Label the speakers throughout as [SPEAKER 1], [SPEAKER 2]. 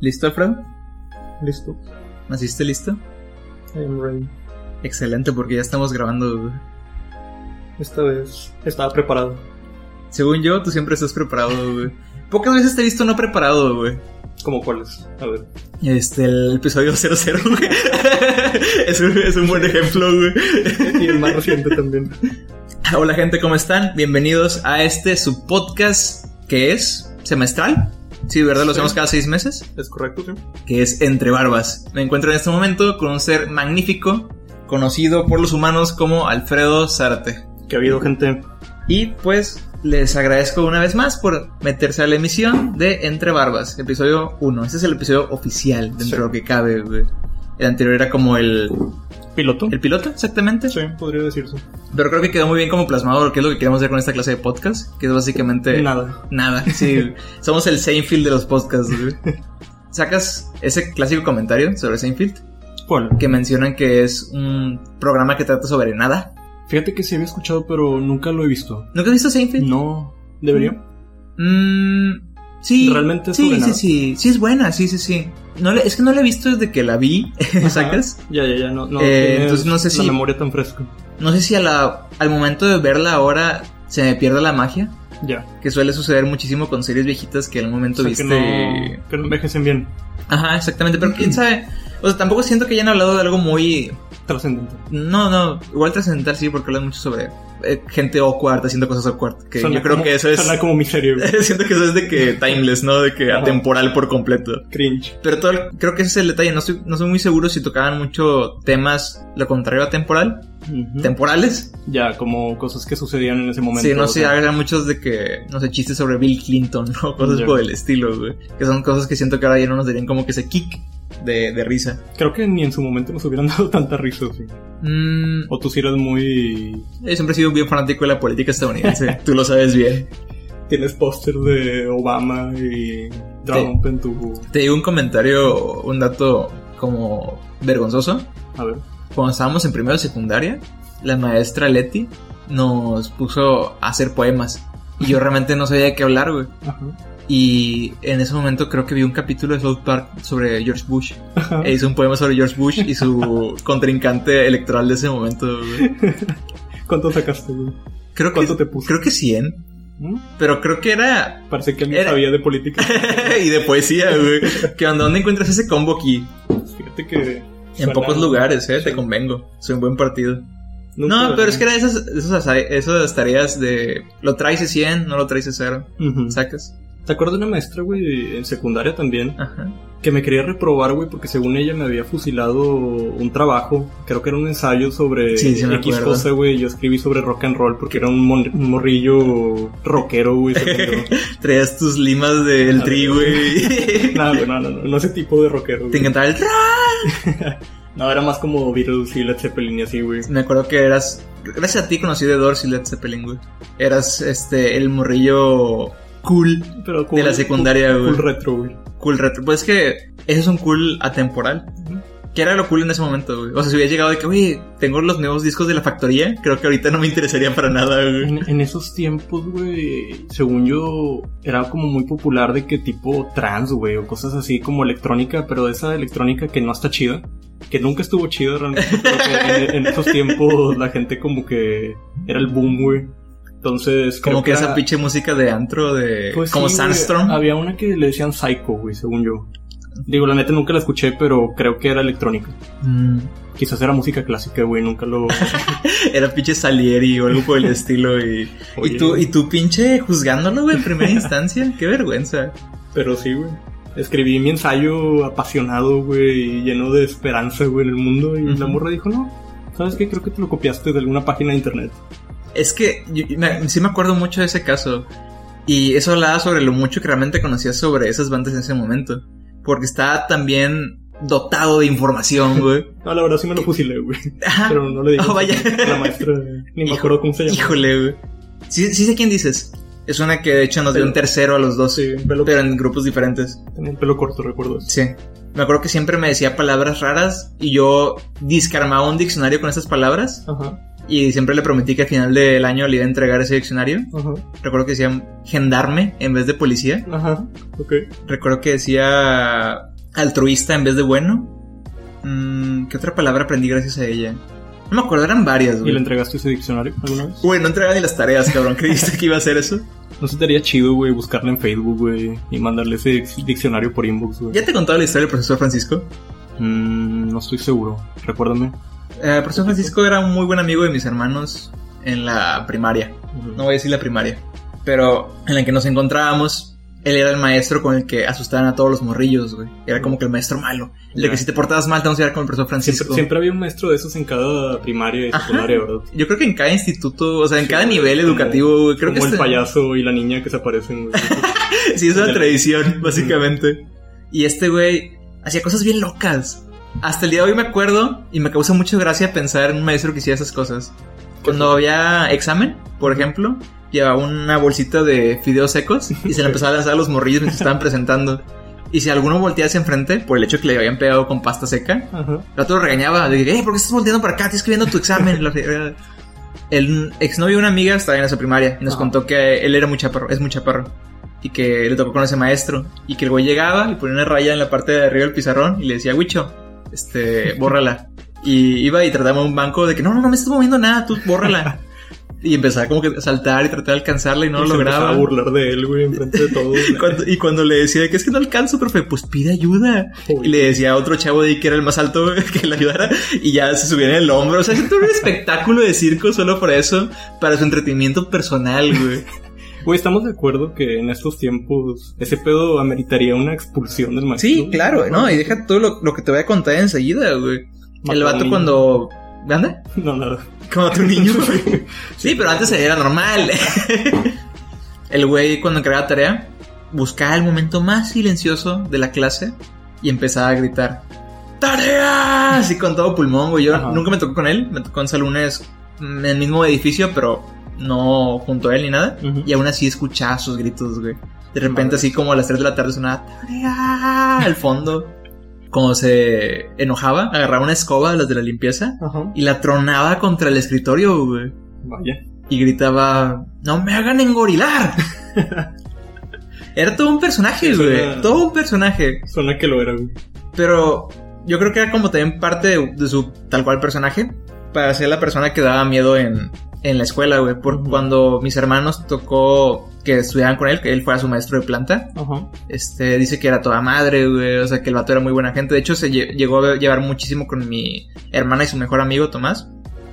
[SPEAKER 1] ¿Listo, Alfredo?
[SPEAKER 2] Listo.
[SPEAKER 1] ¿Naciste listo?
[SPEAKER 2] I'm ready.
[SPEAKER 1] Excelente, porque ya estamos grabando.
[SPEAKER 2] Esta vez estaba preparado.
[SPEAKER 1] Según yo, tú siempre estás preparado, güey. Pocas veces te he visto no preparado, güey.
[SPEAKER 2] ¿Cómo cuáles? A ver.
[SPEAKER 1] Este, el episodio 00, güey. es, un, es un buen ejemplo, güey.
[SPEAKER 2] Y el más reciente también.
[SPEAKER 1] Hola, gente, ¿cómo están? Bienvenidos a este su podcast que es semestral. Sí, ¿verdad? Lo
[SPEAKER 2] Sí.
[SPEAKER 1] hacemos cada seis meses.
[SPEAKER 2] ¿Es correcto, sí?
[SPEAKER 1] que es Entre Barbas. Me encuentro en este momento con un ser magnífico, conocido por los humanos como Alfredo Zarte.
[SPEAKER 2] Que ha habido gente.
[SPEAKER 1] Y pues les agradezco una vez más por meterse a la emisión de Entre Barbas, episodio 1. Este es el episodio oficial dentro
[SPEAKER 2] Sí.
[SPEAKER 1] de lo que cabe. güey. El anterior era como el,
[SPEAKER 2] ¿Piloto?
[SPEAKER 1] el piloto, exactamente.
[SPEAKER 2] Sí, podría decirse.
[SPEAKER 1] Pero creo que quedó muy bien como plasmado, que es lo que queremos hacer con esta clase de podcast, que es básicamente...
[SPEAKER 2] Nada.
[SPEAKER 1] Nada, sí. somos el Seinfeld de los podcasts. güey. ¿Sacas ese clásico comentario sobre Seinfeld?
[SPEAKER 2] ¿Cuál?
[SPEAKER 1] que mencionan que es un programa que trata sobre nada.
[SPEAKER 2] Fíjate que sí había escuchado, pero nunca lo he visto.
[SPEAKER 1] ¿Nunca has visto Seinfeld?
[SPEAKER 2] No. ¿Debería?
[SPEAKER 1] Mm, sí.
[SPEAKER 2] Realmente es
[SPEAKER 1] sí,
[SPEAKER 2] sobre
[SPEAKER 1] sí,
[SPEAKER 2] nada.
[SPEAKER 1] sí, sí es buena, sí, sí, sí. No le- es que no la he visto desde que la vi, sacas.
[SPEAKER 2] Ajá. Ya, ya, ya. No, no
[SPEAKER 1] Eh,
[SPEAKER 2] tienes
[SPEAKER 1] entonces no sé si-
[SPEAKER 2] La memoria tan fresca.
[SPEAKER 1] No sé si a la, al momento de verla ahora se me pierde la magia,
[SPEAKER 2] Ya.
[SPEAKER 1] que suele suceder muchísimo con series viejitas que al momento
[SPEAKER 2] O sea,
[SPEAKER 1] viste.
[SPEAKER 2] que, no, que no envejecen bien.
[SPEAKER 1] Ajá, exactamente, pero quién sabe. O sea, tampoco siento que hayan hablado de algo muy
[SPEAKER 2] Trascendente.
[SPEAKER 1] No, no, igual trascendental sí, porque hablan mucho sobre eh, gente awkward haciendo cosas awkward. Que
[SPEAKER 2] Suena
[SPEAKER 1] yo creo
[SPEAKER 2] como-
[SPEAKER 1] que eso es.
[SPEAKER 2] Suena como misterio.
[SPEAKER 1] Siento que eso es de que timeless, ¿no? De que
[SPEAKER 2] Ajá.
[SPEAKER 1] atemporal por completo.
[SPEAKER 2] Cringe.
[SPEAKER 1] Pero todo, el- creo que ese es el detalle. No estoy, no soy muy seguro si tocaban mucho temas lo contrario a temporal,
[SPEAKER 2] Ujú.
[SPEAKER 1] temporales.
[SPEAKER 2] Ya, como cosas que sucedían en ese momento.
[SPEAKER 1] sí, no
[SPEAKER 2] o
[SPEAKER 1] sé,
[SPEAKER 2] sea.
[SPEAKER 1] hagan muchos de que, no sé, chistes sobre Bill Clinton, ¿no? Cosas
[SPEAKER 2] Ya.
[SPEAKER 1] por el estilo, güey. Que son cosas que siento que ahora ya no nos darían como que ese kick de, de risa.
[SPEAKER 2] Creo que ni en su momento nos hubieran dado tanta risa. sí.
[SPEAKER 1] Mm,
[SPEAKER 2] O tú sí eras muy.
[SPEAKER 1] yo siempre he sido bien fanático de la política estadounidense. Tú lo sabes bien.
[SPEAKER 2] Tienes póster de Obama y Trump en tu.
[SPEAKER 1] Te digo un comentario, un dato como vergonzoso.
[SPEAKER 2] A ver.
[SPEAKER 1] Cuando estábamos en primero de secundaria, la maestra Leti nos puso a hacer poemas. Y yo realmente no sabía de qué hablar, güey.
[SPEAKER 2] Ajá.
[SPEAKER 1] Y en ese momento creo que vi un capítulo de South Park sobre George Bush.
[SPEAKER 2] Ajá.
[SPEAKER 1] E hizo un poema sobre George Bush y su contrincante electoral de ese momento, güey.
[SPEAKER 2] ¿Cuánto sacaste, güey?
[SPEAKER 1] Creo que,
[SPEAKER 2] ¿Cuánto te puso?
[SPEAKER 1] creo que 100.
[SPEAKER 2] ¿Mm?
[SPEAKER 1] Pero creo que era...
[SPEAKER 2] Parece que alguien
[SPEAKER 1] Era-
[SPEAKER 2] sabía de política.
[SPEAKER 1] y de poesía, güey. ¿Qué onda? ¿Dónde encuentras ese combo aquí?
[SPEAKER 2] Fíjate que.
[SPEAKER 1] En pocos lugares, eh, te convengo. Soy un buen partido. No, pero es que era esas, esas, esas tareas de lo traes a 100, no lo traes a 0, sacas.
[SPEAKER 2] ¿Te acuerdas de una maestra, güey, en secundaria también?
[SPEAKER 1] Ajá.
[SPEAKER 2] Que me quería reprobar, güey, porque según ella me había fusilado un trabajo. Creo que era un ensayo sobre
[SPEAKER 1] Sí, sí me
[SPEAKER 2] X
[SPEAKER 1] acuerdo.
[SPEAKER 2] cosa, güey. Yo escribí sobre rock and roll porque era un, mon- un morrillo rockero, güey. según yo.
[SPEAKER 1] Traías tus limas del
[SPEAKER 2] Ah,
[SPEAKER 1] tri, güey.
[SPEAKER 2] no, güey, no, no, no, no ese tipo de rockero.
[SPEAKER 1] Te
[SPEAKER 2] güey.
[SPEAKER 1] encantaba el rap.
[SPEAKER 2] No, era más como Beatles y Led Zeppelin y así, güey.
[SPEAKER 1] Me acuerdo que eras. Gracias a ti conocí de Doors y Led Zeppelin, güey. Eras este, el morrillo cool,
[SPEAKER 2] Pero cool-
[SPEAKER 1] De la secundaria,
[SPEAKER 2] cool-
[SPEAKER 1] güey.
[SPEAKER 2] Cool retro, güey.
[SPEAKER 1] cool retro. Pues es que ese es un cool atemporal. Que era lo cool en ese momento, güey. O sea, si hubiera llegado de que, güey, tengo los nuevos discos de la factoría, creo que ahorita no me interesaría para nada, güey.
[SPEAKER 2] En, en esos tiempos, güey, según yo, era como muy popular de que tipo trans, güey, o cosas así como electrónica, pero de esa electrónica que no está chida, que nunca estuvo chida realmente, pero que en, en esos tiempos la gente como que era el boom, güey. Entonces, creo
[SPEAKER 1] Como que esa
[SPEAKER 2] era-
[SPEAKER 1] pinche música de antro de.
[SPEAKER 2] pues
[SPEAKER 1] como
[SPEAKER 2] sí, güey,
[SPEAKER 1] Sandstorm.
[SPEAKER 2] Había una que le decían Psycho, güey, según yo. Digo, la neta nunca la escuché, pero creo que era electrónica.
[SPEAKER 1] Mm,
[SPEAKER 2] Quizás era música clásica, güey, nunca lo...
[SPEAKER 1] Era pinche Salieri o algo por el estilo. Y,
[SPEAKER 2] Oye,
[SPEAKER 1] y, tú, y tú pinche juzgándolo, güey, en primera instancia. Qué vergüenza.
[SPEAKER 2] Pero sí, güey. Escribí mi ensayo apasionado, güey, y lleno de esperanza, güey, en el mundo. Y la
[SPEAKER 1] Ujú.
[SPEAKER 2] morra dijo, no, ¿sabes qué? Creo que te lo copiaste de alguna página de internet.
[SPEAKER 1] Es que yo- yo me- sí me acuerdo mucho de ese caso. Y eso hablaba sobre lo mucho que realmente conocía sobre esas bandas en ese momento. Porque estaba también dotado de información, güey.
[SPEAKER 2] No, la verdad sí me lo fusilé, güey.
[SPEAKER 1] Ajá.
[SPEAKER 2] Pero no le dije
[SPEAKER 1] Ah, vaya.
[SPEAKER 2] a la maestra, ni me
[SPEAKER 1] Hijo-
[SPEAKER 2] acuerdo cómo se llama.
[SPEAKER 1] Híjole, güey. Sí, sí sé quién dices. Es una que de hecho nos dio
[SPEAKER 2] Pero-
[SPEAKER 1] un tercero a los dos.
[SPEAKER 2] Sí, un pelo,
[SPEAKER 1] Pero en grupos diferentes.
[SPEAKER 2] tenía el pelo corto, recuerdo. eso.
[SPEAKER 1] Sí. Me acuerdo que siempre me decía palabras raras y yo discarmaba un diccionario con esas palabras
[SPEAKER 2] Ajá,
[SPEAKER 1] y siempre le prometí que al final del año le iba a entregar ese diccionario.
[SPEAKER 2] ajá,
[SPEAKER 1] Recuerdo que decía gendarme en vez de policía.
[SPEAKER 2] ajá, ok.
[SPEAKER 1] Recuerdo que decía altruista en vez de bueno. Mm, ¿Qué otra palabra aprendí gracias a ella? No me acuerdo, eran varias,
[SPEAKER 2] ¿Y le
[SPEAKER 1] güey.
[SPEAKER 2] entregaste ese diccionario alguna vez?
[SPEAKER 1] Güey, no entregaba ni las tareas, cabrón. ¿Creíste que iba a hacer eso?
[SPEAKER 2] No se te haría chido, güey, buscarla en Facebook, güey, y mandarle ese dic- diccionario por inbox, güey.
[SPEAKER 1] ¿Ya te he contado la historia del profesor Francisco?
[SPEAKER 2] Mm, no estoy seguro. Recuérdame.
[SPEAKER 1] Eh, el profesor Francisco era un muy buen amigo de mis hermanos en la primaria. no voy a decir la primaria, pero en la que nos encontrábamos, él era el maestro con el que asustaban a todos los morrillos, güey. Era como que el maestro malo. El de que
[SPEAKER 2] Ya.
[SPEAKER 1] si te portabas mal, te vamos a llevar con el profesor Francisco.
[SPEAKER 2] Siempre, siempre había un maestro de esos en cada primaria y
[SPEAKER 1] Ajá.
[SPEAKER 2] secundaria, ¿verdad?
[SPEAKER 1] Yo creo que en cada instituto, o sea, en
[SPEAKER 2] Sí,
[SPEAKER 1] cada
[SPEAKER 2] güey,
[SPEAKER 1] nivel
[SPEAKER 2] como-
[SPEAKER 1] educativo, güey, creo
[SPEAKER 2] Como
[SPEAKER 1] que
[SPEAKER 2] el
[SPEAKER 1] este-
[SPEAKER 2] payaso y la niña que se aparecen, güey.
[SPEAKER 1] Sí, es una
[SPEAKER 2] del-
[SPEAKER 1] tradición, básicamente. Y este güey hacía cosas bien locas. Hasta el día de hoy me acuerdo y me causa mucha gracia pensar en un maestro que hacía esas cosas. Cuando había examen, por ejemplo, llevaba una bolsita de fideos secos y se la empezaba a lanzar a los morrillos mientras estaban presentando. Y si alguno volteaba hacia enfrente, por el hecho que le habían pegado con pasta seca,
[SPEAKER 2] Ajá.
[SPEAKER 1] el otro lo regañaba. Le dije, eh, ¿por qué estás volteando para acá? Estás escribiendo tu examen. La fregada. el exnovio de una amiga estaba en esa primaria y nos
[SPEAKER 2] Ajá.
[SPEAKER 1] contó que él era muy chaparro, es muy chaparro. Y que le tocó con ese maestro. Y que el güey llegaba, le ponía una raya en la parte de arriba del pizarrón y le decía, Huicho, este, bórrala. Y iba y trataba a un banco de que no, no, no me estás moviendo nada, tú bórrala. y empezaba como que a saltar y tratar de alcanzarla y no
[SPEAKER 2] Y
[SPEAKER 1] lo
[SPEAKER 2] se empezaba
[SPEAKER 1] lograba.
[SPEAKER 2] a burlar de él, güey, enfrente de todos.
[SPEAKER 1] Cuando- y cuando le decía que es que no alcanzo, profe, pues pide ayuda. Y le decía a otro chavo de ahí que era el más alto que le ayudara y ya se subía en el hombro. O sea, es todo un espectáculo de circo solo por eso, para su entretenimiento personal, güey.
[SPEAKER 2] Güey, estamos de acuerdo que en estos tiempos ese pedo ameritaría una expulsión del maestro.
[SPEAKER 1] Sí, claro, no, y deja todo lo, lo que te voy a contar enseguida, güey.
[SPEAKER 2] Mató
[SPEAKER 1] El
[SPEAKER 2] a un
[SPEAKER 1] vato
[SPEAKER 2] niño.
[SPEAKER 1] cuando... ¿Anda?
[SPEAKER 2] No, nada.
[SPEAKER 1] Como tu niño. sí, pero antes era normal. el güey cuando entregaba tarea buscaba el momento más silencioso de la clase y empezaba a gritar ¡Tarea! Así con todo pulmón, güey. Yo
[SPEAKER 2] Ajá.
[SPEAKER 1] nunca me tocó con él, me tocó en salones mm, en el mismo edificio, pero no junto a él ni nada.
[SPEAKER 2] Ujú.
[SPEAKER 1] Y aún así escuchaba sus gritos, güey. De repente,
[SPEAKER 2] Madre.
[SPEAKER 1] así como a las 3 de la tarde sonaba ¡Tarea! al fondo. Cuando se enojaba, agarraba una escoba, las de la limpieza,
[SPEAKER 2] Ajá.
[SPEAKER 1] y la tronaba contra el escritorio, güey.
[SPEAKER 2] Vaya.
[SPEAKER 1] Y gritaba, no me hagan engorilar. era todo un personaje,
[SPEAKER 2] Es
[SPEAKER 1] güey.
[SPEAKER 2] una-
[SPEAKER 1] Todo un personaje.
[SPEAKER 2] Suena que lo era, güey.
[SPEAKER 1] Pero yo creo que era como también parte de, de su tal cual personaje. Para ser la persona que daba miedo en, en la escuela, güey. Por
[SPEAKER 2] Ujú.
[SPEAKER 1] cuando mis hermanos tocó que estudiaban con él, que él fuera su maestro de planta.
[SPEAKER 2] Ajá.
[SPEAKER 1] Este, dice que era toda madre, güey. O sea, que el vato era muy buena gente. De hecho, se lle- llegó a llevar muchísimo con mi hermana y su mejor amigo, Tomás.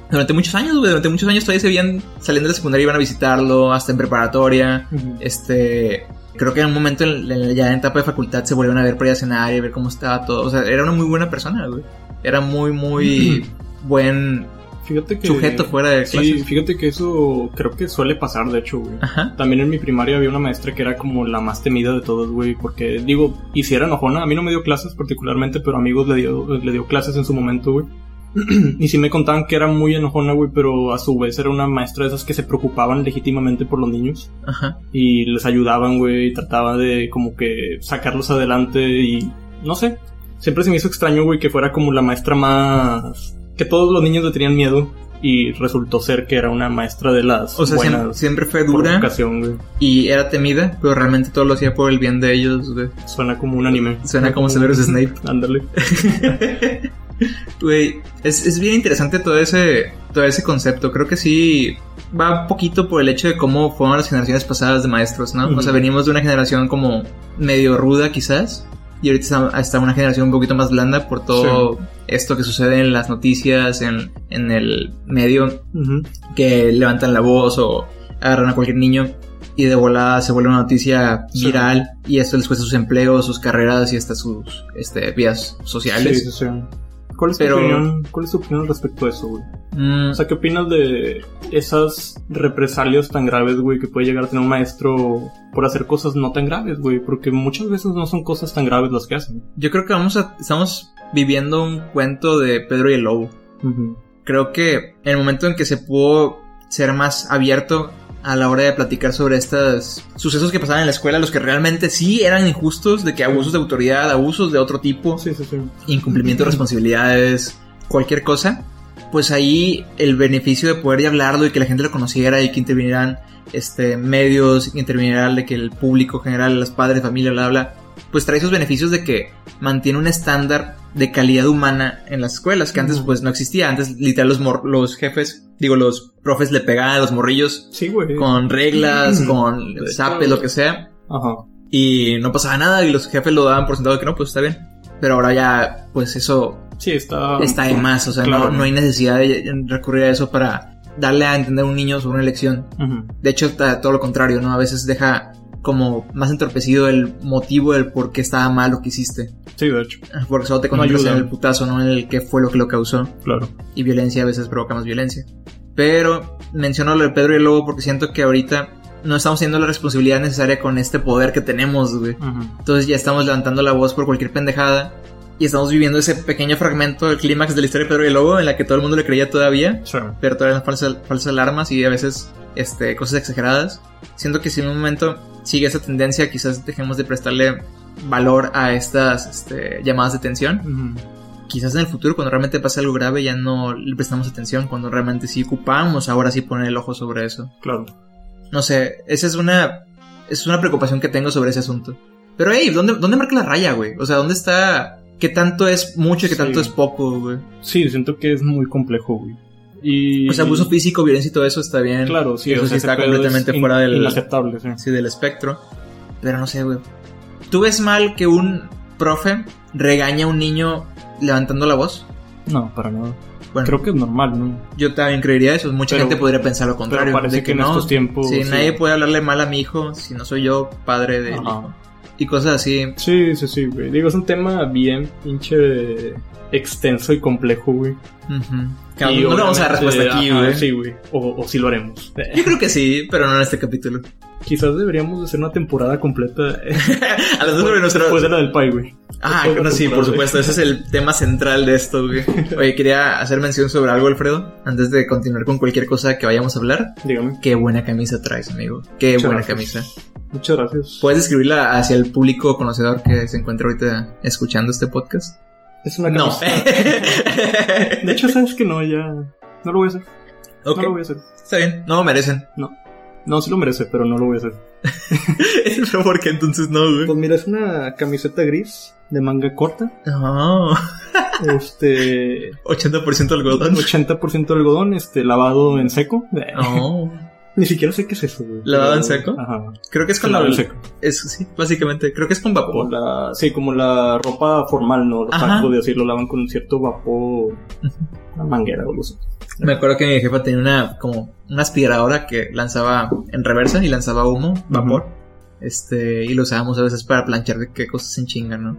[SPEAKER 1] Durante muchos años, güey. Durante muchos años todavía se veían saliendo de la secundaria, iban a visitarlo, hasta en preparatoria. Este, creo que en un momento, en- en- ya en etapa de facultad, se volvieron a ver para ir a cenar y a ver cómo estaba todo. O sea, era una muy buena persona, güey. Era muy, muy buen
[SPEAKER 2] Fíjate que.
[SPEAKER 1] sujeto fuera de clases.
[SPEAKER 2] Sí, fíjate que eso creo que suele pasar, de hecho, güey.
[SPEAKER 1] Ajá.
[SPEAKER 2] También en mi primaria había una maestra que era como la más temida de todos, güey, porque digo, y si era enojona, a mí no me dio clases particularmente, pero amigos le dio, le dio clases en su momento, güey. y sí me contaban que era muy enojona, güey, pero a su vez era una maestra de esas que se preocupaban legítimamente por los niños
[SPEAKER 1] Ajá.
[SPEAKER 2] y les ayudaban, güey, y trataba de como que sacarlos adelante y no sé. Siempre se me hizo extraño, güey, que fuera como la maestra más... que todos los niños le tenían miedo y resultó ser que era una maestra de las...
[SPEAKER 1] O sea, siem-
[SPEAKER 2] buenas
[SPEAKER 1] siempre fue
[SPEAKER 2] por
[SPEAKER 1] dura
[SPEAKER 2] vocación, güey.
[SPEAKER 1] y era temida, pero realmente todo lo hacía por el bien de ellos, güey.
[SPEAKER 2] Suena como un anime.
[SPEAKER 1] Suena como Severus Snape.
[SPEAKER 2] Ándale.
[SPEAKER 1] Güey, es, es bien interesante todo ese, todo ese concepto. Creo que sí va un poquito por el hecho de cómo fueron las generaciones pasadas de maestros, ¿no? O sea,
[SPEAKER 2] Ujú.
[SPEAKER 1] venimos de una generación como medio ruda quizás. Y ahorita está, está una generación un poquito más blanda por todo esto que sucede en las noticias, en, en el medio,
[SPEAKER 2] Ujú.
[SPEAKER 1] que levantan la voz o agarran a cualquier niño y de volada se vuelve una noticia
[SPEAKER 2] Sí.
[SPEAKER 1] viral y esto les cuesta sus empleos, sus carreras y hasta sus este, vías sociales.
[SPEAKER 2] Sí, sí, sí. ¿Cuál es,
[SPEAKER 1] Pero-
[SPEAKER 2] tu opinión, ¿Cuál es tu opinión respecto a eso, güey?
[SPEAKER 1] Mm,
[SPEAKER 2] O sea, ¿qué opinas de esas represalias tan graves, güey, que puede llegar a tener un maestro por hacer cosas no tan graves, güey? Porque muchas veces no son cosas tan graves las que hacen.
[SPEAKER 1] Yo creo que vamos a, estamos viviendo un cuento de Pedro y el Lobo. Creo que el momento en que se pudo ser más abierto a la hora de platicar sobre estos sucesos que pasaban en la escuela, los que realmente sí eran injustos, de que abusos de autoridad, abusos de otro tipo,
[SPEAKER 2] Sí, sí, sí.
[SPEAKER 1] incumplimiento de responsabilidades, cualquier cosa, pues ahí el beneficio de poder ya hablarlo y que la gente lo conociera y que intervinieran este, medios, que interviniera de que el público general, las padres, familia, bla, bla, bla, pues trae esos beneficios de que mantiene un estándar de calidad humana en las escuelas, que antes pues no existía. Antes literal los, mor- los jefes, digo, los profes le pegaban a los morrillos
[SPEAKER 2] Sí, güey.
[SPEAKER 1] con reglas,
[SPEAKER 2] Mm.
[SPEAKER 1] con zapes, lo que sea.
[SPEAKER 2] Ajá.
[SPEAKER 1] Y no pasaba nada y los jefes lo daban por sentado de que no, pues está bien. Pero ahora ya, pues eso
[SPEAKER 2] Sí, está.
[SPEAKER 1] está de más. O sea, no-
[SPEAKER 2] Ah, claro.
[SPEAKER 1] no, hay necesidad de recurrir a eso para darle a entender a un niño sobre una elección.
[SPEAKER 2] Ujú.
[SPEAKER 1] De hecho, está todo lo contrario, ¿no? A veces deja como más entorpecido el motivo del por qué estaba mal lo que hiciste.
[SPEAKER 2] Sí, de hecho,
[SPEAKER 1] Porque solo te concentras
[SPEAKER 2] ayuda.
[SPEAKER 1] en el putazo, no en el qué fue lo que lo causó.
[SPEAKER 2] claro.
[SPEAKER 1] Y violencia a veces provoca más violencia. Pero menciono lo de Pedro y el Lobo porque siento que ahorita no estamos teniendo la responsabilidad necesaria con este poder que tenemos, güey.
[SPEAKER 2] Ujú.
[SPEAKER 1] Entonces ya estamos levantando la voz por cualquier pendejada. Y estamos viviendo ese pequeño fragmento del clímax de la historia de Pedro y el Lobo en la que todo el mundo le creía todavía.
[SPEAKER 2] Sí.
[SPEAKER 1] Pero todavía eran falsas, falsas alarmas y a veces este, cosas exageradas. Siento que si en un momento sigue esa tendencia, quizás dejemos de prestarle valor a estas este, llamadas de atención.
[SPEAKER 2] Ujú.
[SPEAKER 1] Quizás en el futuro, cuando realmente pase algo grave, ya no le prestamos atención. Cuando realmente sí ocupamos, ahora sí poner el ojo sobre eso
[SPEAKER 2] Claro.
[SPEAKER 1] no sé, esa es una, es una preocupación que tengo sobre ese asunto. Pero, hey, ¿dónde, ¿dónde marca la raya, güey? O sea, ¿dónde está qué tanto es mucho y qué
[SPEAKER 2] Sí.
[SPEAKER 1] tanto es poco, güey?
[SPEAKER 2] Sí, siento que es muy complejo, güey. Y...
[SPEAKER 1] O sea, abuso físico, violencia y todo eso está bien.
[SPEAKER 2] Claro, sí.
[SPEAKER 1] Eso
[SPEAKER 2] o sea,
[SPEAKER 1] sí
[SPEAKER 2] ese
[SPEAKER 1] está
[SPEAKER 2] pedo
[SPEAKER 1] completamente
[SPEAKER 2] es in-
[SPEAKER 1] fuera del-
[SPEAKER 2] Inaceptable, sí.
[SPEAKER 1] Sí, del espectro. Pero no sé, güey. ¿Tú ves mal que un profe regaña a un niño levantando la voz?
[SPEAKER 2] No, para nada.
[SPEAKER 1] Bueno,
[SPEAKER 2] Creo que es normal, ¿no?
[SPEAKER 1] yo también creería eso. Mucha
[SPEAKER 2] Pero-
[SPEAKER 1] gente podría pensar lo contrario. pues,
[SPEAKER 2] Pero parece
[SPEAKER 1] de
[SPEAKER 2] que, en estos tiempos...
[SPEAKER 1] Sí, nadie puede hablarle mal a mi hijo si no soy yo padre de él.
[SPEAKER 2] Ajá.
[SPEAKER 1] Y cosas así.
[SPEAKER 2] Sí, sí, sí, güey. Digo, es un tema bien pinche extenso y complejo, güey.
[SPEAKER 1] Ujú. Que
[SPEAKER 2] Y
[SPEAKER 1] no le vamos a dar
[SPEAKER 2] obviamente,
[SPEAKER 1] respuesta aquí,
[SPEAKER 2] ajá,
[SPEAKER 1] güey.
[SPEAKER 2] Sí, güey. O, o sí lo haremos.
[SPEAKER 1] Yo creo que sí, pero no en este capítulo.
[SPEAKER 2] Quizás deberíamos hacer una temporada completa
[SPEAKER 1] A las dos
[SPEAKER 2] Pues,
[SPEAKER 1] sobre nuestro.
[SPEAKER 2] después de la del Pai, güey.
[SPEAKER 1] ah,
[SPEAKER 2] después de
[SPEAKER 1] no,
[SPEAKER 2] la
[SPEAKER 1] sí, por
[SPEAKER 2] temporada.
[SPEAKER 1] supuesto. Ese es el tema central de esto, güey. Oye, quería hacer mención sobre algo, Alfredo, antes de continuar con cualquier cosa que vayamos a hablar.
[SPEAKER 2] Dígame.
[SPEAKER 1] Qué buena camisa traes, amigo. Qué
[SPEAKER 2] Muchas
[SPEAKER 1] buena
[SPEAKER 2] gracias.
[SPEAKER 1] camisa.
[SPEAKER 2] Muchas gracias.
[SPEAKER 1] ¿Puedes describirla hacia el público conocedor que se encuentra ahorita escuchando este podcast?
[SPEAKER 2] Es una
[SPEAKER 1] No.
[SPEAKER 2] camisa- De hecho, sabes que no, ya. No lo voy a hacer.
[SPEAKER 1] ok,
[SPEAKER 2] No lo voy a hacer.
[SPEAKER 1] está bien. No merecen.
[SPEAKER 2] No, sí lo merece, pero no lo voy a hacer.
[SPEAKER 1] pero ¿por qué entonces no, güey?
[SPEAKER 2] Pues mira, es una camiseta gris de manga corta.
[SPEAKER 1] No.
[SPEAKER 2] Este.
[SPEAKER 1] 80% algodón.
[SPEAKER 2] 80% algodón, este, lavado en seco. Eh,
[SPEAKER 1] No.
[SPEAKER 2] Ni siquiera sé qué es eso, güey.
[SPEAKER 1] ¿Lavado en
[SPEAKER 2] Pero-
[SPEAKER 1] seco?
[SPEAKER 2] Ajá.
[SPEAKER 1] Creo que es con la...
[SPEAKER 2] Lavado en seco.
[SPEAKER 1] Es, sí, básicamente. Creo que es con vapor.
[SPEAKER 2] Con la, sí, como la ropa formal, ¿no? Los
[SPEAKER 1] Ajá.
[SPEAKER 2] tacos de así lo lavan con cierto vapor. Una manguera o algo así.
[SPEAKER 1] Me acuerdo que mi jefa tenía una como una aspiradora que lanzaba en reversa y lanzaba humo, vapor. Este, y lo usábamos a veces para planchar de qué cosas se chingan, ¿no?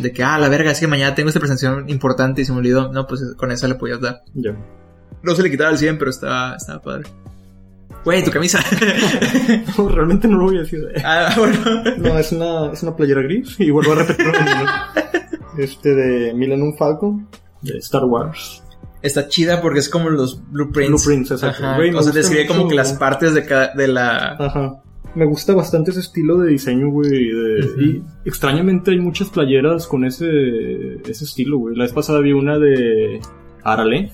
[SPEAKER 1] De que, ah, la verga, es que mañana tengo esta presentación importante y se me olvidó. No, pues con esa le podías dar.
[SPEAKER 2] Ya.
[SPEAKER 1] No se le quitaba el 100, pero estaba, estaba padre. Güey, tu camisa.
[SPEAKER 2] No, realmente no lo voy a decir. eh.
[SPEAKER 1] ah, bueno.
[SPEAKER 2] No, es una, es una playera gris. Y vuelvo a repetirlo. ¿no? Este de Millennium Falcon. De Star Wars.
[SPEAKER 1] Está chida porque es como los blueprints.
[SPEAKER 2] Blueprints, exacto.
[SPEAKER 1] Ajá.
[SPEAKER 2] Güey, me
[SPEAKER 1] o sea,
[SPEAKER 2] gusta
[SPEAKER 1] describe como
[SPEAKER 2] mucho,
[SPEAKER 1] que las
[SPEAKER 2] güey.
[SPEAKER 1] partes de, cada, de la...
[SPEAKER 2] Ajá. Me gusta bastante ese estilo de diseño, güey. de-
[SPEAKER 1] Ujú.
[SPEAKER 2] Y extrañamente hay muchas playeras con ese, ese estilo, güey. La vez pasada vi una de Arale.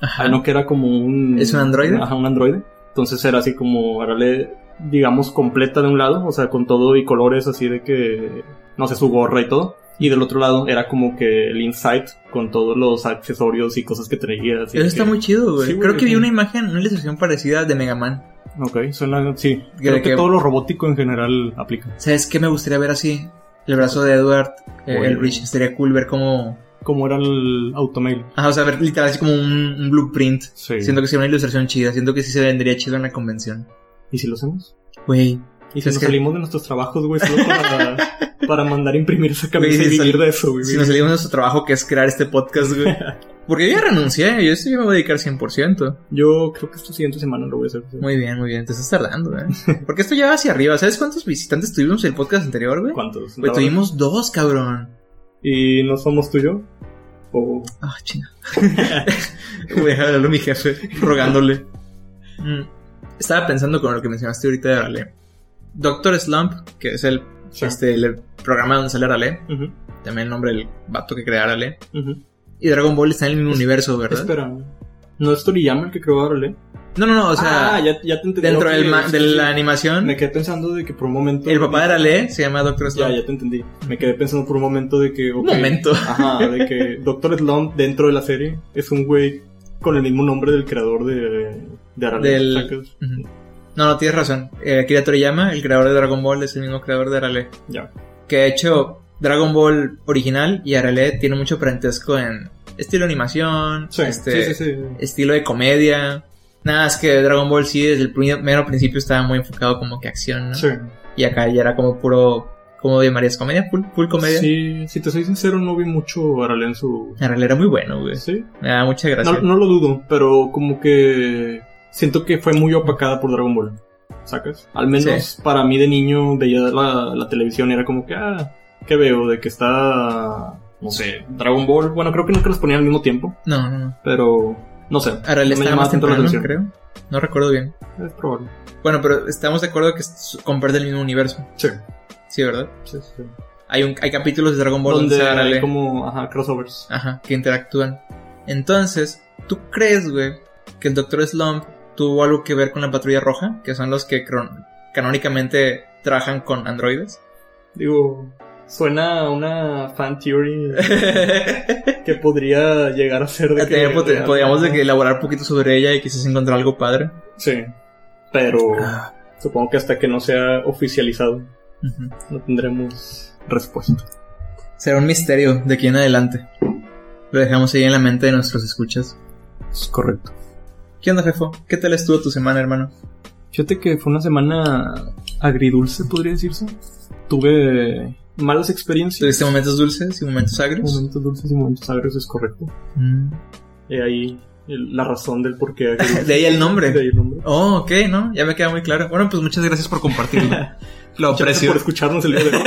[SPEAKER 1] Ajá.
[SPEAKER 2] Ah, no, que era como un...
[SPEAKER 1] ¿Es un androide?
[SPEAKER 2] Ajá, un androide. Entonces era así como Arale, digamos, completa de un lado. O sea, con todo y colores así de que... No sé, su gorra y todo. Y del otro lado era como que el Insight con todos los accesorios y cosas que traía. así
[SPEAKER 1] Eso
[SPEAKER 2] de
[SPEAKER 1] está
[SPEAKER 2] que-
[SPEAKER 1] muy chido, güey.
[SPEAKER 2] Sí, güey,
[SPEAKER 1] Creo que vi
[SPEAKER 2] sí.
[SPEAKER 1] una imagen, una ilustración parecida de Mega Man.
[SPEAKER 2] Ok, suena... Sí.
[SPEAKER 1] De
[SPEAKER 2] Creo que,
[SPEAKER 1] que-
[SPEAKER 2] todo lo robótico en general aplica.
[SPEAKER 1] ¿Sabes qué me gustaría ver así? El brazo de Edward, eh,
[SPEAKER 2] Oye.
[SPEAKER 1] el Rich. Estaría cool ver como.
[SPEAKER 2] Como era el automail.
[SPEAKER 1] Ajá, o sea, ver literal así como un, un blueprint.
[SPEAKER 2] Sí.
[SPEAKER 1] Siento que sería una ilustración chida. Siento que sí se vendería chido en la convención.
[SPEAKER 2] ¿Y si lo hacemos?
[SPEAKER 1] Güey.
[SPEAKER 2] ¿Y si
[SPEAKER 1] Es
[SPEAKER 2] nos
[SPEAKER 1] que-
[SPEAKER 2] salimos de nuestros trabajos, güey, solo para, para mandar imprimir esa camisa
[SPEAKER 1] Güey,
[SPEAKER 2] y
[SPEAKER 1] si
[SPEAKER 2] vivir
[SPEAKER 1] sal-
[SPEAKER 2] de eso, güey?
[SPEAKER 1] Si nos salimos de nuestro trabajo que es crear este podcast, güey. Porque yo ya renuncié. Yo esto yo me voy a dedicar 100%.
[SPEAKER 2] Yo creo que esta siguiente semana lo voy a hacer.
[SPEAKER 1] Muy bien, muy bien. Te estás tardando, eh. Porque esto ya va hacia arriba. ¿Sabes cuántos visitantes tuvimos en el podcast anterior, güey?
[SPEAKER 2] ¿Cuántos?
[SPEAKER 1] Güey,
[SPEAKER 2] La
[SPEAKER 1] tuvimos dos, cabrón.
[SPEAKER 2] verdad. ¿Y no somos tú y yo? ¿O
[SPEAKER 1] Ah, chinga. Voy a hablarle a mi jefe, rogándole. Mm, Estaba pensando con lo que mencionaste ahorita de Arale. Doctor Slump, que es el,
[SPEAKER 2] Sí.
[SPEAKER 1] este, el programa donde sale Arale,
[SPEAKER 2] Ujú,
[SPEAKER 1] también el nombre del vato que crea Arale.
[SPEAKER 2] ujú.
[SPEAKER 1] Y Dragon Ball está en el mismo universo, ¿verdad?
[SPEAKER 2] Espera. ¿No es Toriyama el que creó Arale?
[SPEAKER 1] No, no, no, o sea,
[SPEAKER 2] ah, ya, ya te entendí.
[SPEAKER 1] dentro
[SPEAKER 2] Ok,
[SPEAKER 1] del ma-
[SPEAKER 2] sí,
[SPEAKER 1] de
[SPEAKER 2] sí.
[SPEAKER 1] la animación,
[SPEAKER 2] Me quedé pensando de que por un momento.
[SPEAKER 1] el papá de la ley se llama Doctor
[SPEAKER 2] Ya,
[SPEAKER 1] Slump.
[SPEAKER 2] ya te entendí. Me quedé pensando por un momento de que. ok,
[SPEAKER 1] Un momento.
[SPEAKER 2] Ajá, de que Doctor Slump dentro de la serie es un güey con el mismo nombre del creador de, de Arale.
[SPEAKER 1] Del-
[SPEAKER 2] ¿sacas?
[SPEAKER 1] Ujú. No, no, tienes razón. Eh, Akira Toriyama, el creador de Dragon Ball, es el mismo creador de Arale.
[SPEAKER 2] Ya.
[SPEAKER 1] Que de hecho, Dragon Ball original y Arale tiene mucho parentesco en estilo de animación,
[SPEAKER 2] Sí,
[SPEAKER 1] este,
[SPEAKER 2] sí, sí, sí.
[SPEAKER 1] estilo de comedia. Nada, es que Dragon Ball sí desde el primero principio estaba muy enfocado como que acción, ¿no?
[SPEAKER 2] Sí.
[SPEAKER 1] Y acá ya era como puro, como llamarías comedia, full, full comedia.
[SPEAKER 2] Sí, si te soy sincero, no vi mucho Arale en su.
[SPEAKER 1] Arale era muy bueno, güey.
[SPEAKER 2] Sí.
[SPEAKER 1] Me da mucha gracia.
[SPEAKER 2] No, no lo dudo, pero como que siento que fue muy opacada por Dragon Ball. ¿Sacas? Al menos para mí de niño veía la, la televisión y era como que, ah, ¿qué veo? De que está, no sé, Dragon Ball. Bueno, creo que nunca los ponían al mismo tiempo,
[SPEAKER 1] no, no. no.
[SPEAKER 2] pero no sé.
[SPEAKER 1] Arale
[SPEAKER 2] no
[SPEAKER 1] estaba
[SPEAKER 2] llamaba
[SPEAKER 1] más
[SPEAKER 2] tanto la
[SPEAKER 1] temprano,
[SPEAKER 2] atención.
[SPEAKER 1] creo. No recuerdo bien.
[SPEAKER 2] Es probable.
[SPEAKER 1] Bueno, pero estamos de acuerdo que s- comparte el mismo universo.
[SPEAKER 2] Sí,
[SPEAKER 1] Sí, ¿verdad?
[SPEAKER 2] sí, sí.
[SPEAKER 1] Hay, un, hay capítulos de Dragon Ball
[SPEAKER 2] Donde
[SPEAKER 1] donde sale
[SPEAKER 2] hay
[SPEAKER 1] Arale.
[SPEAKER 2] como, ajá, crossovers.
[SPEAKER 1] Ajá, que interactúan. Entonces, ¿tú crees, güey, que el Doctor Slump tuvo algo que ver con la Patrulla Roja? Que son los que cron- canónicamente trabajan con androides.
[SPEAKER 2] Digo, suena a una fan theory que podría llegar a ser de
[SPEAKER 1] Ya
[SPEAKER 2] que...
[SPEAKER 1] tenía pot-
[SPEAKER 2] de-
[SPEAKER 1] Eh, pues, podríamos de que elaborar un poquito sobre ella y quizás encontrar algo padre.
[SPEAKER 2] Sí, pero...
[SPEAKER 1] Ah.
[SPEAKER 2] Supongo que hasta que no sea oficializado
[SPEAKER 1] Ujú.
[SPEAKER 2] no tendremos respuesta.
[SPEAKER 1] Será un misterio de aquí en adelante. Lo dejamos ahí en la mente de nuestros escuchas.
[SPEAKER 2] Es correcto.
[SPEAKER 1] ¿Qué onda, Jefo? ¿Qué tal estuvo tu semana, hermano?
[SPEAKER 2] Fíjate que fue una semana agridulce, podría decirse. Tuve malas experiencias.
[SPEAKER 1] ¿Tuviste momentos dulces y momentos agrios?
[SPEAKER 2] Momentos dulces y momentos agrios, es correcto.
[SPEAKER 1] Mm.
[SPEAKER 2] Y ahí el- la razón del por qué agridulce.
[SPEAKER 1] De ahí el nombre.
[SPEAKER 2] De ahí el nombre.
[SPEAKER 1] Oh, ok, ¿no? Ya me queda muy claro. Bueno, pues muchas gracias por compartirlo. Lo
[SPEAKER 2] Gracias
[SPEAKER 1] aprecio.
[SPEAKER 2] por escucharnos el día de hoy.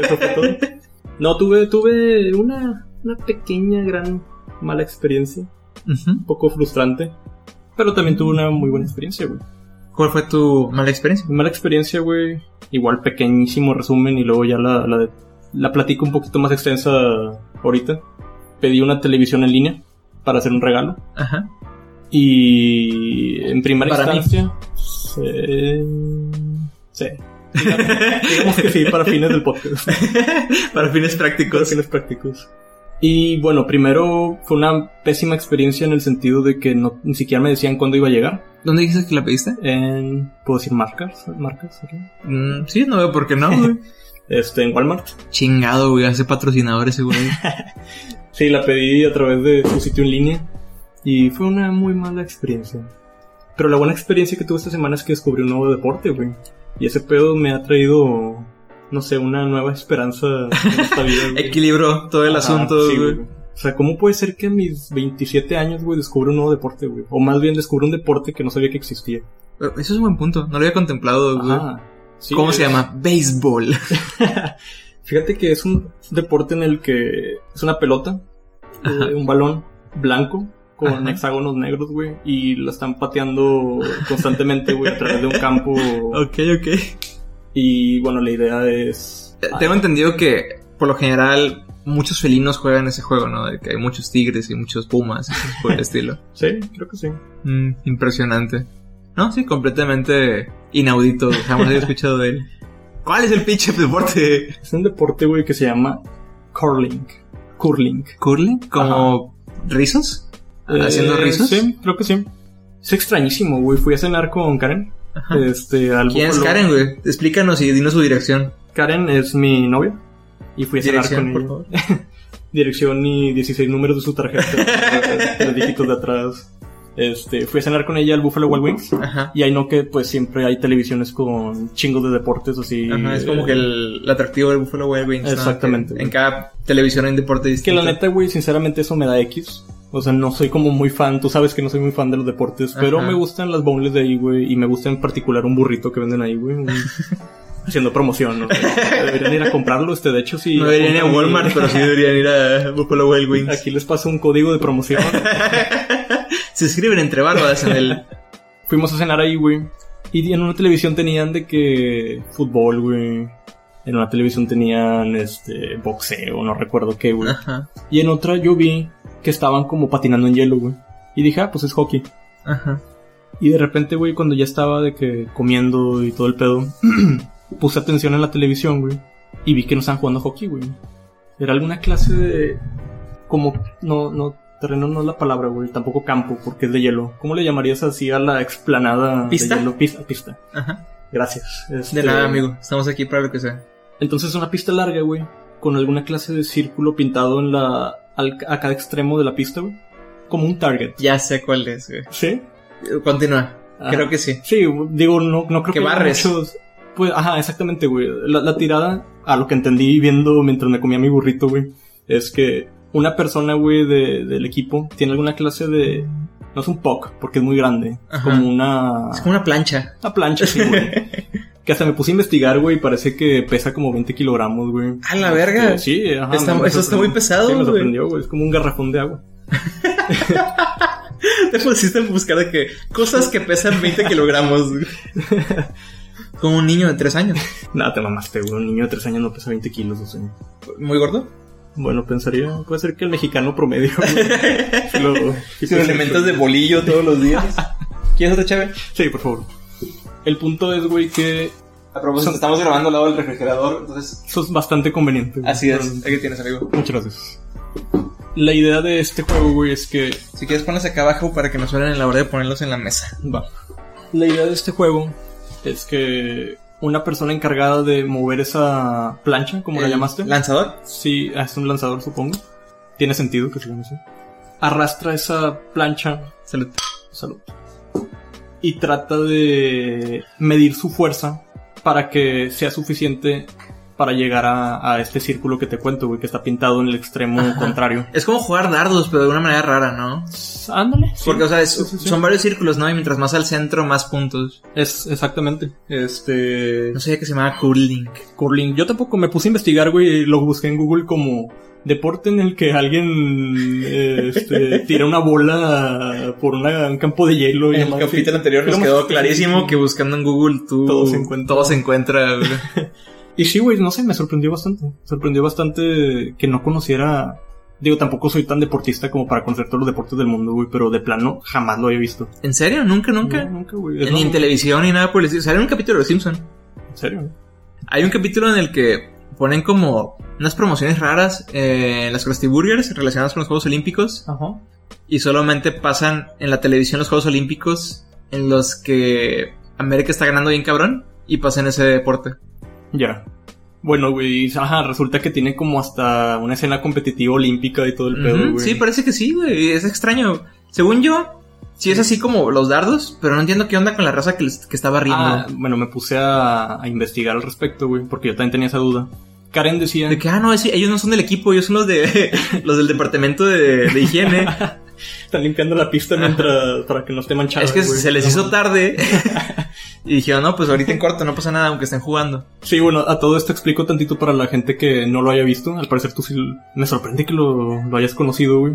[SPEAKER 2] Eso fue todo. No, tuve, tuve una, una pequeña, gran mala experiencia.
[SPEAKER 1] Ujú.
[SPEAKER 2] Un poco frustrante. Pero también tuve una muy buena experiencia, güey.
[SPEAKER 1] ¿Cuál fue tu mala experiencia?
[SPEAKER 2] Mi mala experiencia, güey. Igual pequeñísimo resumen y luego ya la, la, la platico un poquito más extensa ahorita. Pedí una televisión en línea para hacer un regalo.
[SPEAKER 1] Ajá.
[SPEAKER 2] Y en primera
[SPEAKER 1] Para mí.
[SPEAKER 2] instancia... eh, Sí. Digamos, digamos que sí, para fines del podcast.
[SPEAKER 1] Para fines
[SPEAKER 2] Para
[SPEAKER 1] prácticos.
[SPEAKER 2] fines prácticos. Y bueno, primero fue una pésima experiencia en el sentido de que no, ni siquiera me decían cuándo iba a llegar.
[SPEAKER 1] ¿Dónde dijiste que la pediste?
[SPEAKER 2] En, ¿Puedo decir marcas? ¿Marcas? aquí?
[SPEAKER 1] Mm, sí, no veo por qué no, güey.
[SPEAKER 2] Este, en Walmart.
[SPEAKER 1] Chingado, güey. Hace patrocinadores, seguro.
[SPEAKER 2] Sí, la pedí a través de su sitio en línea y fue una muy mala experiencia. Pero la buena experiencia que tuve esta semana es que descubrí un nuevo deporte, güey. Y ese pedo me ha traído, no sé, una nueva esperanza en esta vida. güey.
[SPEAKER 1] Equilibro todo el
[SPEAKER 2] Ajá,
[SPEAKER 1] asunto,
[SPEAKER 2] sí,
[SPEAKER 1] güey.
[SPEAKER 2] O sea, ¿cómo puede ser que a mis 27 años, güey, descubra un nuevo deporte, güey? O más bien descubra un deporte que no sabía que existía.
[SPEAKER 1] Eso es un buen punto. No lo había contemplado, güey.
[SPEAKER 2] Ajá. Sí,
[SPEAKER 1] ¿Cómo se
[SPEAKER 2] es-
[SPEAKER 1] llama? Béisbol.
[SPEAKER 2] Fíjate que es un deporte en el que es una pelota, eh, un balón blanco con
[SPEAKER 1] Ajá.
[SPEAKER 2] hexágonos negros, güey, y la están pateando constantemente, güey, a través de un campo.
[SPEAKER 1] ok, ok.
[SPEAKER 2] Y bueno, la idea es. ah,
[SPEAKER 1] Eh, Tengo entendido que, por lo general, muchos felinos juegan ese juego, ¿no? De que hay muchos tigres y muchos pumas y cosas por el estilo.
[SPEAKER 2] Sí, creo que sí.
[SPEAKER 1] Mm, impresionante. No, sí, completamente inaudito. Jamás había escuchado de él. ¿Cuál es el pinche deporte?
[SPEAKER 2] Es un deporte, güey, que se llama curling. Curling.
[SPEAKER 1] ¿Curling? ¿Como rizos? ¿Haciendo
[SPEAKER 2] Eh,
[SPEAKER 1] rizos?
[SPEAKER 2] Sí, creo que sí. Es extrañísimo, güey. Fui a cenar con Karen.
[SPEAKER 1] Ajá.
[SPEAKER 2] Este, al
[SPEAKER 1] ¿Quién es
[SPEAKER 2] Búfalo.
[SPEAKER 1] Eh, Karen, güey? Explícanos y dinos su dirección.
[SPEAKER 2] Karen es mi novia. Y fui a cenar con
[SPEAKER 1] Dirección,
[SPEAKER 2] ella.
[SPEAKER 1] por favor.
[SPEAKER 2] dirección y 16 números de su tarjeta, los dígitos de atrás. Este, fui a cenar con ella al Buffalo Wild Wings.
[SPEAKER 1] Ajá.
[SPEAKER 2] Y ahí no que pues siempre hay televisiones con chingos de deportes así.
[SPEAKER 1] Ajá, es como que el, el atractivo del Buffalo Wild Wings. ¿no?
[SPEAKER 2] Exactamente.
[SPEAKER 1] Que En cada televisión hay un deporte
[SPEAKER 2] Que
[SPEAKER 1] distinto.
[SPEAKER 2] la neta, güey, sinceramente eso me da X. O sea, no soy como muy fan, tú sabes que no soy muy fan de los deportes, pero
[SPEAKER 1] Ajá.
[SPEAKER 2] me gustan las bowls de ahí, güey, y me gusta en particular un burrito que venden ahí, güey. un- Haciendo promoción, ¿no? Deberían ir a comprarlo, este, de hecho, sí.
[SPEAKER 1] No deberían ir a
[SPEAKER 2] apuntan-
[SPEAKER 1] Walmart, pero sí deberían ir a Buffalo Wild Wings.
[SPEAKER 2] Aquí les paso un código de promoción.
[SPEAKER 1] Se escriben entre barbas en el...
[SPEAKER 2] Fuimos a cenar ahí, güey. Y en una televisión tenían de que fútbol, güey. En una televisión tenían este boxeo, no recuerdo qué, güey.
[SPEAKER 1] Ajá,
[SPEAKER 2] Y en otra yo vi que estaban como patinando en hielo, güey. Y dije, ah, pues es "Ah, hockey.
[SPEAKER 1] ajá.
[SPEAKER 2] Y de repente, güey, cuando ya estaba de que comiendo y todo el pedo, puse atención en la televisión, güey, y vi que no estaban jugando hockey, güey. Era alguna clase de. Como. No, no. Terreno no es la palabra, güey. Tampoco campo, porque es de hielo. ¿Cómo le llamarías así a la explanada
[SPEAKER 1] ¿Pista?
[SPEAKER 2] de hielo? Pista, pista.
[SPEAKER 1] Ajá.
[SPEAKER 2] Gracias. Este,
[SPEAKER 1] De nada, amigo. Estamos aquí para lo que sea.
[SPEAKER 2] Entonces una pista larga, güey, con alguna clase de círculo pintado en la al- a cada extremo de la pista, güey, como un target.
[SPEAKER 1] Ya sé cuál es, güey.
[SPEAKER 2] ¿Sí?
[SPEAKER 1] Eh, Continúa.
[SPEAKER 2] Ajá.
[SPEAKER 1] Creo que sí.
[SPEAKER 2] Sí, digo, no, no creo
[SPEAKER 1] Que
[SPEAKER 2] que haya
[SPEAKER 1] barres.
[SPEAKER 2] muchos- Pues, ajá, exactamente, güey. La, la tirada, a lo que entendí viendo mientras me comía mi burrito, güey, es que una persona, güey, de- del equipo tiene alguna clase de... No es un puck, porque es muy grande. Es
[SPEAKER 1] Ajá.
[SPEAKER 2] como una...
[SPEAKER 1] Es como una plancha.
[SPEAKER 2] Una plancha, sí, güey. que hasta me puse a investigar, güey, y parece que pesa como 20 kilogramos, güey.
[SPEAKER 1] ¡A la verga!
[SPEAKER 2] Este, Sí, ajá.
[SPEAKER 1] Está-
[SPEAKER 2] me
[SPEAKER 1] eso está muy
[SPEAKER 2] sorprendió.
[SPEAKER 1] pesado,
[SPEAKER 2] Sí, me
[SPEAKER 1] güey.
[SPEAKER 2] sorprendió, güey. Es como un garrafón de agua.
[SPEAKER 1] Te pusiste a buscar de que cosas que pesan 20 kilogramos. güey. Como un niño de 3 años.
[SPEAKER 2] Nada, te mamaste, güey. Un niño de 3 años no pesa 20 kilos, o sea.
[SPEAKER 1] Muy gordo.
[SPEAKER 2] Bueno, pensaría, puede ser que el mexicano promedio. güey, si lo, si
[SPEAKER 1] Sin
[SPEAKER 2] pues,
[SPEAKER 1] elementos de bolillo todos los días. ¿Quieres otra chévere?
[SPEAKER 2] Sí, por favor. El punto es, güey, que
[SPEAKER 1] A propósito, estamos grabando al lado del refrigerador, entonces...
[SPEAKER 2] eso es bastante conveniente. güey.
[SPEAKER 1] Así es,
[SPEAKER 2] Pero- eh,
[SPEAKER 1] aquí tienes, amigo.
[SPEAKER 2] Muchas gracias. La idea de este juego, güey, es que
[SPEAKER 1] Si quieres ponlos acá abajo para que nos suenen en la hora de ponerlos en la mesa.
[SPEAKER 2] Va. La idea de este juego es que una persona encargada de mover esa plancha, como la
[SPEAKER 1] El
[SPEAKER 2] llamaste,
[SPEAKER 1] ¿Lanzador?
[SPEAKER 2] sí, ah, es un lanzador supongo, tiene sentido que se llame así, arrastra esa plancha,
[SPEAKER 1] Salud.
[SPEAKER 2] salud, y trata de medir su fuerza para que sea suficiente para llegar a, a este círculo que te cuento, güey, que está pintado en el extremo
[SPEAKER 1] Ajá.
[SPEAKER 2] contrario.
[SPEAKER 1] Es como jugar dardos, pero de una manera rara, ¿no?
[SPEAKER 2] Ándale. sí.
[SPEAKER 1] Porque, o sea, es-
[SPEAKER 2] Sí, sí, sí.
[SPEAKER 1] son varios círculos, ¿no? Y mientras más al centro, más puntos.
[SPEAKER 2] Es exactamente. Este.
[SPEAKER 1] No sabía que se llamaba curling.
[SPEAKER 2] Curling. Yo tampoco me puse a investigar, güey. Lo busqué en Google como deporte en el que alguien eh, este, tira una bola por una- un campo de hielo. y
[SPEAKER 1] En el
[SPEAKER 2] nomás-
[SPEAKER 1] capítulo anterior nos
[SPEAKER 2] Nomás-
[SPEAKER 1] quedó clarísimo que buscando en Google tú...
[SPEAKER 2] Todo se encuentra.
[SPEAKER 1] Todo se encuentra, güey.
[SPEAKER 2] Y sí, güey, no sé, me sorprendió bastante. Sorprendió bastante que no conociera. Digo, tampoco soy tan deportista como para conocer todos los deportes del mundo, güey, pero de plano jamás lo había visto.
[SPEAKER 1] ¿En serio? ¿Nunca, nunca?
[SPEAKER 2] No, nunca, güey. Es
[SPEAKER 1] ni en
[SPEAKER 2] normal.
[SPEAKER 1] televisión ni nada por el estilo. Sale en un capítulo de Los Simpson.
[SPEAKER 2] En serio. güey.
[SPEAKER 1] Hay un capítulo en el que ponen como unas promociones raras eh, en las Krusty Burgers relacionadas con los Juegos Olímpicos
[SPEAKER 2] Ajá.
[SPEAKER 1] y solamente pasan en la televisión los Juegos Olímpicos en los que América está ganando bien cabrón y pasan ese deporte.
[SPEAKER 2] Ya. Bueno, güey, ajá, resulta que tiene como hasta una escena competitiva olímpica y todo el pedo,
[SPEAKER 1] Ujú,
[SPEAKER 2] güey.
[SPEAKER 1] Sí, parece que sí, güey. Es extraño. Según yo, sí es así como los dardos, pero no entiendo qué onda con la raza que, les- que está barriendo.
[SPEAKER 2] Ah, bueno, me puse a, a investigar al respecto, güey, porque yo también tenía esa duda. Karen decía,
[SPEAKER 1] De que, ah, no, es- ellos no son del equipo, ellos son los de los del departamento de- de higiene.
[SPEAKER 2] están limpiando la pista mientras, para que no esté manchada.
[SPEAKER 1] Es que
[SPEAKER 2] güey".
[SPEAKER 1] se les hizo
[SPEAKER 2] No.
[SPEAKER 1] tarde y dijeron, no, pues ahorita en corto no pasa nada, aunque estén jugando.
[SPEAKER 2] Sí, bueno, a todo esto explico tantito para la gente que no lo haya visto. Al parecer tú sí, l- me sorprende que lo, lo hayas conocido, güey.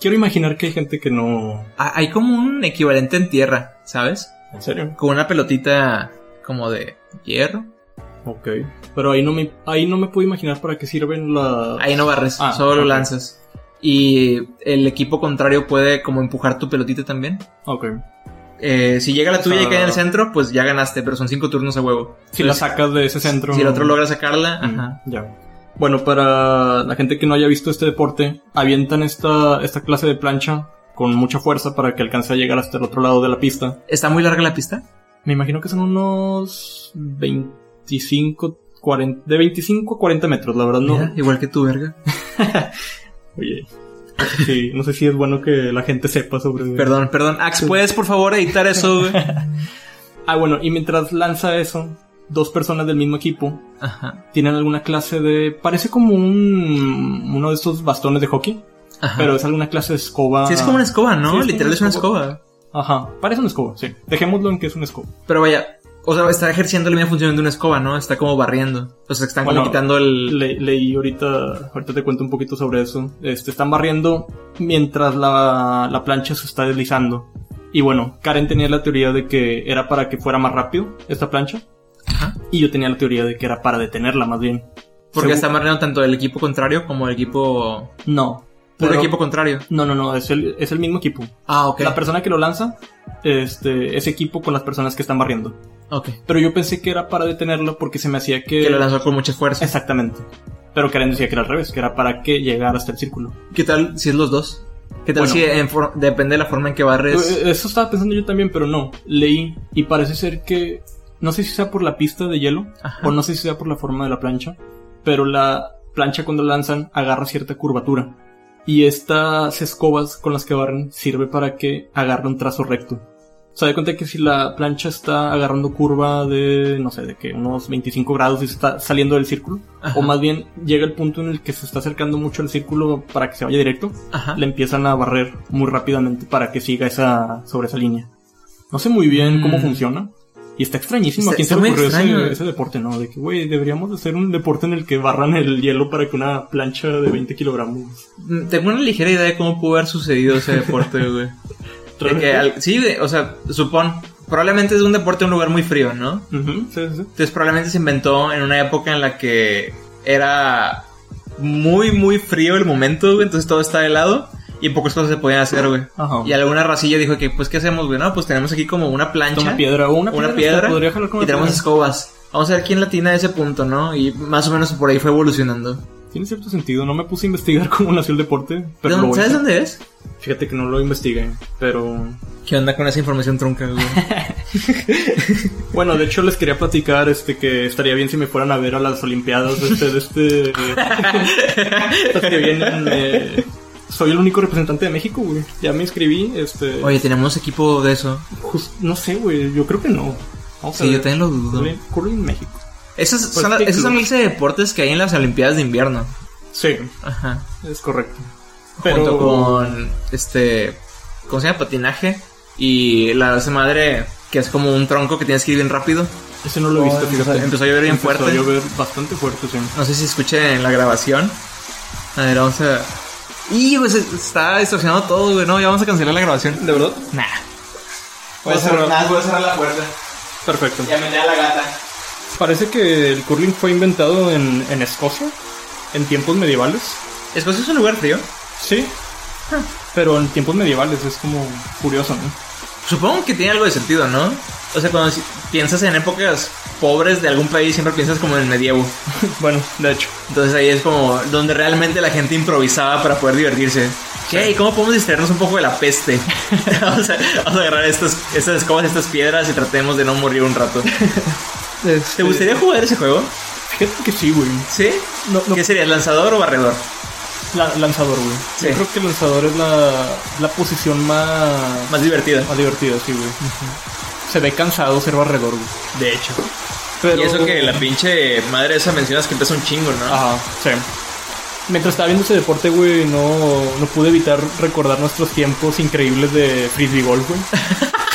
[SPEAKER 2] Quiero imaginar que hay gente que no...
[SPEAKER 1] Ah, Hay como un equivalente en tierra, ¿sabes?
[SPEAKER 2] En serio.
[SPEAKER 1] Con una pelotita como de hierro.
[SPEAKER 2] Ok. Pero ahí no me, ahí no me puedo imaginar para qué sirven la...
[SPEAKER 1] Ahí no barres,
[SPEAKER 2] Ah,
[SPEAKER 1] solo
[SPEAKER 2] ok.
[SPEAKER 1] lanzas. Y el equipo contrario puede como empujar tu pelotita también.
[SPEAKER 2] Ok.
[SPEAKER 1] Eh, si llega la
[SPEAKER 2] O
[SPEAKER 1] tuya y
[SPEAKER 2] sea-
[SPEAKER 1] cae en el centro, pues ya ganaste, pero son cinco turnos a huevo.
[SPEAKER 2] Si la
[SPEAKER 1] Entonces,
[SPEAKER 2] sacas de ese centro...
[SPEAKER 1] Si el otro logra sacarla, ajá.
[SPEAKER 2] Ajá, ya. Bueno, para la gente que no haya visto este deporte, avientan esta, esta clase de plancha con mucha fuerza para que alcance a llegar hasta el otro lado de la pista.
[SPEAKER 1] ¿Está muy larga la pista?
[SPEAKER 2] Me imagino que son unos 25, 40, de 25 a 40 metros, la verdad no.
[SPEAKER 1] Mira, igual que tu verga.
[SPEAKER 2] Oye, sí, no sé si es bueno que la gente sepa sobre...
[SPEAKER 1] Perdón, perdón. Ax, ¿puedes por favor editar eso, güey?
[SPEAKER 2] Ah, bueno, y mientras lanza eso, dos personas del mismo equipo
[SPEAKER 1] Ajá.
[SPEAKER 2] tienen alguna clase de... Parece como un... uno de estos bastones de hockey,
[SPEAKER 1] Ajá.
[SPEAKER 2] pero es alguna clase de escoba...
[SPEAKER 1] Sí, es como una escoba,
[SPEAKER 2] Sí,
[SPEAKER 1] ¿no?
[SPEAKER 2] es
[SPEAKER 1] Literal
[SPEAKER 2] como
[SPEAKER 1] es una
[SPEAKER 2] una escoba.
[SPEAKER 1] escoba.
[SPEAKER 2] Ajá, parece un escoba, sí. Dejémoslo en que es un escoba.
[SPEAKER 1] Pero vaya, o sea, está ejerciendo la misma función de una escoba, ¿no? Está como barriendo. O sea, están como
[SPEAKER 2] Bueno,
[SPEAKER 1] quitando el...
[SPEAKER 2] Le- leí ahorita, ahorita te cuento un poquito sobre eso. Este, están barriendo mientras la, la plancha se está deslizando. Y bueno, Karen tenía la teoría de que era para que fuera más rápido esta plancha.
[SPEAKER 1] Ajá.
[SPEAKER 2] Y yo tenía la teoría de que era para detenerla más bien.
[SPEAKER 1] Porque
[SPEAKER 2] Segu-
[SPEAKER 1] está barriendo tanto el equipo contrario como el equipo...
[SPEAKER 2] No.
[SPEAKER 1] Puro
[SPEAKER 2] Pero-
[SPEAKER 1] equipo contrario.
[SPEAKER 2] No, no, no, es el, es el mismo equipo.
[SPEAKER 1] Ah, ok.
[SPEAKER 2] La persona que lo lanza, este, es equipo con las personas que están barriendo.
[SPEAKER 1] Ok.
[SPEAKER 2] Pero yo pensé que era para detenerlo porque se me hacía que...
[SPEAKER 1] Que lo lanzó con mucha fuerza.
[SPEAKER 2] Exactamente. Pero Karen decía que era al revés, que era para que llegara hasta el círculo.
[SPEAKER 1] ¿Qué tal si es los dos? ¿Qué tal
[SPEAKER 2] Bueno.
[SPEAKER 1] si en for- depende de la forma en que barres?
[SPEAKER 2] Eh, Eso estaba pensando yo también, pero no. Leí y parece ser que... No sé si sea por la pista de hielo
[SPEAKER 1] Ajá.
[SPEAKER 2] o no sé si sea por la forma de la plancha, pero la plancha cuando la lanzan agarra cierta curvatura. Y estas escobas con las que barren sirve para que agarre un trazo recto. O sea, de cuenta que si la plancha está agarrando curva de, no sé, de que unos 25 grados y se está saliendo del círculo,
[SPEAKER 1] Ajá.
[SPEAKER 2] o más bien llega el punto en el que se está acercando mucho al círculo para que se vaya directo,
[SPEAKER 1] Ajá.
[SPEAKER 2] le empiezan a barrer muy rápidamente para que siga esa sobre esa línea. No sé muy bien cómo
[SPEAKER 1] Mm.
[SPEAKER 2] funciona. Y está extrañísimo.
[SPEAKER 1] Está-
[SPEAKER 2] ¿A quién
[SPEAKER 1] está
[SPEAKER 2] se le
[SPEAKER 1] muy
[SPEAKER 2] ocurrió
[SPEAKER 1] extraño, eh.
[SPEAKER 2] ese, ese deporte, no? De que, güey, deberíamos hacer un deporte en el que barran el hielo para que una plancha de 20 kilogramos...
[SPEAKER 1] Mm, Tengo una ligera idea de cómo pudo haber sucedido ese deporte, güey. De que al- sí, güey, o sea, supón. Probablemente es un deporte en un lugar muy frío, ¿no?
[SPEAKER 2] Ujú, sí, sí, sí.
[SPEAKER 1] Entonces probablemente se inventó en una época en la que era muy, muy frío el momento, güey. Entonces todo estaba helado y pocas cosas se podían hacer, güey.
[SPEAKER 2] Ajá.
[SPEAKER 1] Y alguna racilla dijo que, pues, ¿qué hacemos, güey? No, pues tenemos aquí como una plancha.
[SPEAKER 2] Una piedra o una,
[SPEAKER 1] una
[SPEAKER 2] piedra.
[SPEAKER 1] piedra
[SPEAKER 2] Podría jalar
[SPEAKER 1] y
[SPEAKER 2] con una
[SPEAKER 1] tenemos
[SPEAKER 2] piedra.
[SPEAKER 1] escobas. Vamos a ver quién latina a ese punto, ¿no? Y más o menos por ahí fue evolucionando.
[SPEAKER 2] Tiene cierto sentido. No me puse a investigar cómo nació el deporte. Pero
[SPEAKER 1] ¿Dónde-
[SPEAKER 2] lo voy a
[SPEAKER 1] ¿Sabes
[SPEAKER 2] hacer.
[SPEAKER 1] dónde es?
[SPEAKER 2] Fíjate que no lo investigué. Pero
[SPEAKER 1] ¿Qué onda con esa información trunca, güey?
[SPEAKER 2] Bueno, de hecho les quería platicar este que estaría bien si me fueran a ver a las Olimpiadas este, de este eh, las que vienen. eh, soy el único representante de México, güey. Ya me inscribí, este.
[SPEAKER 1] Oye, tenemos equipo de eso.
[SPEAKER 2] jus- no sé, güey. Yo creo que no. Vamos
[SPEAKER 1] Sí, yo también lo dudo.
[SPEAKER 2] Curling- Curling México.
[SPEAKER 1] Esas
[SPEAKER 2] Pues,
[SPEAKER 1] son, la-
[SPEAKER 2] ¿qué
[SPEAKER 1] esos son
[SPEAKER 2] club?
[SPEAKER 1] ese de deportes que hay en las Olimpiadas de invierno.
[SPEAKER 2] Sí,
[SPEAKER 1] Ajá.
[SPEAKER 2] es correcto.
[SPEAKER 1] Junto
[SPEAKER 2] Pero
[SPEAKER 1] con este. ¿Cómo se llama? Patinaje. Y la de esa madre que es como un tronco que tienes que ir bien rápido.
[SPEAKER 2] ese no lo he visto, fíjate.
[SPEAKER 1] Empezó a llover bien
[SPEAKER 2] Empezó
[SPEAKER 1] fuerte.
[SPEAKER 2] a llover bastante fuerte, sí.
[SPEAKER 1] No sé si escuché en la grabación. A ver, vamos a. Y pues se- se está distorsionando todo, güey. No, ya vamos a cancelar la grabación.
[SPEAKER 2] ¿De verdad?
[SPEAKER 1] Nah.
[SPEAKER 2] Voy a cerrar-
[SPEAKER 1] voy a cerrar la puerta.
[SPEAKER 2] Perfecto.
[SPEAKER 1] metí a la gata.
[SPEAKER 2] Parece que el curling fue inventado en, en Escocia, en tiempos medievales.
[SPEAKER 1] ¿Escocia es un lugar frío?
[SPEAKER 2] Sí. Pero en tiempos medievales es como curioso, ¿no?
[SPEAKER 1] Supongo que tiene algo de sentido, ¿no? O sea, cuando si- piensas en épocas pobres de algún país, siempre piensas como en el medievo.
[SPEAKER 2] Bueno, de hecho.
[SPEAKER 1] Entonces ahí es como donde realmente la gente improvisaba para poder divertirse. Che, ¿y ¿cómo podemos distraernos un poco de la peste? vamos, a, vamos a agarrar estas, estas escobas, estas piedras y tratemos de no morir un rato. ¿Te gustaría jugar ese juego?
[SPEAKER 2] Fíjate que sí, güey.
[SPEAKER 1] ¿Sí?
[SPEAKER 2] No, no.
[SPEAKER 1] ¿Qué sería, lanzador o barredor?
[SPEAKER 2] La- lanzador, güey.
[SPEAKER 1] Sí.
[SPEAKER 2] Yo creo que lanzador es la, la posición más,
[SPEAKER 1] Más divertido.
[SPEAKER 2] más divertida, sí, güey. Se ve cansado ser barredor, güey.
[SPEAKER 1] De hecho.
[SPEAKER 2] Pero...
[SPEAKER 1] Y eso que la pinche madre esa mencionas que empieza un chingo, ¿no?
[SPEAKER 2] Ajá, sí. Mientras estaba viendo ese deporte, güey, no, no pude evitar recordar nuestros tiempos increíbles de frisbee golf, güey.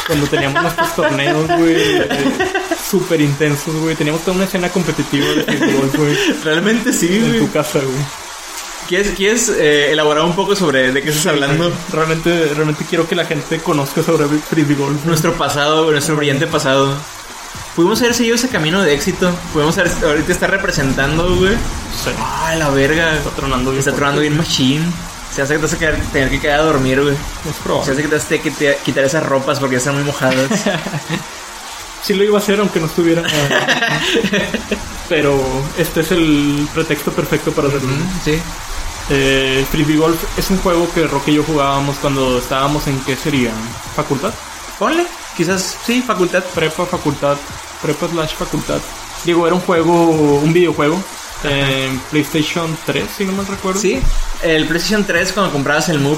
[SPEAKER 2] Cuando teníamos nuestros torneos, güey, eh, súper intensos, güey. Teníamos toda una escena competitiva de frisbee golf, güey,
[SPEAKER 1] Realmente sí,
[SPEAKER 2] en
[SPEAKER 1] güey.
[SPEAKER 2] tu casa, güey.
[SPEAKER 1] ¿Quieres, quieres eh, elaborar un poco sobre de qué estás hablando?
[SPEAKER 2] Realmente, realmente quiero que la gente conozca sobre frisbee golf. güey.
[SPEAKER 1] Nuestro pasado, nuestro brillante pasado. Pudimos haber seguido ese camino de éxito. Pudimos haber- ahorita estar representando, güey.
[SPEAKER 2] Sí,
[SPEAKER 1] Ah, la verga.
[SPEAKER 2] Está tronando bien.
[SPEAKER 1] Está tronando bien machine. Se hace que te vas a quedar- tener que quedar a dormir, güey.
[SPEAKER 2] fuerte. Es
[SPEAKER 1] Se
[SPEAKER 2] probable.
[SPEAKER 1] hace que te vas a tener que te- quitar esas ropas porque ya están muy mojadas.
[SPEAKER 2] Sí lo iba a hacer aunque no estuviera. eh, Pero este es el pretexto perfecto para hacerlo.
[SPEAKER 1] Mm, sí.
[SPEAKER 2] Eh, frisbee golf es un juego que Roque y yo jugábamos cuando estábamos en qué sería facultad,
[SPEAKER 1] Ponle. Quizás, sí, facultad.
[SPEAKER 2] prepa, facultad, prepa slash facultad. Digo, era un juego, un videojuego en PlayStation 3, si no mal recuerdo. Ah,
[SPEAKER 1] Sí. El PlayStation 3, cuando comprabas el Move,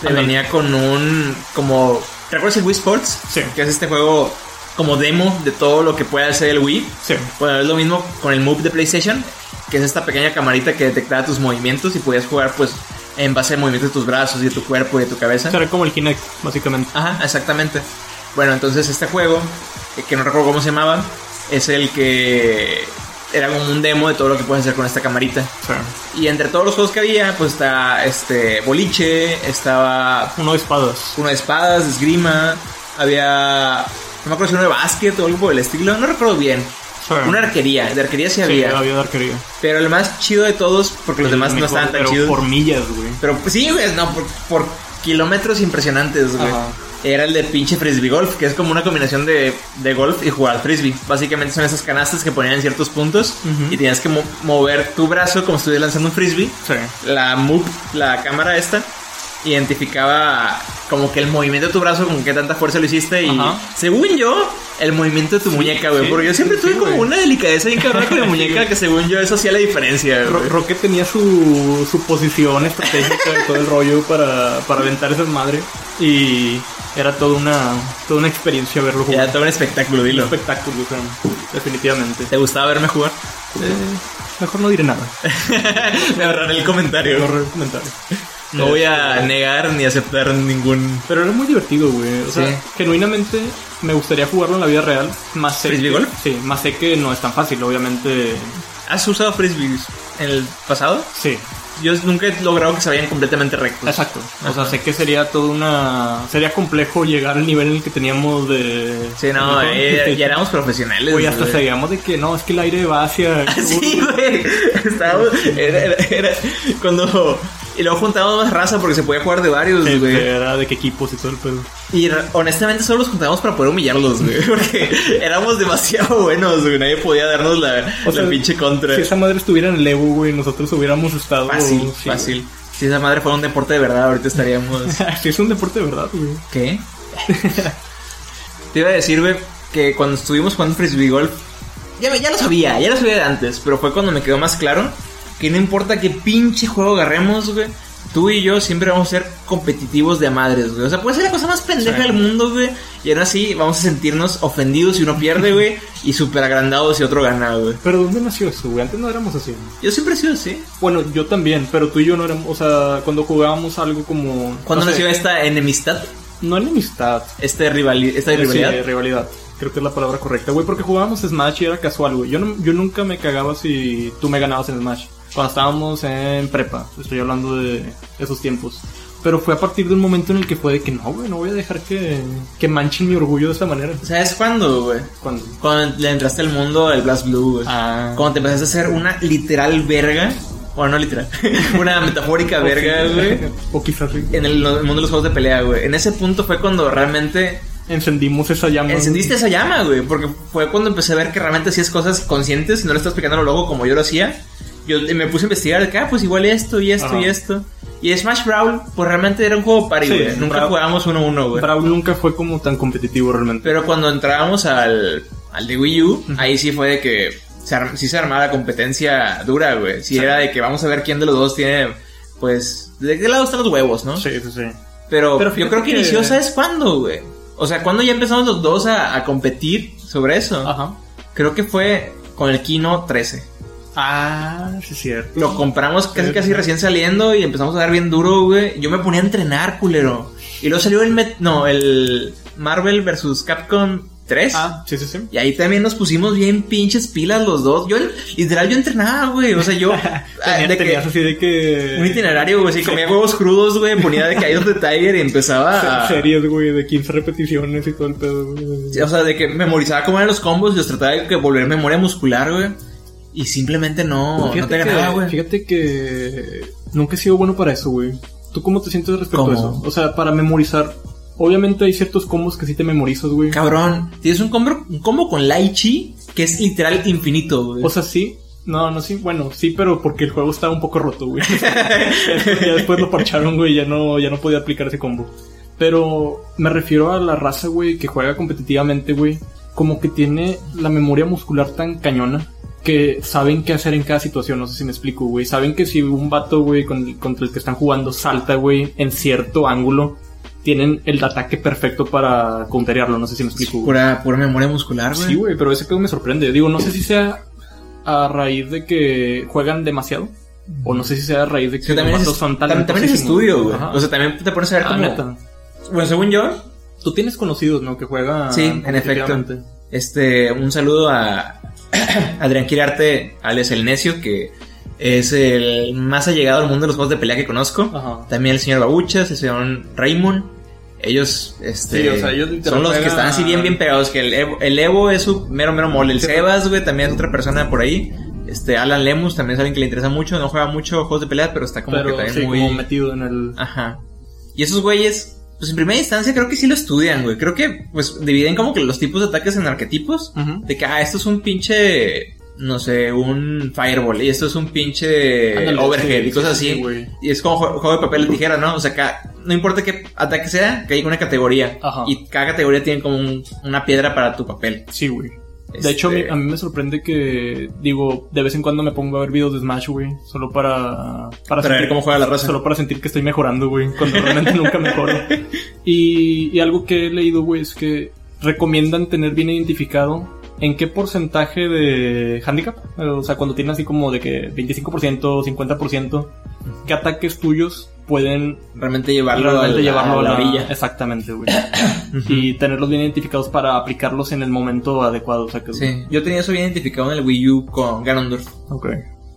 [SPEAKER 1] te
[SPEAKER 2] Ándale.
[SPEAKER 1] venía con un. Como. ¿Recuerdas el Wii Sports?
[SPEAKER 2] Sí.
[SPEAKER 1] Que es este juego como demo de todo lo que puede hacer el Wii.
[SPEAKER 2] sí,
[SPEAKER 1] Bueno, es lo mismo con el Move de PlayStation, que es esta pequeña camarita que detectaba tus movimientos y podías jugar, pues, en base al movimiento de tus brazos y de tu cuerpo y de tu cabeza.
[SPEAKER 2] O sea, era como el Kinect, básicamente.
[SPEAKER 1] Ajá, exactamente. Bueno, entonces este juego, eh, que no recuerdo cómo se llamaba, es el que era como un demo de todo lo que puedes hacer con esta camarita.
[SPEAKER 2] O sea,
[SPEAKER 1] Y entre todos los juegos que había, pues está este boliche, estaba
[SPEAKER 2] uno de espadas.
[SPEAKER 1] uno de espadas, de esgrima, había no me acuerdo si uno de básquet o algo por el estilo, no recuerdo bien.
[SPEAKER 2] Sí.
[SPEAKER 1] Una arquería, de arquería sí
[SPEAKER 2] Sí,
[SPEAKER 1] había.
[SPEAKER 2] había de arquería.
[SPEAKER 1] Pero el más chido de todos, porque los
[SPEAKER 2] El
[SPEAKER 1] demás no
[SPEAKER 2] mejor,
[SPEAKER 1] estaban tan
[SPEAKER 2] pero
[SPEAKER 1] chidos.
[SPEAKER 2] por millas, güey.
[SPEAKER 1] Pero pues, sí, güey, no, por, por kilómetros impresionantes, güey.
[SPEAKER 2] Ajá.
[SPEAKER 1] Era el de pinche frisbee golf, que es como una combinación de, de golf y jugar al frisbee. Básicamente son esas canastas que ponían en ciertos puntos
[SPEAKER 2] Ujú.
[SPEAKER 1] y tenías que mo- mover tu brazo como si estuvieras lanzando un frisbee.
[SPEAKER 2] Sí.
[SPEAKER 1] La MUP, la cámara esta, identificaba como que el movimiento de tu brazo, con qué tanta fuerza lo hiciste y
[SPEAKER 2] Ajá.
[SPEAKER 1] según yo, el movimiento de tu muñeca, güey.
[SPEAKER 2] sí,
[SPEAKER 1] porque yo siempre
[SPEAKER 2] sí,
[SPEAKER 1] tuve
[SPEAKER 2] sí,
[SPEAKER 1] como
[SPEAKER 2] güey.
[SPEAKER 1] una delicadeza bien cabrona con mi muñeca que según yo eso hacía la diferencia,
[SPEAKER 2] Ro-
[SPEAKER 1] güey.
[SPEAKER 2] Roque tenía su, su posición estratégica y todo el rollo para, para aventar esa madre. Y era toda una, toda una experiencia verlo
[SPEAKER 1] Era
[SPEAKER 2] jugar.
[SPEAKER 1] todo un espectáculo,
[SPEAKER 2] Un
[SPEAKER 1] dilo.
[SPEAKER 2] espectáculo, o sea, definitivamente.
[SPEAKER 1] ¿Te gustaba verme jugar?
[SPEAKER 2] Eh, mejor no diré nada.
[SPEAKER 1] Me ahorraré el comentario.
[SPEAKER 2] Mejor comentar.
[SPEAKER 1] No voy a negar ni aceptar ningún.
[SPEAKER 2] Pero era muy divertido, güey. O sea,
[SPEAKER 1] Sí.
[SPEAKER 2] genuinamente me gustaría jugarlo en la vida real. Más sé
[SPEAKER 1] ¿Frisbee
[SPEAKER 2] que,
[SPEAKER 1] golf?
[SPEAKER 2] Sí, más sé que no es tan fácil, obviamente.
[SPEAKER 1] ¿Has usado frisbees en el pasado?
[SPEAKER 2] Sí,
[SPEAKER 1] Yo nunca he logrado que se vayan completamente rectos.
[SPEAKER 2] Exacto. O sea, sé que sería toda una. Sería complejo llegar al nivel en el que teníamos de.
[SPEAKER 1] Sí, no, eh, ya éramos profesionales.
[SPEAKER 2] Oye, Pues hasta
[SPEAKER 1] güey.
[SPEAKER 2] seguíamos de que no, es que el aire va hacia.
[SPEAKER 1] Sí, güey. Estábamos. Era, era, era- Cuando. Y luego juntábamos más raza porque se podía jugar de varios,
[SPEAKER 2] Este,
[SPEAKER 1] güey.
[SPEAKER 2] Era de qué equipos y todo el pedo.
[SPEAKER 1] Y ra- honestamente solo los juntábamos para poder humillarlos, güey. Porque éramos demasiado buenos, güey. Nadie podía darnos la,
[SPEAKER 2] O
[SPEAKER 1] la
[SPEAKER 2] sea,
[SPEAKER 1] pinche contra.
[SPEAKER 2] Si esa madre estuviera en el Evo, güey, nosotros hubiéramos estado.
[SPEAKER 1] Fácil,
[SPEAKER 2] sí,
[SPEAKER 1] fácil. Si esa madre fuera un deporte de verdad, ahorita estaríamos.
[SPEAKER 2] güey. Sí, es un deporte de verdad, güey.
[SPEAKER 1] ¿Qué? Te iba a decir, güey, que cuando estuvimos jugando frisbee golf, ya, me- ya lo sabía, ya lo sabía de antes, pero fue cuando me quedó más claro que no importa qué pinche juego agarremos, güey. Tú y yo siempre vamos a ser competitivos de madres, güey. O sea, puede ser la cosa más pendeja
[SPEAKER 2] Sí.
[SPEAKER 1] del mundo, güey. Y aún así vamos a sentirnos ofendidos si uno pierde, güey. y súper agrandados si otro gana, güey.
[SPEAKER 2] Pero ¿dónde nació eso, güey? Antes no éramos así.
[SPEAKER 1] Yo siempre he sido así.
[SPEAKER 2] Bueno, yo también, pero tú y yo no éramos. O sea, cuando jugábamos algo como.
[SPEAKER 1] ¿Cuándo
[SPEAKER 2] no sé,
[SPEAKER 1] nació esta enemistad?
[SPEAKER 2] No enemistad.
[SPEAKER 1] Este rivali esta
[SPEAKER 2] Eh, Sí,
[SPEAKER 1] rivalidad.
[SPEAKER 2] rivalidad. Creo que es la palabra correcta, güey, porque jugábamos Smash y era casual, güey. Yo, no- yo nunca me cagaba si tú me ganabas en Smash. Cuando estábamos en prepa, estoy hablando de esos tiempos. Pero fue a partir de un momento en el que fue de que no, güey, no voy a dejar que, que manchen mi orgullo de esta manera.
[SPEAKER 1] ¿Sabes cuándo, güey?
[SPEAKER 2] Cuando.
[SPEAKER 1] Cuando le entraste al mundo del Blast Blue, güey.
[SPEAKER 2] Ah.
[SPEAKER 1] Cuando te empezaste a hacer una literal verga. Bueno, no literal. una metafórica verga, güey.
[SPEAKER 2] O quizás sí.
[SPEAKER 1] En el, lo- el mundo de los juegos de pelea, güey. En ese punto fue cuando realmente
[SPEAKER 2] encendimos esa llama.
[SPEAKER 1] encendiste esa llama, güey. Porque fue cuando empecé a ver que realmente hacías cosas conscientes y no le estás explicando a lo loco como yo lo hacía. Yo eh, me puse a investigar de que, ah, pues igual esto y esto
[SPEAKER 2] Ajá.
[SPEAKER 1] y esto. Y Smash Brawl, pues realmente era un juego party,
[SPEAKER 2] Sí,
[SPEAKER 1] güey. Nunca
[SPEAKER 2] Brawl-
[SPEAKER 1] jugábamos uno a uno, güey.
[SPEAKER 2] Brawl nunca fue como tan competitivo realmente.
[SPEAKER 1] Pero cuando entrábamos al, al de Wii U, ahí sí fue de que se ar- sí se armaba la competencia dura, güey. Sí
[SPEAKER 2] Sí.
[SPEAKER 1] era de que vamos a ver quién de los dos tiene, pues, de qué lado están los huevos, ¿no?
[SPEAKER 2] Sí, sí, sí.
[SPEAKER 1] Pero,
[SPEAKER 2] Pero
[SPEAKER 1] yo
[SPEAKER 2] fíjate
[SPEAKER 1] creo que,
[SPEAKER 2] que-
[SPEAKER 1] inició, ¿sabes cuándo, güey? O sea, cuando ya empezamos los dos a, a competir sobre eso,
[SPEAKER 2] Ajá.
[SPEAKER 1] creo que fue con el Kino 13.
[SPEAKER 2] Ah, sí, es cierto.
[SPEAKER 1] Lo compramos casi
[SPEAKER 2] Sí.
[SPEAKER 1] casi recién saliendo y empezamos a dar bien duro, güey. Yo me ponía a entrenar, culero. Y luego salió el... Met- no, el Marvel vs. Capcom 3.
[SPEAKER 2] Ah, sí, sí, sí.
[SPEAKER 1] Y ahí también nos pusimos bien pinches pilas los dos. Yo, literal, yo entrenaba, güey. O sea, yo. ah,
[SPEAKER 2] Tenía-
[SPEAKER 1] de que-
[SPEAKER 2] tenías así de que...
[SPEAKER 1] un itinerario, güey. Así comía huevos crudos, güey. Ponía de caídos de Tiger y empezaba a.
[SPEAKER 2] series, güey, de 15 repeticiones y todo el pedo. güey.
[SPEAKER 1] O sea, de que memorizaba cómo eran los combos y los trataba de que volver memoria muscular, güey. Y simplemente no, no te
[SPEAKER 2] Pues que,
[SPEAKER 1] ganaba, güey.
[SPEAKER 2] fíjate que nunca he sido bueno para eso, güey. ¿Tú cómo te sientes respecto
[SPEAKER 1] ¿Cómo?
[SPEAKER 2] a eso? O sea, para memorizar. Obviamente hay ciertos combos que sí te memorizas, güey.
[SPEAKER 1] Cabrón, tienes un combo, un combo con Lai Chi que es literal infinito, güey.
[SPEAKER 2] O sea, Pues sí. No, no, sí. Bueno, sí, pero porque el juego estaba un poco roto, güey. ya después lo parcharon, güey. Ya no, ya no podía aplicar ese combo. Pero me refiero a la raza, güey, que juega competitivamente, güey. Como que tiene la memoria muscular tan cañona que saben qué hacer en cada situación. No sé si me explico, güey. Saben que si un vato, güey, con- contra el que están jugando salta, güey, en cierto ángulo, tienen el ataque perfecto para counterearlo. No sé si me explico, güey.
[SPEAKER 1] pura, pura memoria muscular, Ah, güey.
[SPEAKER 2] Sí, güey, pero ese pedo me sorprende. Digo, no sé si sea a raíz de que juegan demasiado. O no sé si sea a raíz de que
[SPEAKER 1] Sí, también,
[SPEAKER 2] los
[SPEAKER 1] es,
[SPEAKER 2] vatos son tan
[SPEAKER 1] tam- también es estudio, güey. O sea, también te pones a ver
[SPEAKER 2] la
[SPEAKER 1] cómo-
[SPEAKER 2] neta.
[SPEAKER 1] Bueno, según yo,
[SPEAKER 2] Tú tienes conocidos, ¿no? Que juegan.
[SPEAKER 1] Sí, en efecto.
[SPEAKER 2] competitivamente.
[SPEAKER 1] Este, un saludo a Adrián Quirarte, alias El Necio, que es
[SPEAKER 2] Ah.
[SPEAKER 1] el más allegado al mundo de los juegos de pelea que conozco.
[SPEAKER 2] Ajá.
[SPEAKER 1] También el señor Babuchas, el señor Raymond, ellos este,
[SPEAKER 3] Sí, o sea, ellos literal
[SPEAKER 1] son los que
[SPEAKER 3] juegan
[SPEAKER 1] están así bien, bien pegados. Que el Evo, el Evo es su mero, mero mole. El Sebas, güey, también es otra persona por ahí. Este, Alan Lemus también es alguien que le interesa mucho. No juega mucho juegos de pelea, pero está como que
[SPEAKER 2] pero
[SPEAKER 1] también
[SPEAKER 2] sí,
[SPEAKER 1] muy.
[SPEAKER 2] como metido en el...
[SPEAKER 1] Ajá. Y esos güeyes, pues en primera instancia creo que sí lo estudian, güey. Creo que, pues, dividen como que los tipos de ataques en arquetipos.
[SPEAKER 2] Ujú.
[SPEAKER 1] De que, ah, esto es un pinche, no sé, un fireball. Y esto es un pinche
[SPEAKER 2] Ándale,
[SPEAKER 1] eh, overhead
[SPEAKER 2] sí,
[SPEAKER 1] y cosas
[SPEAKER 2] este, sí,
[SPEAKER 1] así.
[SPEAKER 2] güey.
[SPEAKER 1] y es como jue- juego de papel y tijera, ¿no? O sea, ca- no importa qué ataque sea, que hay una categoría.
[SPEAKER 2] Ajá.
[SPEAKER 1] Y cada categoría tiene como un- una piedra para tu papel. Este,
[SPEAKER 2] Sí, güey. De hecho, a mí, a mí me sorprende que, digo, de vez en cuando me pongo a ver videos de Smash, güey, solo para... Para,
[SPEAKER 1] Para ver cómo juega la raza.
[SPEAKER 2] Solo para sentir que estoy mejorando, güey, cuando realmente nunca mejoro. Y, y algo que he leído, güey, es que recomiendan tener bien identificado en qué porcentaje de handicap, o sea, cuando tienen así como de que 25%, 50%, qué ataques tuyos pueden
[SPEAKER 1] realmente llevarlo,
[SPEAKER 2] realmente
[SPEAKER 1] a la,
[SPEAKER 2] llevarlo
[SPEAKER 1] a la orilla.
[SPEAKER 2] Exactamente, güey. y tenerlos bien identificados para aplicarlos en el momento adecuado, o sea, que...
[SPEAKER 1] Sí, yo tenía eso bien identificado en el Wii U con Ganondorf.
[SPEAKER 2] Ok.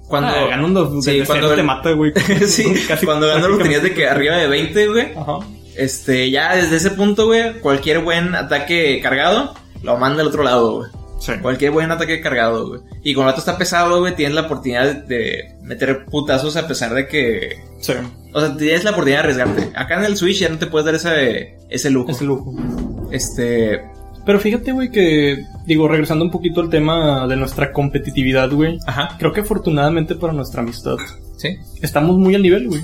[SPEAKER 1] Cuando
[SPEAKER 2] Ah, Ganondorf,
[SPEAKER 1] Sí,
[SPEAKER 2] desde
[SPEAKER 1] cuando-
[SPEAKER 2] cero te mata, güey.
[SPEAKER 1] sí, cuando ganó lo tenías de que arriba de 20, güey.
[SPEAKER 2] Ajá.
[SPEAKER 1] Este, ya desde ese punto, güey, cualquier buen ataque cargado lo manda al otro lado, güey.
[SPEAKER 2] Sí.
[SPEAKER 1] Cualquier buen ataque cargado, güey. Y cuando el otro está pesado, güey, tienes la oportunidad de meter putazos a pesar de que.
[SPEAKER 2] Sí.
[SPEAKER 1] O sea, tienes la oportunidad de arriesgarte. Acá en el Switch ya no te puedes dar ese, ese lujo.
[SPEAKER 2] Es lujo.
[SPEAKER 1] Este.
[SPEAKER 2] Pero fíjate, güey, que, digo, regresando un poquito al tema de nuestra competitividad, güey,
[SPEAKER 1] Ajá.
[SPEAKER 2] creo que afortunadamente para nuestra amistad
[SPEAKER 1] Sí.
[SPEAKER 2] estamos muy al nivel, güey.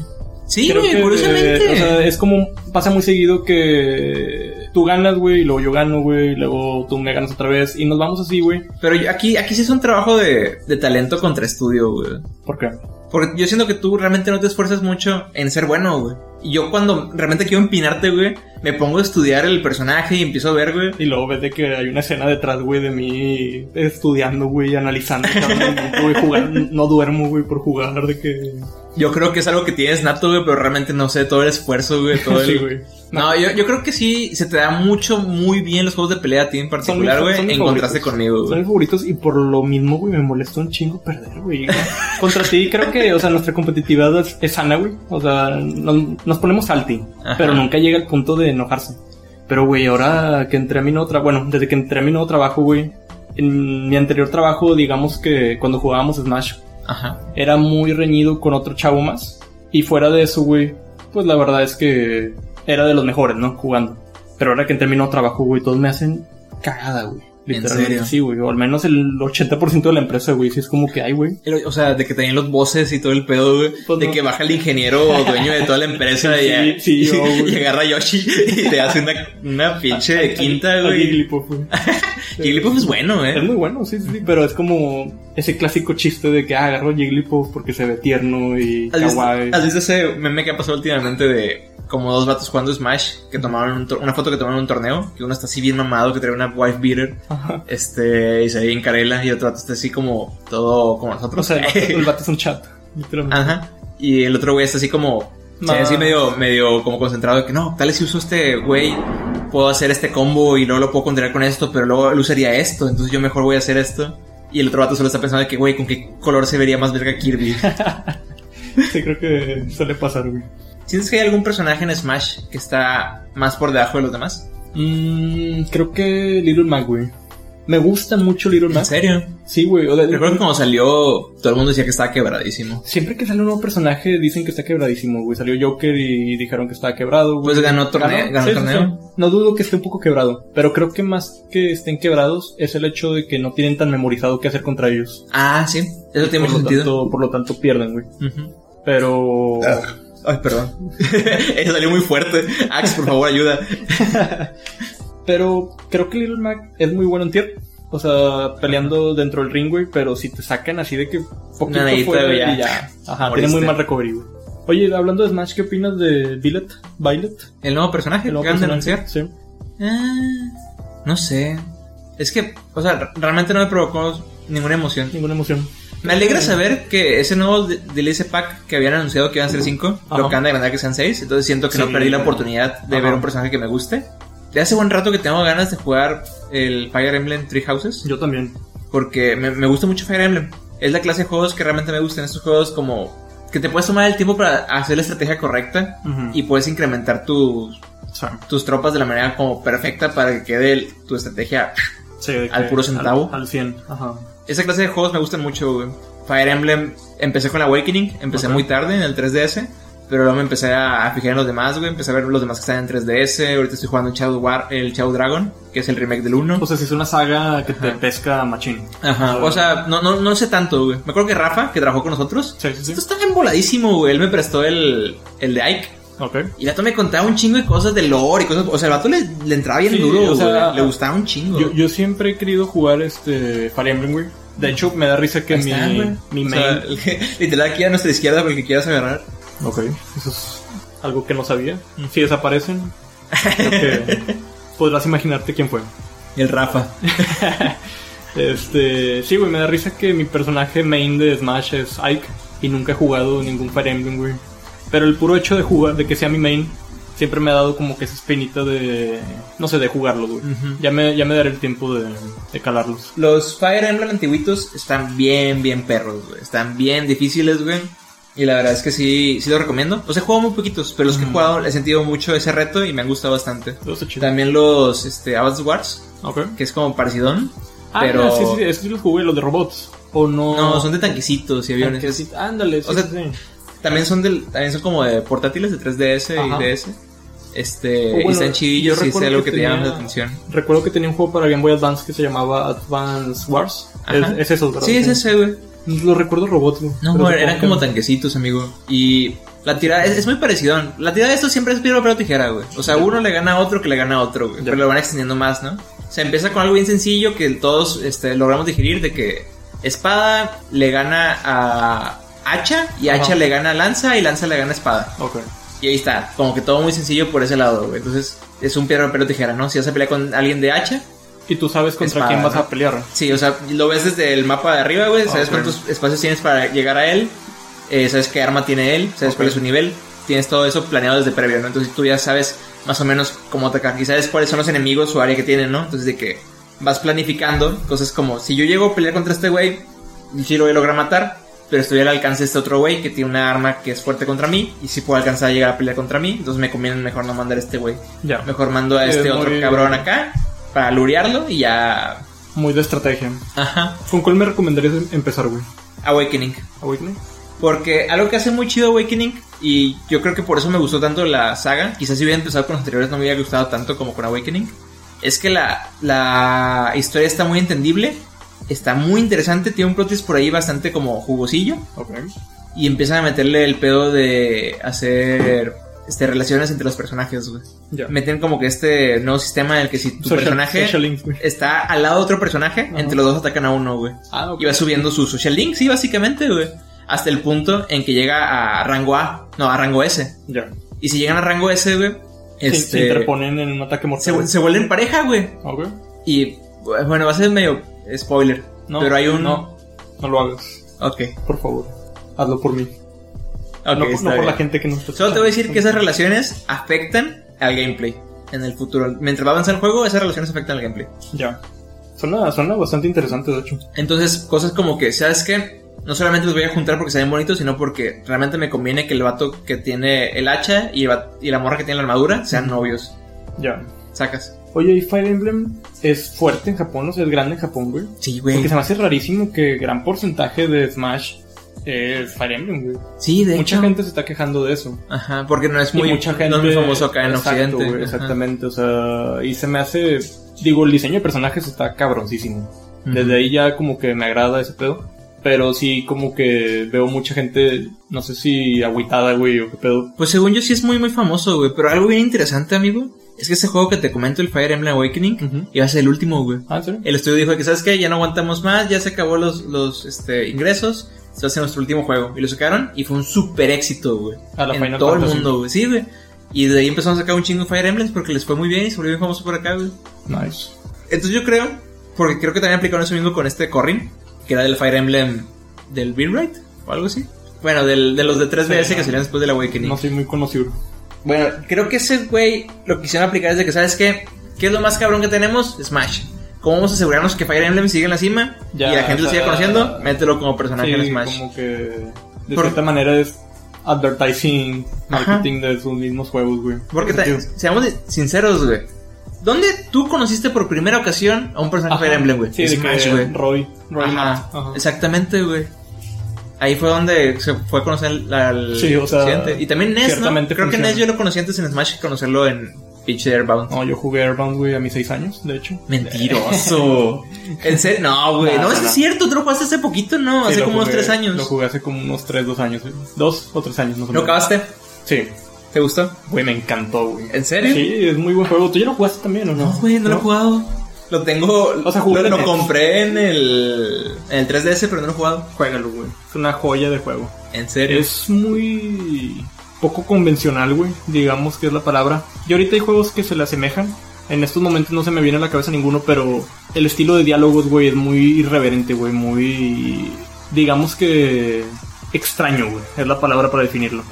[SPEAKER 1] Sí,
[SPEAKER 2] Creo
[SPEAKER 1] güey,
[SPEAKER 2] que,
[SPEAKER 1] curiosamente.
[SPEAKER 2] eh, o sea, es como, pasa muy seguido que tú ganas, güey, y luego yo gano, güey, y luego tú me ganas otra vez, y nos vamos así, güey.
[SPEAKER 1] Pero yo- aquí, aquí sí es un trabajo de, de talento contra estudio, güey.
[SPEAKER 2] ¿Por qué?
[SPEAKER 1] Porque yo siento que tú realmente no te esfuerzas mucho en ser bueno, güey. Y yo cuando realmente quiero empinarte, güey, me pongo a estudiar el personaje y empiezo a ver, güey.
[SPEAKER 2] Y luego ves de que hay una escena detrás, güey, de mí estudiando, güey, analizando, cabrón, güey, jugar, no duermo, güey, por jugar, de que...
[SPEAKER 1] Yo creo que es algo que tienes nato, güey, pero realmente no sé todo el esfuerzo, güey, todo el...
[SPEAKER 2] Sí, güey.
[SPEAKER 1] No, yo, yo creo que sí, se te da mucho, muy bien los juegos de pelea a ti en particular,
[SPEAKER 2] mis-
[SPEAKER 1] güey,
[SPEAKER 2] son mis
[SPEAKER 1] en contraste
[SPEAKER 2] favoritos.
[SPEAKER 1] conmigo,
[SPEAKER 2] Son
[SPEAKER 1] güey.
[SPEAKER 2] mis favoritos y por lo mismo, güey, me molesta un chingo perder, güey. Contra ti creo que, o sea, nuestra competitividad es, es sana, güey. O sea, nos, nos ponemos salty,
[SPEAKER 1] Ajá.
[SPEAKER 2] pero nunca llega al punto de enojarse. Pero, güey, ahora que entré a mi nuevo trabajo, bueno, desde que entré a mi nuevo trabajo, güey, en mi anterior trabajo, digamos que cuando jugábamos Smash,
[SPEAKER 1] Ajá.
[SPEAKER 2] era muy reñido con otro chavo más. Y fuera de eso, güey, pues la verdad es que era de los mejores, ¿no? Jugando. Pero ahora que terminó trabajo, güey, todos me hacen cagada, güey.
[SPEAKER 1] ¿En
[SPEAKER 2] Literalmente
[SPEAKER 1] serio?
[SPEAKER 2] sí, güey. O al menos el 80% de la empresa, güey. Sí, es como que hay, güey.
[SPEAKER 1] El- O sea, de que tenían los voces y todo el pedo, güey.
[SPEAKER 2] Pues
[SPEAKER 1] de
[SPEAKER 2] no.
[SPEAKER 1] que baja el ingeniero o dueño de toda la empresa
[SPEAKER 2] Sí,
[SPEAKER 1] y,
[SPEAKER 2] sí, yo,
[SPEAKER 1] y-
[SPEAKER 2] güey.
[SPEAKER 1] y agarra a Yoshi y te hace una, una pinche de quinta,
[SPEAKER 2] Al- al
[SPEAKER 1] güey.
[SPEAKER 2] Jigglypuff, güey.
[SPEAKER 1] Jigglypuff es bueno,
[SPEAKER 2] Es
[SPEAKER 1] eh.
[SPEAKER 2] muy bueno, sí, sí, sí, pero es como ese clásico chiste de que ah, agarro a Jigglypuff porque se ve tierno y
[SPEAKER 1] ¿Has visto,
[SPEAKER 2] kawaii.
[SPEAKER 1] has visto ese meme que ha pasado últimamente de como dos vatos jugando Smash que tomaron un tor- una foto que tomaron en un torneo? Que uno está así bien mamado, que trae una wife beater,
[SPEAKER 2] Ajá.
[SPEAKER 1] este, y se ve en carela, y otro vato está así como todo como
[SPEAKER 2] O
[SPEAKER 1] nosotros.
[SPEAKER 2] sea, el vato, el vato es un chat, literalmente.
[SPEAKER 1] Ajá. Y el otro güey está así como, se ve así
[SPEAKER 2] Más.
[SPEAKER 1] medio, medio como concentrado de que no, tal vez si uso este güey, puedo hacer este combo y luego lo puedo controlar con esto, pero luego él usaría esto, entonces yo mejor voy a hacer esto. Y el otro vato solo está pensando de que, güey, ¿con qué color se vería más verga Kirby?
[SPEAKER 2] Sí, creo que suele pasar, güey.
[SPEAKER 1] ¿Sientes que hay algún personaje en Smash que está más por debajo de los demás?
[SPEAKER 2] Mm, creo que Little Mac, güey. Me gusta mucho Little
[SPEAKER 1] ¿En
[SPEAKER 2] Mac.
[SPEAKER 1] serio?
[SPEAKER 2] Sí, güey. o sea,
[SPEAKER 1] Recuerdo que cuando salió, todo el mundo decía que estaba quebradísimo.
[SPEAKER 2] Siempre que sale un nuevo personaje dicen que está quebradísimo, güey. Salió Joker y dijeron que estaba quebrado, güey.
[SPEAKER 1] Pues ganó torneo. Ganó
[SPEAKER 2] Sí, sí,
[SPEAKER 1] torneo.
[SPEAKER 2] sí. No dudo que esté un poco quebrado, pero creo que más que estén quebrados es el hecho de que no tienen tan memorizado qué hacer contra ellos.
[SPEAKER 1] Ah, sí. Eso tiene
[SPEAKER 2] por
[SPEAKER 1] mucho
[SPEAKER 2] lo
[SPEAKER 1] sentido.
[SPEAKER 2] tanto, por lo tanto pierden, güey.
[SPEAKER 1] Ujú.
[SPEAKER 2] Pero
[SPEAKER 1] Ay, perdón. Eso salió muy fuerte. Ax, por favor, ayuda.
[SPEAKER 2] pero creo que Little Mac es muy bueno en tier. O sea, peleando dentro del ring, güey, pero si te sacan así de que poquito
[SPEAKER 1] Nadita,
[SPEAKER 2] fuera
[SPEAKER 1] ya.
[SPEAKER 2] y ya. Ajá,
[SPEAKER 1] Moriste.
[SPEAKER 2] tiene muy mal recovery, güey. Oye, hablando de Smash, ¿qué opinas de Violet? Violet?
[SPEAKER 1] El nuevo personaje
[SPEAKER 2] El
[SPEAKER 1] que
[SPEAKER 2] nuevo
[SPEAKER 1] acaban de
[SPEAKER 2] personaje.
[SPEAKER 1] anunciar.
[SPEAKER 2] Sí.
[SPEAKER 1] Ah, no sé. Es que, o sea, r- realmente no me provocó ninguna emoción.
[SPEAKER 2] Ninguna emoción.
[SPEAKER 1] Me alegra saber que ese nuevo de- DLC pack que habían anunciado que iban a ser 5,
[SPEAKER 2] Ajá.
[SPEAKER 1] lo que han de agrandar que sean 6, entonces siento que no
[SPEAKER 2] Sí.
[SPEAKER 1] perdí la oportunidad de
[SPEAKER 2] Ajá.
[SPEAKER 1] ver un personaje que me guste. De hace buen rato que tengo ganas de jugar el Fire Emblem Three Houses,
[SPEAKER 2] Yo también.
[SPEAKER 1] porque me, me gusta mucho Fire Emblem. Es la clase de juegos que realmente me gustan, estos juegos como que te puedes tomar el tiempo para hacer la estrategia correcta
[SPEAKER 2] Ujú.
[SPEAKER 1] y puedes incrementar tus,
[SPEAKER 2] Sí,
[SPEAKER 1] tus tropas de la manera como perfecta para que quede el- tu estrategia.
[SPEAKER 2] sí, de
[SPEAKER 1] Al
[SPEAKER 2] que-
[SPEAKER 1] puro centavo.
[SPEAKER 2] Al, al 100, ajá.
[SPEAKER 1] Esa clase de juegos me gustan mucho, güey. Fire Emblem, empecé con la Awakening, empecé
[SPEAKER 2] Ok.
[SPEAKER 1] muy tarde en el 3DS, pero luego me empecé a, a fijar en los demás, güey. Empecé a ver los demás que están en 3DS. Ahorita estoy jugando Shadow War, el Shadow Dragon, que es el remake del 1.
[SPEAKER 2] O sea, si es una saga que te
[SPEAKER 1] Ajá.
[SPEAKER 2] pesca machín.
[SPEAKER 1] Ajá, o sea, no, no, no sé tanto, güey. Me acuerdo que Rafa, que trabajó con nosotros, pues,
[SPEAKER 2] Sí, sí,
[SPEAKER 1] esto
[SPEAKER 2] sí.
[SPEAKER 1] está bien voladísimo, güey. Él me prestó el, el de Ike.
[SPEAKER 2] Ok.
[SPEAKER 1] Y la me contaba un chingo de cosas de lore y cosas. O sea, el vato le, le entraba bien
[SPEAKER 2] Sí,
[SPEAKER 1] duro,
[SPEAKER 2] o sea,
[SPEAKER 1] güey. Le gustaba un chingo.
[SPEAKER 2] Yo, yo siempre he querido jugar este Fire Emblem, güey. De hecho, me da risa que
[SPEAKER 1] Ahí
[SPEAKER 2] mi,
[SPEAKER 1] está, güey.
[SPEAKER 2] mi
[SPEAKER 1] O
[SPEAKER 2] main.
[SPEAKER 1] sea, literal, aquí a nuestra izquierda, porque quieras agarrar.
[SPEAKER 2] Ok. Eso es algo que no sabía. Si desaparecen, creo que podrás imaginarte quién fue.
[SPEAKER 1] El Rafa.
[SPEAKER 2] Este, sí, güey, me da risa que mi personaje main de Smash es Ike y nunca he jugado ningún Fire Emblem, güey. Pero el puro hecho de jugar, de que sea mi main, siempre me ha dado como que esa espinita de, no sé, de jugarlo, güey.
[SPEAKER 1] Ujú.
[SPEAKER 2] ya, me, ya me daré el tiempo de, de calarlos.
[SPEAKER 1] Los Fire Emblem antiguitos están bien, bien perros, güey. Están bien difíciles, güey. Y la verdad es que sí, sí los recomiendo. Los he jugado muy poquitos, pero los que he
[SPEAKER 2] Mm.
[SPEAKER 1] jugado he sentido mucho ese reto y me han gustado bastante.
[SPEAKER 2] Eso está chido.
[SPEAKER 1] También los este, Advance Wars,
[SPEAKER 2] Ok.
[SPEAKER 1] que es como parecidón.
[SPEAKER 2] Ah,
[SPEAKER 1] pero...
[SPEAKER 2] mira, sí, sí, sí, esos sí los jugué, los de robots. O no.
[SPEAKER 1] No, son de tanquecitos y aviones.
[SPEAKER 2] Oh. Ah, Que sí, ándale, sí,
[SPEAKER 1] O sea,
[SPEAKER 2] sí, sí.
[SPEAKER 1] También son del, también son como de portátiles de 3DS
[SPEAKER 2] Ajá.
[SPEAKER 1] y DS. Este,
[SPEAKER 2] Oh, bueno,
[SPEAKER 1] y están chidillos
[SPEAKER 2] yo
[SPEAKER 1] y es
[SPEAKER 2] recuerdo
[SPEAKER 1] algo
[SPEAKER 2] que
[SPEAKER 1] que te llama
[SPEAKER 2] tenía-
[SPEAKER 1] la atención.
[SPEAKER 2] Recuerdo que tenía un juego para Game Boy Advance que se llamaba Advance Wars. Es,
[SPEAKER 1] Ajá.
[SPEAKER 2] es eso, ¿verdad?
[SPEAKER 1] Sí, es ese, güey.
[SPEAKER 2] Lo recuerdo robot, güey.
[SPEAKER 1] No,
[SPEAKER 2] Pero
[SPEAKER 1] güey,
[SPEAKER 2] supongo
[SPEAKER 1] eran
[SPEAKER 2] que-
[SPEAKER 1] como tanquecitos, amigo. Y la tirada es, es muy parecida. La tirada de esto siempre es piedra, pero tijera, güey. O sea, uno le gana a otro que le gana a otro, güey.
[SPEAKER 2] Ya.
[SPEAKER 1] Pero lo van extendiendo más, ¿no? O sea, empieza con algo bien sencillo que todos este, logramos digerir de que espada le gana a hacha y
[SPEAKER 2] Ajá.
[SPEAKER 1] hacha le gana a lanza y lanza le gana a espada.
[SPEAKER 2] Ok.
[SPEAKER 1] Y ahí está, como que todo muy sencillo por ese lado, güey. Entonces, es un piedra, papel o tijera, ¿no? Si vas a pelear con alguien de hacha,
[SPEAKER 2] Y tú sabes contra
[SPEAKER 1] Espada,
[SPEAKER 2] quién vas
[SPEAKER 1] ¿no?
[SPEAKER 2] a pelear.
[SPEAKER 1] sí, o sea, lo ves desde el mapa de arriba, güey. Sabes
[SPEAKER 2] Ok.
[SPEAKER 1] cuántos espacios tienes para llegar a él, eh, sabes qué arma tiene él, sabes
[SPEAKER 2] Ok.
[SPEAKER 1] cuál es su nivel. Tienes todo eso planeado desde previo, ¿no? Entonces tú ya sabes más o menos cómo atacar y sabes cuáles son los enemigos o área que tienen, ¿no? Entonces de que vas planificando cosas como, si yo llego a pelear contra este güey, sí lo voy a lograr matar, pero estoy al alcance de este otro güey que tiene una arma que es fuerte contra mí y si puedo alcanzar a llegar a pelear contra mí, entonces me conviene mejor no mandar a este güey.
[SPEAKER 2] Ya.
[SPEAKER 1] Mejor mando a
[SPEAKER 2] Es
[SPEAKER 1] este
[SPEAKER 2] muy-
[SPEAKER 1] otro cabrón acá para lurearlo y ya.
[SPEAKER 2] Muy de estrategia.
[SPEAKER 1] Ajá.
[SPEAKER 2] ¿Con cuál me recomendarías em- empezar, güey?
[SPEAKER 1] Awakening.
[SPEAKER 2] ¿Awakening?
[SPEAKER 1] Porque algo que hace muy chido Awakening, y yo creo que por eso me gustó tanto la saga, quizás si hubiera empezado con los anteriores no me hubiera gustado tanto como con Awakening, es que la, la historia está muy entendible, está muy interesante, tiene un plot twist por ahí bastante como jugosillo,
[SPEAKER 2] Ok.
[SPEAKER 1] y empiezan a meterle el pedo de hacer este, relaciones entre los personajes, güey.
[SPEAKER 2] Ya.
[SPEAKER 1] Meten como que este nuevo sistema en el que si tu
[SPEAKER 2] Social-
[SPEAKER 1] personaje...
[SPEAKER 2] Social links, güey.
[SPEAKER 1] está al lado de otro personaje,
[SPEAKER 2] Ajá.
[SPEAKER 1] entre los dos atacan a uno, güey.
[SPEAKER 2] Ah, ok.
[SPEAKER 1] Y va subiendo su social link, sí, básicamente, güey. Hasta el punto en que llega a rango A, no, a rango S.
[SPEAKER 2] Ya.
[SPEAKER 1] Y si llegan a rango S, güey,
[SPEAKER 2] Se- Se,
[SPEAKER 1] este,
[SPEAKER 2] interponen en un ataque
[SPEAKER 1] se,
[SPEAKER 2] mortal.
[SPEAKER 1] vu- se vuelven pareja, güey.
[SPEAKER 2] Ok.
[SPEAKER 1] Y bueno, va a ser medio spoiler,
[SPEAKER 2] No,
[SPEAKER 1] pero hay un...
[SPEAKER 2] No, no lo hagas.
[SPEAKER 1] Ok,
[SPEAKER 2] Por favor. Hazlo por mí.
[SPEAKER 1] ok,
[SPEAKER 2] no por-
[SPEAKER 1] está
[SPEAKER 2] no por la
[SPEAKER 1] bien.
[SPEAKER 2] gente que nos está
[SPEAKER 1] Solo te voy a decir que esas
[SPEAKER 2] escuchando.
[SPEAKER 1] relaciones afectan al gameplay en el futuro. Mientras va avanzando el juego, esas relaciones afectan al gameplay.
[SPEAKER 2] Ya. Suena, suena bastante interesante, de hecho.
[SPEAKER 1] Entonces, cosas como que, ¿sabes qué? No solamente los voy a juntar porque se ven bonitos, sino porque realmente me conviene que el vato que tiene el hacha y, el va- y la morra que tiene la armadura sean novios.
[SPEAKER 2] Ya.
[SPEAKER 1] Sacas.
[SPEAKER 2] Oye, ¿y Fire Emblem es fuerte en Japón? O sea, es grande en Japón, güey.
[SPEAKER 1] Sí,
[SPEAKER 2] Porque se me hace rarísimo que gran porcentaje de Smash es Fire Emblem, güey.
[SPEAKER 1] Sí, de
[SPEAKER 2] Mucha
[SPEAKER 1] hecho.
[SPEAKER 2] gente se está quejando de eso.
[SPEAKER 1] Ajá, porque no es
[SPEAKER 2] Y
[SPEAKER 1] muy,
[SPEAKER 2] mucha gente
[SPEAKER 1] no es muy famoso acá en
[SPEAKER 2] Exacto,
[SPEAKER 1] Occidente. Ajá.
[SPEAKER 2] güey, exactamente, o sea, y se me hace, digo, el diseño de personajes está cabroncísimo.
[SPEAKER 1] Ujú.
[SPEAKER 2] Desde ahí ya como que me agrada ese pedo, pero sí como que veo mucha gente, no sé si agüitada, güey, o qué pedo.
[SPEAKER 1] Pues según yo sí es muy, muy famoso, güey. Pero algo bien interesante, amigo, es que ese juego que te comento, el Fire Emblem Awakening, iba a ser el último, güey.
[SPEAKER 2] Ah, ¿en serio?
[SPEAKER 1] El estudio dijo que, ¿sabes qué? Ya no aguantamos más, ya se acabó los, los este, ingresos, se va a hacer nuestro último juego. Y lo sacaron y fue un super éxito, güey.
[SPEAKER 2] A la
[SPEAKER 1] en
[SPEAKER 2] Final
[SPEAKER 1] todo
[SPEAKER 2] Fantasy.
[SPEAKER 1] el mundo, güey. Sí, güey. Y de ahí empezamos a sacar un chingo de Fire Emblems porque les fue muy bien y se volvió bien famoso por acá, güey.
[SPEAKER 2] Nice.
[SPEAKER 1] Entonces yo creo, porque creo que también aplicaron eso mismo con este Corrin, que era del Fire Emblem del Beatwright o algo así. Bueno, del- de los de 3DS
[SPEAKER 2] Sí,
[SPEAKER 1] que
[SPEAKER 2] no.
[SPEAKER 1] salían después del Awakening.
[SPEAKER 2] No soy muy conocido.
[SPEAKER 1] Bueno, creo que ese güey lo que quisieron aplicar es de que, ¿sabes qué? ¿Qué es lo más cabrón que tenemos? Smash. ¿Cómo vamos a asegurarnos que Fire Emblem sigue en la cima
[SPEAKER 2] Ya,
[SPEAKER 1] y la gente lo
[SPEAKER 2] o
[SPEAKER 1] sigue
[SPEAKER 2] sea,
[SPEAKER 1] conociendo? Mételo como personaje en
[SPEAKER 2] Sí,
[SPEAKER 1] Smash.
[SPEAKER 2] como que de
[SPEAKER 1] Por-
[SPEAKER 2] cierta manera es advertising, marketing de sus mismos juegos, güey.
[SPEAKER 1] Porque, ta-
[SPEAKER 2] Sentido.
[SPEAKER 1] seamos sinceros, güey. ¿Dónde tú conociste por primera ocasión a un personaje
[SPEAKER 2] Ajá.
[SPEAKER 1] de Fire Emblem, güey?
[SPEAKER 2] Sí, de
[SPEAKER 1] Smash,
[SPEAKER 2] que
[SPEAKER 1] güey.
[SPEAKER 2] Roy. Roy
[SPEAKER 1] Ajá,
[SPEAKER 2] Matt. Ajá.
[SPEAKER 1] exactamente, güey. Ahí fue donde se fue a conocer al, al
[SPEAKER 2] Sí, o sea,
[SPEAKER 1] presidente. Y también Ness, ¿no? Creo
[SPEAKER 2] ciertamente
[SPEAKER 1] que
[SPEAKER 2] funciona.
[SPEAKER 1] Ness yo lo conocí antes en Smash que conocerlo en Pitch Airbound.
[SPEAKER 2] No, yo jugué Airbound, güey, a mis 6 años, de hecho.
[SPEAKER 1] Mentiroso. en serio, no, güey.
[SPEAKER 2] No,
[SPEAKER 1] No,
[SPEAKER 2] no,
[SPEAKER 1] es
[SPEAKER 2] no.
[SPEAKER 1] cierto, tú lo jugaste hace poquito, ¿no?
[SPEAKER 2] Sí,
[SPEAKER 1] hace
[SPEAKER 2] lo
[SPEAKER 1] como unos
[SPEAKER 2] jugué-
[SPEAKER 1] tres años.
[SPEAKER 2] Lo jugué hace como unos 3, 2 años, güey. Dos o tres años, más o
[SPEAKER 1] ¿Lo
[SPEAKER 2] menos.
[SPEAKER 1] acabaste?
[SPEAKER 2] Sí.
[SPEAKER 1] ¿Te gustó?
[SPEAKER 2] Güey, me encantó, güey.
[SPEAKER 1] ¿En serio?
[SPEAKER 2] Sí, es muy buen juego. ¿Tú ya lo jugaste también o no?
[SPEAKER 1] No, güey, no, lo he jugado. Lo tengo.
[SPEAKER 2] O sea, jugué
[SPEAKER 1] lo,
[SPEAKER 2] en
[SPEAKER 1] lo
[SPEAKER 2] el-
[SPEAKER 1] compré en el, en el 3DS, pero no lo he jugado.
[SPEAKER 2] Juégalo, güey. Es una joya de juego.
[SPEAKER 1] En serio.
[SPEAKER 2] Es muy poco convencional, güey. Digamos que es la palabra. Y ahorita hay juegos que se le asemejan. En estos momentos no se me viene a la cabeza ninguno, pero el estilo de diálogos, güey, es muy irreverente, güey. Muy. Digamos que. Extraño, güey. Es la palabra para definirlo.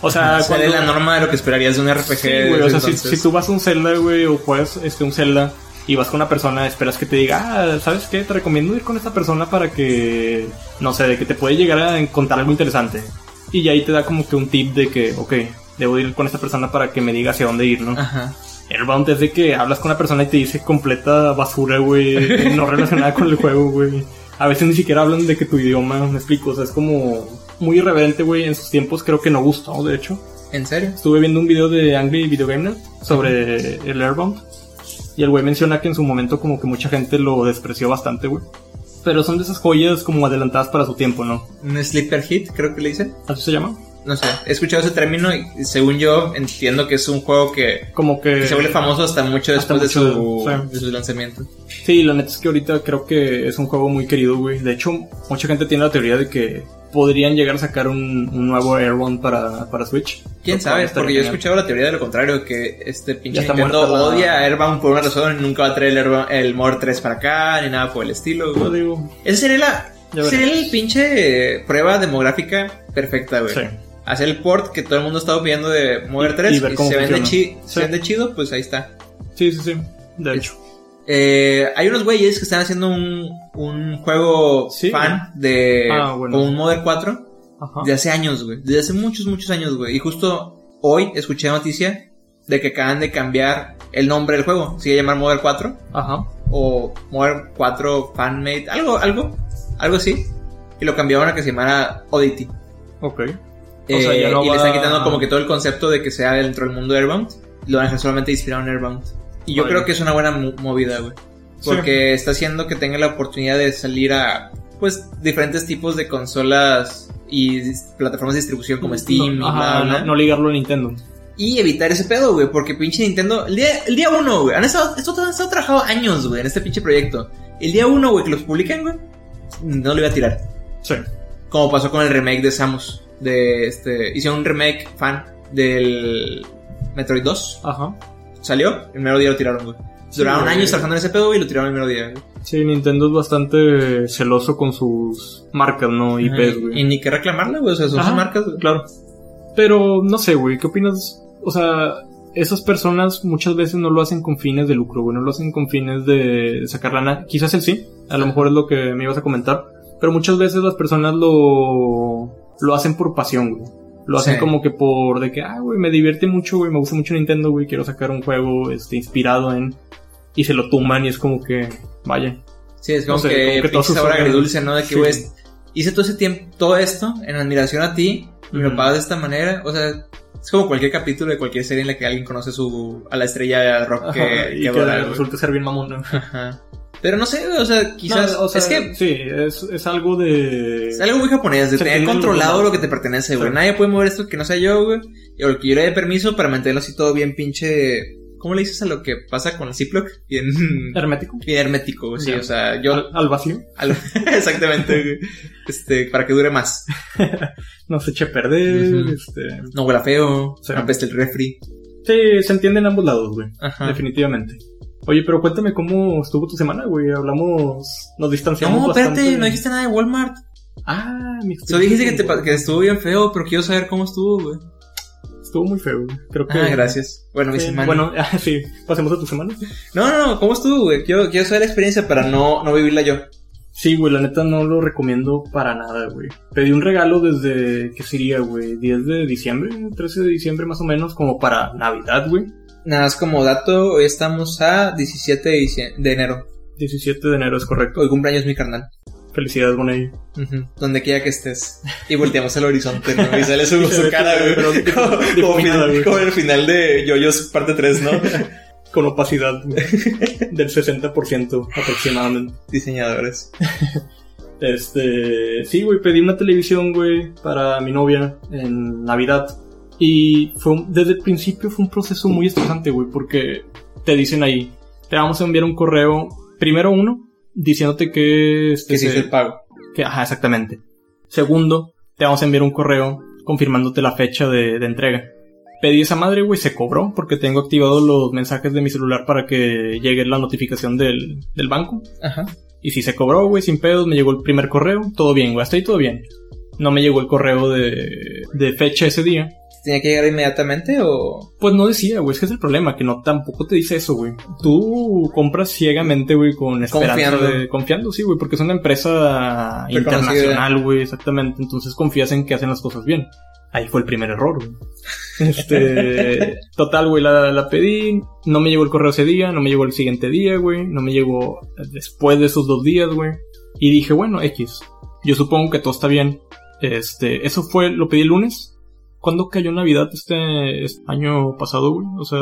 [SPEAKER 2] O sea,
[SPEAKER 1] O sea, de la norma de lo que esperarías de un RPG.
[SPEAKER 2] Sí,
[SPEAKER 1] de
[SPEAKER 2] güey, o
[SPEAKER 1] ese
[SPEAKER 2] sea, si,
[SPEAKER 1] entonces.
[SPEAKER 2] si tú vas a un Zelda, güey, o juegas este, un Zelda y vas con una persona, esperas que te diga, ah, ¿sabes qué? Te recomiendo ir con esta persona para que, no sé, de que te puede llegar a contar algo interesante. Y ahí te da como que un tip de que, ok, debo ir con esta persona para que me diga hacia dónde ir, ¿no?
[SPEAKER 1] Ajá.
[SPEAKER 2] Airbound es de que hablas con una persona y te dice completa basura, güey, no relacionada con el juego, güey. A veces ni siquiera hablan de que tu idioma, me explico, o sea, es como muy irreverente, güey, en sus tiempos creo que no gustó, de hecho.
[SPEAKER 1] ¿En serio?
[SPEAKER 2] Estuve viendo un video de Angry Video Game Nerd sobre el Airbound. Y el güey menciona que en su momento como que mucha gente lo despreció bastante, güey. Pero son de esas joyas como adelantadas para su tiempo, ¿no?
[SPEAKER 1] Un sleeper hit, creo que le dicen.
[SPEAKER 2] ¿Así se llama?
[SPEAKER 1] No sé. He escuchado ese término y según yo entiendo que es un juego que,
[SPEAKER 2] Como
[SPEAKER 1] que
[SPEAKER 2] que...
[SPEAKER 1] se vuelve famoso hasta mucho
[SPEAKER 2] hasta
[SPEAKER 1] después de, su,
[SPEAKER 2] mucho, sí.
[SPEAKER 1] de su lanzamiento.
[SPEAKER 2] Sí, la neta es que ahorita creo que es un juego muy querido, güey. De hecho, mucha gente tiene la teoría de que podrían llegar a sacar un, un nuevo Airbound para, para Switch.
[SPEAKER 1] ¿Quién
[SPEAKER 2] Lo cual
[SPEAKER 1] sabe?
[SPEAKER 2] estaría
[SPEAKER 1] Porque yo he
[SPEAKER 2] genial.
[SPEAKER 1] escuchado la teoría de lo contrario, que este
[SPEAKER 2] Ya
[SPEAKER 1] pinche
[SPEAKER 2] está
[SPEAKER 1] Nintendo
[SPEAKER 2] muerta la-
[SPEAKER 1] odia a Airbound por una razón y nunca va a traer el, Airbound- el More 3 para acá, ni nada por el estilo.
[SPEAKER 2] Yo
[SPEAKER 1] güey.
[SPEAKER 2] digo,
[SPEAKER 1] Esa sería la...
[SPEAKER 2] Ya
[SPEAKER 1] sería
[SPEAKER 2] veremos.
[SPEAKER 1] el pinche eh, prueba demográfica perfecta, güey.
[SPEAKER 2] sí.
[SPEAKER 1] Hacer el port que todo el mundo ha estado pidiendo de Mover
[SPEAKER 2] Y-
[SPEAKER 1] 3
[SPEAKER 2] y ver
[SPEAKER 1] y
[SPEAKER 2] cómo
[SPEAKER 1] se vende, chi-
[SPEAKER 2] funciona.
[SPEAKER 1] se
[SPEAKER 2] Sí.
[SPEAKER 1] vende chido, pues ahí está.
[SPEAKER 2] Sí, sí, sí. De hecho.
[SPEAKER 1] Eh, hay unos güeyes que están haciendo un, un juego
[SPEAKER 2] Sí.
[SPEAKER 1] fan de
[SPEAKER 2] Ah, bueno.
[SPEAKER 1] con un Modder 4
[SPEAKER 2] Ajá.
[SPEAKER 1] de hace años, güey. Desde hace muchos, muchos años, güey. Y justo hoy escuché la noticia de que acaban de cambiar el nombre del juego. Se iba a llamar Modder 4
[SPEAKER 2] Ajá.
[SPEAKER 1] o Modder 4 Fanmate, algo, algo, algo así. Y lo cambiaron a que se llamara Oddity.
[SPEAKER 2] Ok.
[SPEAKER 1] Eh,
[SPEAKER 2] O sea, ya no
[SPEAKER 1] y
[SPEAKER 2] va-
[SPEAKER 1] le están quitando como que todo el concepto de que sea dentro del mundo de Airbound. Lo van a dejar solamente inspirado en Airbound. Y yo
[SPEAKER 2] Vale.
[SPEAKER 1] creo que es una buena mo- movida, güey. Porque está haciendo que tenga la oportunidad de salir a, pues, diferentes tipos de consolas y dis- plataformas de distribución como Steam
[SPEAKER 2] no,
[SPEAKER 1] y
[SPEAKER 2] ajá,
[SPEAKER 1] bla, bla.
[SPEAKER 2] no- no ligarlo a Nintendo.
[SPEAKER 1] Y evitar ese pedo, güey. Porque pinche Nintendo. El día, el día uno, güey. Han estado, esto- han estado trabajando años, güey, en este pinche proyecto. El día uno, güey, que los publican, güey. No lo iba a tirar.
[SPEAKER 2] Sí.
[SPEAKER 1] Como pasó con el remake de Samus. De este. Hicieron un remake fan del Metroid 2.
[SPEAKER 2] Ajá.
[SPEAKER 1] Salió, el mero día lo tiraron, güey. Duraron
[SPEAKER 2] güey.
[SPEAKER 1] años trabajando en ese pedo güey, y lo tiraron el mero día, güey.
[SPEAKER 2] Sí, Nintendo es bastante celoso con sus marcas, ¿no?
[SPEAKER 1] Ajá,
[SPEAKER 2] IPs,
[SPEAKER 1] Y
[SPEAKER 2] güey.
[SPEAKER 1] ni que reclamarle, güey. O sea, son
[SPEAKER 2] Ajá.
[SPEAKER 1] sus marcas, güey.
[SPEAKER 2] Claro. Pero, no sé, güey, ¿qué opinas? O sea, esas personas muchas veces no lo hacen con fines de lucro, güey, no lo hacen con fines de sacar lana. Quizás el sí, a lo mejor es lo que me ibas a comentar. Pero muchas veces las personas lo, lo hacen por pasión, güey. Lo hacen
[SPEAKER 1] Sí.
[SPEAKER 2] como que por de que, ah, güey, me divierte mucho, güey, me gusta mucho Nintendo, güey, quiero sacar un juego este, inspirado en... Y se lo tumban y es como que, vaya,
[SPEAKER 1] Sí, es como,
[SPEAKER 2] No sé,
[SPEAKER 1] que,
[SPEAKER 2] como que todos
[SPEAKER 1] pinche
[SPEAKER 2] sus
[SPEAKER 1] sabor
[SPEAKER 2] órganos.
[SPEAKER 1] agridulce, ¿no? De que,
[SPEAKER 2] Sí.
[SPEAKER 1] güey, hice todo ese tiempo, todo esto en admiración a ti. Y me lo
[SPEAKER 2] Ujú.
[SPEAKER 1] pagas de esta manera. O sea, es como cualquier capítulo de cualquier serie en la que alguien conoce su, a la estrella de rock que,
[SPEAKER 2] Ajá, y
[SPEAKER 1] que
[SPEAKER 2] que
[SPEAKER 1] adora, güey.
[SPEAKER 2] resulta ser bien mamón. ¿no?
[SPEAKER 1] Ajá. Pero no sé, güey, o sea, quizás.
[SPEAKER 2] No, o sea,
[SPEAKER 1] es que
[SPEAKER 2] sí, es, es algo de.
[SPEAKER 1] Es algo muy japonés, de
[SPEAKER 2] Se
[SPEAKER 1] tener
[SPEAKER 2] tiene
[SPEAKER 1] controlado
[SPEAKER 2] un-
[SPEAKER 1] lo que te pertenece, güey.
[SPEAKER 2] Sí.
[SPEAKER 1] Nadie puede mover esto que no sea yo, güey. Y o que yo le dé permiso para mantenerlo así todo bien pinche... ¿Cómo le dices a lo que pasa con el Ziploc? Bien,
[SPEAKER 2] hermético.
[SPEAKER 1] bien hermético, güey. Sí,
[SPEAKER 2] Ya.
[SPEAKER 1] o sea, yo...
[SPEAKER 2] Al, al vacío.
[SPEAKER 1] al- exactamente, güey. Este, para que dure más.
[SPEAKER 2] No se eche a perder.
[SPEAKER 1] Ujú.
[SPEAKER 2] este...
[SPEAKER 1] No huela feo,
[SPEAKER 2] Sí.
[SPEAKER 1] no apeste el refri.
[SPEAKER 2] Sí, se entiende en ambos lados, güey.
[SPEAKER 1] Ajá.
[SPEAKER 2] Definitivamente. Oye, pero cuéntame cómo estuvo tu semana, güey. Hablamos. Nos distanciamos.
[SPEAKER 1] No, espérate,
[SPEAKER 2] bastante.
[SPEAKER 1] no dijiste nada de Walmart.
[SPEAKER 2] Ah, mi
[SPEAKER 1] Solo dijiste que, te, pa- que estuvo bien feo, pero quiero saber cómo estuvo, güey.
[SPEAKER 2] Estuvo muy feo, güey. Creo que.
[SPEAKER 1] Ah, gracias. Bueno, mi
[SPEAKER 2] Sí,
[SPEAKER 1] semana.
[SPEAKER 2] Bueno, ah, sí, pasemos a tu semana.
[SPEAKER 1] No, no, no, ¿cómo estuvo, güey? Quiero, quiero saber la experiencia para no, no vivirla yo.
[SPEAKER 2] Sí, güey, la neta no lo recomiendo para nada, güey. Pedí un regalo desde, ¿qué sería, güey? 10 de diciembre, 13 de diciembre más o menos, como para Navidad, güey.
[SPEAKER 1] Nada más como dato, hoy estamos a 17 de, dicie- de enero.
[SPEAKER 2] 17 de enero es correcto.
[SPEAKER 1] Hoy cumpleaños mi carnal.
[SPEAKER 2] Felicidades, Bonelli.
[SPEAKER 1] Ujú, Donde quiera que estés. Y volteamos al horizonte, ¿no? Y sale su,
[SPEAKER 2] Y se
[SPEAKER 1] su
[SPEAKER 2] ve
[SPEAKER 1] cara, güey.
[SPEAKER 2] todo- pero-
[SPEAKER 1] Como,
[SPEAKER 2] de-
[SPEAKER 1] como
[SPEAKER 2] deformada,
[SPEAKER 1] final-
[SPEAKER 2] güey.
[SPEAKER 1] como el final de Yoyos parte 3, ¿no?
[SPEAKER 2] Con opacidad güey, del 60% aproximadamente.
[SPEAKER 1] Diseñadores.
[SPEAKER 2] Este, sí, güey, pedí una televisión, güey, para mi novia en Navidad. Y fue un- desde el principio fue un proceso muy estresante, güey, porque te dicen ahí, te vamos a enviar un correo, primero uno, diciéndote que... Este,
[SPEAKER 1] Que se hizo
[SPEAKER 2] se-
[SPEAKER 1] el pago.
[SPEAKER 2] que- ajá, exactamente. Segundo, te vamos a enviar un correo confirmándote la fecha de, de entrega. Pedí esa madre, güey, se cobró porque tengo activados los mensajes de mi celular para que llegue la notificación del, del banco.
[SPEAKER 1] Ajá.
[SPEAKER 2] Y si se cobró, güey, sin pedos, me llegó el primer correo, todo bien, güey, hasta ahí todo bien. No me llegó el correo de, de fecha ese día.
[SPEAKER 1] ¿Tenía que llegar inmediatamente o...?
[SPEAKER 2] Pues no decía, güey, es que es el problema, que no tampoco te dice eso, güey. Tú compras ciegamente, güey, con esperanza
[SPEAKER 1] Confiando.
[SPEAKER 2] de... Confiando, sí, güey, porque es una empresa
[SPEAKER 1] Reconocida.
[SPEAKER 2] internacional, güey, exactamente. Entonces confías en que hacen las cosas bien. Ahí fue el primer error, güey. Este... total, güey, la, la pedí. No me llegó el correo ese día, no me llegó el siguiente día, güey. No me llegó después de esos dos días, güey. Y dije, bueno, X. Yo supongo que todo está bien. Este, eso fue, lo pedí el lunes. ¿Cuándo cayó Navidad este, este año pasado, güey? O sea,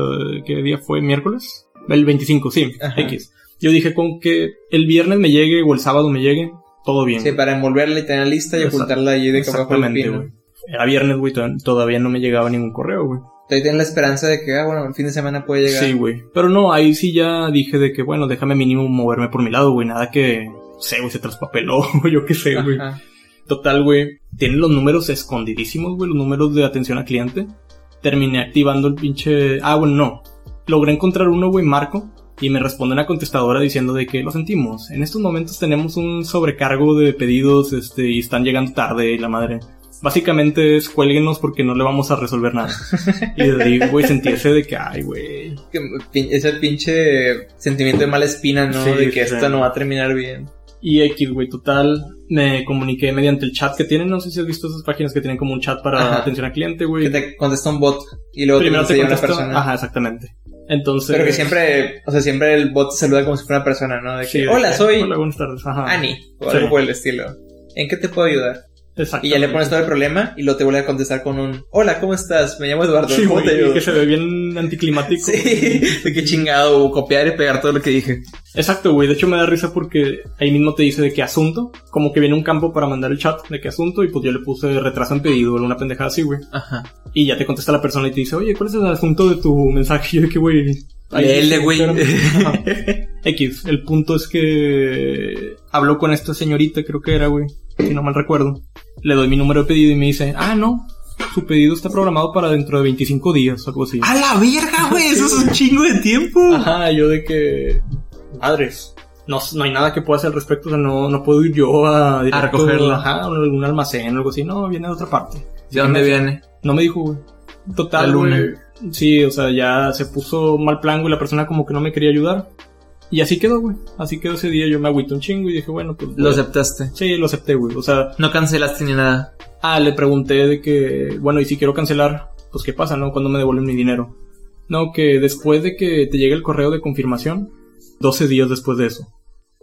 [SPEAKER 2] ¿qué día fue? ¿Miércoles? El 25, sí,
[SPEAKER 1] Ajá.
[SPEAKER 2] X. Yo dije con que el viernes me llegue o el sábado me llegue, todo bien.
[SPEAKER 1] Sí, para envolverla y tener lista y
[SPEAKER 2] Exact-
[SPEAKER 1] ocultarla allí de que abajo del
[SPEAKER 2] Exactamente,
[SPEAKER 1] pino.
[SPEAKER 2] güey. Era viernes, güey, to- todavía no me llegaba ningún correo, güey.
[SPEAKER 1] Todavía tienen la esperanza de que, ah, bueno, el fin de semana puede llegar.
[SPEAKER 2] Sí, güey. Pero no, ahí sí ya dije de que, bueno, déjame mínimo moverme por mi lado, güey. Nada que, no sé, güey, se traspapeló, güey, yo qué sé, güey.
[SPEAKER 1] Ajá.
[SPEAKER 2] Total, güey. Tienen los números escondidísimos, güey, los números de atención al cliente. Terminé activando el pinche. Ah, bueno, no. Logré encontrar uno, güey, Marco. Y me responde una contestadora diciendo de que lo sentimos. En estos momentos tenemos un sobrecargo de pedidos, este, y están llegando tarde y la madre. Básicamente es cuélguenos porque no le vamos a resolver nada. Y de ahí, güey, sentirse de que, ay, güey.
[SPEAKER 1] Que pin- Ese pinche sentimiento de mala espina, ¿no?
[SPEAKER 2] Sí,
[SPEAKER 1] de que
[SPEAKER 2] sí.
[SPEAKER 1] esto no va a terminar bien.
[SPEAKER 2] Y X, güey, total. Me comuniqué mediante el chat que tienen. No sé si has visto esas páginas que tienen como un chat para
[SPEAKER 1] Ajá.
[SPEAKER 2] atención al cliente, güey.
[SPEAKER 1] Que te contesta un bot y luego
[SPEAKER 2] primero
[SPEAKER 1] te
[SPEAKER 2] te
[SPEAKER 1] contesta una
[SPEAKER 2] contesta-
[SPEAKER 1] persona.
[SPEAKER 2] Ajá, exactamente. Entonces.
[SPEAKER 1] Pero que siempre, o sea, siempre el bot te saluda como si fuera una persona, ¿no? De que,
[SPEAKER 2] Sí, de
[SPEAKER 1] hola,
[SPEAKER 2] que,
[SPEAKER 1] soy
[SPEAKER 2] Hola, buenas tardes. Ajá.
[SPEAKER 1] Ani, o
[SPEAKER 2] Sí.
[SPEAKER 1] algo por el estilo. ¿En qué te puedo ayudar?
[SPEAKER 2] Exacto.
[SPEAKER 1] Y ya le pones todo el problema y luego te vuelve a contestar con un, hola, ¿cómo estás? Me llamo Eduardo,
[SPEAKER 2] Sí,
[SPEAKER 1] ¿cómo
[SPEAKER 2] güey,
[SPEAKER 1] te
[SPEAKER 2] y
[SPEAKER 1] ayudo?
[SPEAKER 2] que se ve bien anticlimático.
[SPEAKER 1] Sí, de qué chingado, o copiar y pegar todo lo que dije.
[SPEAKER 2] Exacto, güey. De hecho, me da risa porque ahí mismo te dice de qué asunto. Como que viene un campo para mandar el chat de qué asunto. Y pues yo le puse retraso en pedido o alguna pendejada así, güey.
[SPEAKER 1] Ajá.
[SPEAKER 2] Y ya te contesta la persona y te dice, oye, ¿cuál es el asunto de tu mensaje? Y yo de que, güey. ahí
[SPEAKER 1] Léele,
[SPEAKER 2] dice,
[SPEAKER 1] güey.
[SPEAKER 2] claro. Ajá. X. El punto es que habló con esta señorita, creo que era, güey. Si no mal recuerdo. Le doy mi número de pedido y me dice, ah, no. Su pedido está programado para dentro de 25 días, o algo así.
[SPEAKER 1] ¡A la verga, güey! ¡Eso es un chingo de tiempo!
[SPEAKER 2] Ajá, yo de que. Madres. No, no hay nada que pueda hacer al respecto, o sea, no, no puedo ir yo a, directo,
[SPEAKER 1] recogerlo.
[SPEAKER 2] Ajá, a algún almacén o algo así. No, viene de otra parte.
[SPEAKER 1] ¿De dónde viene?
[SPEAKER 2] No me dijo, güey. Total,
[SPEAKER 1] La luna.
[SPEAKER 2] güey. Sí, o sea, ya se puso mal plan, güey. La persona como que no me quería ayudar. Y así quedó, güey. Así quedó ese día. Yo me agüité un chingo y dije, bueno, pues.
[SPEAKER 1] Lo
[SPEAKER 2] güey.
[SPEAKER 1] aceptaste.
[SPEAKER 2] Sí, lo acepté, güey. O sea,
[SPEAKER 1] No cancelaste ni nada.
[SPEAKER 2] ah, le pregunté de que, bueno, y si quiero cancelar, pues qué pasa, ¿no? Cuando me devuelven mi dinero. No, que después de que te llegue el correo de confirmación, 12 días después de eso.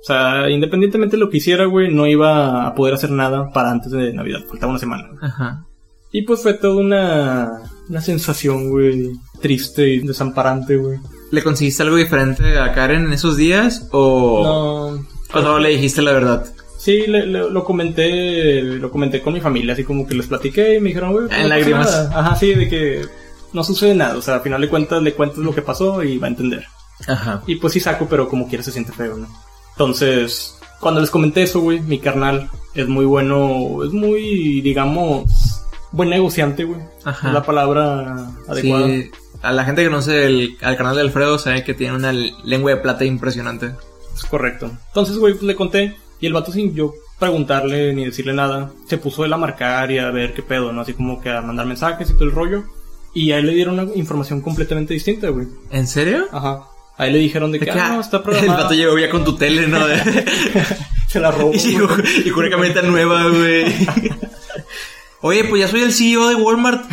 [SPEAKER 2] O sea, independientemente de lo que hiciera, güey, no iba a poder hacer nada para antes de Navidad. Faltaba una semana.
[SPEAKER 1] Ajá.
[SPEAKER 2] Y pues fue toda una, una sensación, güey, triste y desamparante, güey.
[SPEAKER 1] ¿Le conseguiste algo diferente a Karen en esos días? ¿O,
[SPEAKER 2] No.
[SPEAKER 1] Oh. o no le dijiste la verdad?
[SPEAKER 2] Sí, le- le- lo comenté, lo comenté con mi familia, así como que les platiqué y me dijeron, güey, pues,
[SPEAKER 1] En
[SPEAKER 2] no pasa
[SPEAKER 1] lágrimas.
[SPEAKER 2] nada. Ajá, sí, de que no sucede nada, o sea, al final de cuentas le cuentas lo que pasó y va a entender.
[SPEAKER 1] Ajá.
[SPEAKER 2] Y pues sí saco, pero como quiera se siente feo, ¿no? Entonces, cuando les comenté eso, güey, mi carnal es muy bueno, es muy, digamos, buen negociante, güey.
[SPEAKER 1] Ajá.
[SPEAKER 2] Es la palabra adecuada.
[SPEAKER 1] Sí, a la gente que conoce el, al canal de Alfredo sabe que tiene una l- lengua de plata impresionante.
[SPEAKER 2] Es correcto. Entonces, güey, pues le conté. Y el vato, sin yo preguntarle ni decirle nada, se puso él a marcar y a ver qué pedo, ¿no? Así como que a mandar mensajes y todo el rollo. Y a él le dieron una información completamente distinta, güey.
[SPEAKER 1] ¿En serio?
[SPEAKER 2] Ajá. Ahí le dijeron de que, ah, no, está
[SPEAKER 1] el
[SPEAKER 2] programado.
[SPEAKER 1] vato llegó ya con tu tele, ¿no?
[SPEAKER 2] Se la robó.
[SPEAKER 1] Y,
[SPEAKER 2] güey.
[SPEAKER 1] y con una camioneta nueva, güey. Oye, pues ya soy el CEO de Walmart.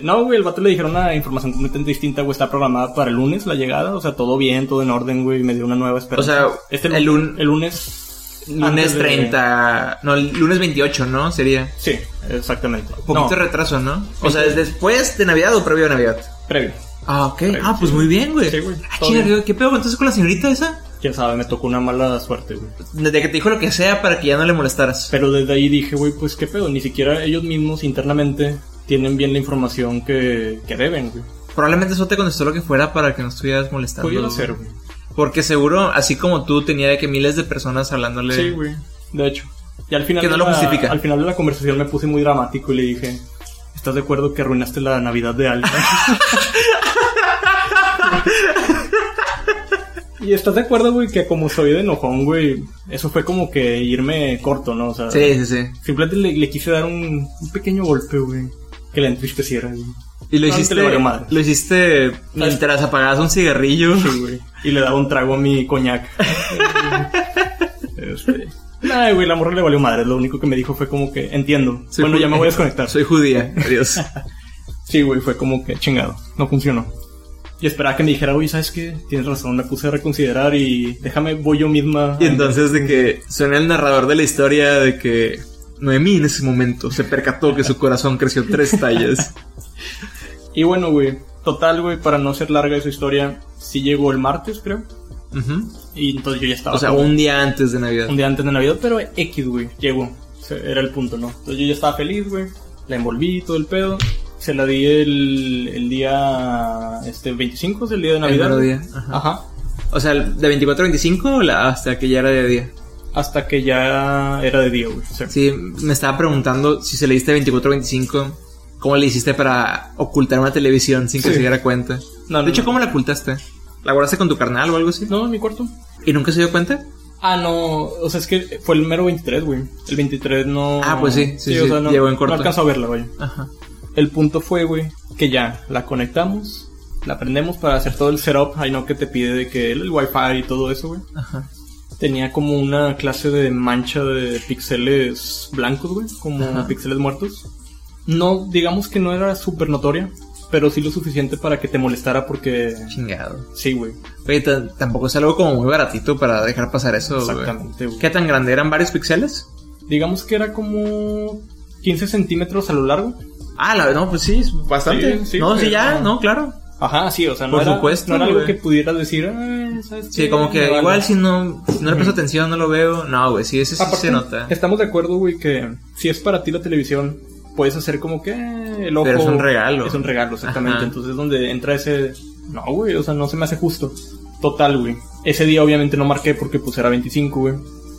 [SPEAKER 2] No, güey, el vato le dijeron una información completamente distinta, güey. Está programada para el lunes la llegada. O sea, todo bien, todo en orden, güey. Me dio una nueva
[SPEAKER 1] O
[SPEAKER 2] esperanza.
[SPEAKER 1] sea,
[SPEAKER 2] este
[SPEAKER 1] el,
[SPEAKER 2] lunes.
[SPEAKER 1] lun-
[SPEAKER 2] El lunes. antes
[SPEAKER 1] lunes
[SPEAKER 2] de-
[SPEAKER 1] 30. No, el lunes 28, ¿no? Sería.
[SPEAKER 2] Sí, exactamente.
[SPEAKER 1] Poquito
[SPEAKER 2] No,
[SPEAKER 1] de retraso, ¿no? O sea, ¿es después de Navidad o previo a Navidad?
[SPEAKER 2] previo.
[SPEAKER 1] Ah, ok.
[SPEAKER 2] Previo,
[SPEAKER 1] Ah, pues muy bien, güey.
[SPEAKER 2] Sí, güey,
[SPEAKER 1] Ah,
[SPEAKER 2] todo
[SPEAKER 1] chinga,
[SPEAKER 2] bien.
[SPEAKER 1] ¿qué- ¿qué pedo entonces con la señorita esa?
[SPEAKER 2] Quién sabe, me tocó una mala suerte, güey.
[SPEAKER 1] Desde que te dijo lo que sea para que ya no le molestaras.
[SPEAKER 2] Pero desde ahí dije, güey, pues qué pedo. Ni siquiera ellos mismos internamente tienen bien la información que, que deben, güey.
[SPEAKER 1] Probablemente eso te contestó lo que fuera para que no estuvieras molestando.
[SPEAKER 2] Pudiera
[SPEAKER 1] güey.
[SPEAKER 2] ser, güey.
[SPEAKER 1] Porque seguro, así como tú, tenía de que miles de personas hablándole.
[SPEAKER 2] Sí, güey. De hecho. Y al final,
[SPEAKER 1] Que no
[SPEAKER 2] de
[SPEAKER 1] lo
[SPEAKER 2] la-
[SPEAKER 1] justifica.
[SPEAKER 2] al final de la conversación me puse muy dramático y le dije, ¿estás de acuerdo que arruinaste la Navidad de alguien? y estás de acuerdo, güey, que como soy de enojón, güey, eso fue como que irme corto, ¿no? O sea,
[SPEAKER 1] sí, sí, sí.
[SPEAKER 2] simplemente le, le quise dar un, un pequeño golpe, güey, que la entristeciera, güey.
[SPEAKER 1] Y lo
[SPEAKER 2] No,
[SPEAKER 1] hiciste.
[SPEAKER 2] te valió madre.
[SPEAKER 1] Lo hiciste mientras apagabas un cigarrillo.
[SPEAKER 2] Sí, güey. Y le daba un trago a mi coñac. este. Ay, güey, la morra le valió madre. Lo único que me dijo fue como que, entiendo.
[SPEAKER 1] Soy
[SPEAKER 2] bueno, ya
[SPEAKER 1] judía.
[SPEAKER 2] me voy a desconectar.
[SPEAKER 1] Soy judía. Adiós.
[SPEAKER 2] Sí, güey, fue como que chingado. No funcionó. Y esperaba que me dijera, oye, ¿sabes qué? Tienes razón, me puse a reconsiderar y déjame, voy yo misma.
[SPEAKER 1] y entonces de que suena el narrador de la historia de que Noemí en ese momento se percató que su corazón creció tres tallas.
[SPEAKER 2] Y bueno, güey, total, güey, para no ser larga esa historia, sí llegó el martes, creo.
[SPEAKER 1] Ujú.
[SPEAKER 2] Y entonces yo ya estaba.
[SPEAKER 1] O sea,
[SPEAKER 2] como-
[SPEAKER 1] un día antes de Navidad.
[SPEAKER 2] un día antes de Navidad, pero X, güey, llegó. O sea, Era el punto, ¿no? Entonces yo ya estaba feliz, güey. La envolví, todo el pedo. Se la di el, el día este 25, es el día de Navidad.
[SPEAKER 1] mero
[SPEAKER 2] güey.
[SPEAKER 1] día, ajá.
[SPEAKER 2] Ajá.
[SPEAKER 1] O sea, de 24 a 25 o la- hasta que ya era de día.
[SPEAKER 2] Hasta que ya era de día, güey. O sea,
[SPEAKER 1] Sí, me estaba preguntando si se le diste 24 a 25, ¿cómo le hiciste para ocultar una televisión sin que
[SPEAKER 2] Sí.
[SPEAKER 1] se diera cuenta?
[SPEAKER 2] No, no,
[SPEAKER 1] de hecho,
[SPEAKER 2] no.
[SPEAKER 1] ¿cómo la ocultaste? ¿La guardaste con tu carnal o algo así?
[SPEAKER 2] No, en mi cuarto.
[SPEAKER 1] ¿Y nunca se dio cuenta?
[SPEAKER 2] Ah, no, o sea, es que fue el mero 23, güey. El 23 no.
[SPEAKER 1] Ah, pues sí, sí, sí,
[SPEAKER 2] no,
[SPEAKER 1] llegó en
[SPEAKER 2] no
[SPEAKER 1] corto.
[SPEAKER 2] alcanzó a verla, güey.
[SPEAKER 1] Ajá.
[SPEAKER 2] El punto fue, güey, que ya la conectamos, la prendemos para hacer todo el setup. Ahí no que te pide de que el wifi y todo eso, güey.
[SPEAKER 1] Ajá.
[SPEAKER 2] Tenía como una clase de mancha de píxeles blancos, güey, como
[SPEAKER 1] Ajá.
[SPEAKER 2] píxeles muertos. No, digamos que no era súper notoria, pero sí lo suficiente para que te molestara porque...
[SPEAKER 1] Chingado.
[SPEAKER 2] Sí, güey,
[SPEAKER 1] Oye, ta- tampoco es algo como muy baratito para dejar pasar eso. Oh, güey.
[SPEAKER 2] exactamente, güey.
[SPEAKER 1] ¿Qué tan grande? ¿Eran varios píxeles?
[SPEAKER 2] Digamos que era como 15 centímetros a lo largo.
[SPEAKER 1] Ah, la, no, pues sí, es bastante.
[SPEAKER 2] Sí, sí,
[SPEAKER 1] no, sí,
[SPEAKER 2] pero-
[SPEAKER 1] ya, no, claro.
[SPEAKER 2] Ajá, sí, o sea, no,
[SPEAKER 1] Por
[SPEAKER 2] era,
[SPEAKER 1] supuesto,
[SPEAKER 2] no era algo
[SPEAKER 1] güey.
[SPEAKER 2] que pudieras decir, "Ah, ¿sabes
[SPEAKER 1] Sí,
[SPEAKER 2] qué?
[SPEAKER 1] como que
[SPEAKER 2] Me vale".
[SPEAKER 1] igual si no, si no le presto
[SPEAKER 2] Ujú.
[SPEAKER 1] atención, no lo veo. No, güey, sí, ese sí
[SPEAKER 2] Aparte,
[SPEAKER 1] se nota.
[SPEAKER 2] Estamos de acuerdo, güey, que si es para ti la televisión, puedes hacer como que eh, el ojo.
[SPEAKER 1] Pero es un regalo.
[SPEAKER 2] Es un regalo, exactamente.
[SPEAKER 1] Ajá.
[SPEAKER 2] Entonces es donde entra ese. No, güey, o sea, no se me hace justo. Total, güey. Ese día obviamente no marqué porque pues era 25, güey.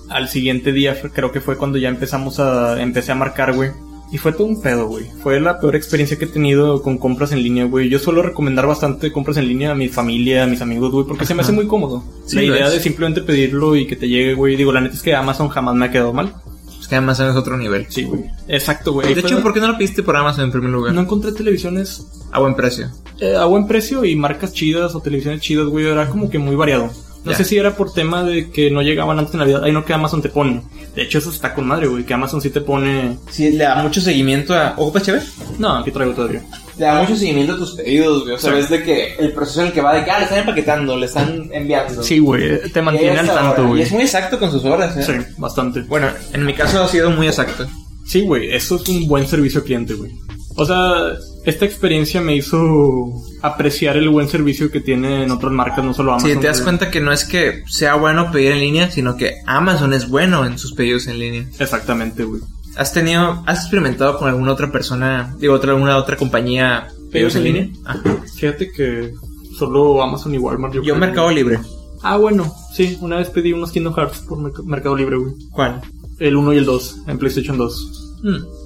[SPEAKER 2] Al siguiente día fue- creo que fue cuando ya empezamos a. Empecé a marcar, güey. Y fue todo un pedo, güey. Fue la peor experiencia que he tenido con compras en línea, güey. Yo suelo recomendar bastante compras en línea a mi familia, a mis amigos, güey, porque se me
[SPEAKER 1] Ajá.
[SPEAKER 2] hace muy cómodo.
[SPEAKER 1] Sí,
[SPEAKER 2] la
[SPEAKER 1] lo
[SPEAKER 2] idea
[SPEAKER 1] es.
[SPEAKER 2] de simplemente pedirlo y que te llegue, güey. Digo, la neta es que Amazon jamás me ha quedado mal.
[SPEAKER 1] Es que además es otro nivel.
[SPEAKER 2] Sí, güey. Exacto, güey.
[SPEAKER 1] De
[SPEAKER 2] Pero
[SPEAKER 1] hecho, ¿por qué no lo pediste por Amazon en primer lugar?
[SPEAKER 2] no encontré televisiones
[SPEAKER 1] A buen precio.
[SPEAKER 2] eh, a buen precio y marcas chidas o televisiones chidas, güey. Era como que muy variado. No
[SPEAKER 1] Ya.
[SPEAKER 2] sé si era por tema de que no llegaban antes de Navidad. Ahí no que Amazon te pone. De hecho, eso está con madre, güey. Que Amazon sí te pone.
[SPEAKER 1] Sí, le da mucho seguimiento a. este ¿Ocupas chévere?
[SPEAKER 2] No, aquí traigo todavía.
[SPEAKER 1] Le da mucho seguimiento a tus pedidos, güey. O sea,
[SPEAKER 2] Sí.
[SPEAKER 1] ves de que el proceso en el que va de que, ah, le están empaquetando, le están enviando.
[SPEAKER 2] Sí, güey. Te mantiene
[SPEAKER 1] Esa
[SPEAKER 2] al
[SPEAKER 1] hora.
[SPEAKER 2] tanto,
[SPEAKER 1] Y
[SPEAKER 2] güey.
[SPEAKER 1] es muy exacto con sus horas, ¿eh?
[SPEAKER 2] Sí, bastante.
[SPEAKER 1] Bueno, en mi caso ha sido muy exacto.
[SPEAKER 2] Sí, güey, eso es un buen servicio al cliente, güey. O sea, esta experiencia me hizo apreciar el buen servicio que tienen otras marcas, no solo Amazon.
[SPEAKER 1] Sí, te das
[SPEAKER 2] güey.
[SPEAKER 1] cuenta que no es que sea bueno pedir en línea, sino que Amazon es bueno en sus pedidos en línea.
[SPEAKER 2] Exactamente, güey.
[SPEAKER 1] ¿Has tenido, has experimentado con alguna otra persona, digo, otra, alguna otra compañía pedidos en línea? Ajá.
[SPEAKER 2] Fíjate que solo Amazon y Walmart.
[SPEAKER 1] Yo
[SPEAKER 2] creo,
[SPEAKER 1] Mercado
[SPEAKER 2] güey.
[SPEAKER 1] Libre.
[SPEAKER 2] Ah, bueno, sí, una vez pedí unos Kingdom Hearts por Merc- Mercado Libre, güey.
[SPEAKER 1] ¿Cuál?
[SPEAKER 2] El 1 y el 2, en PlayStation 2.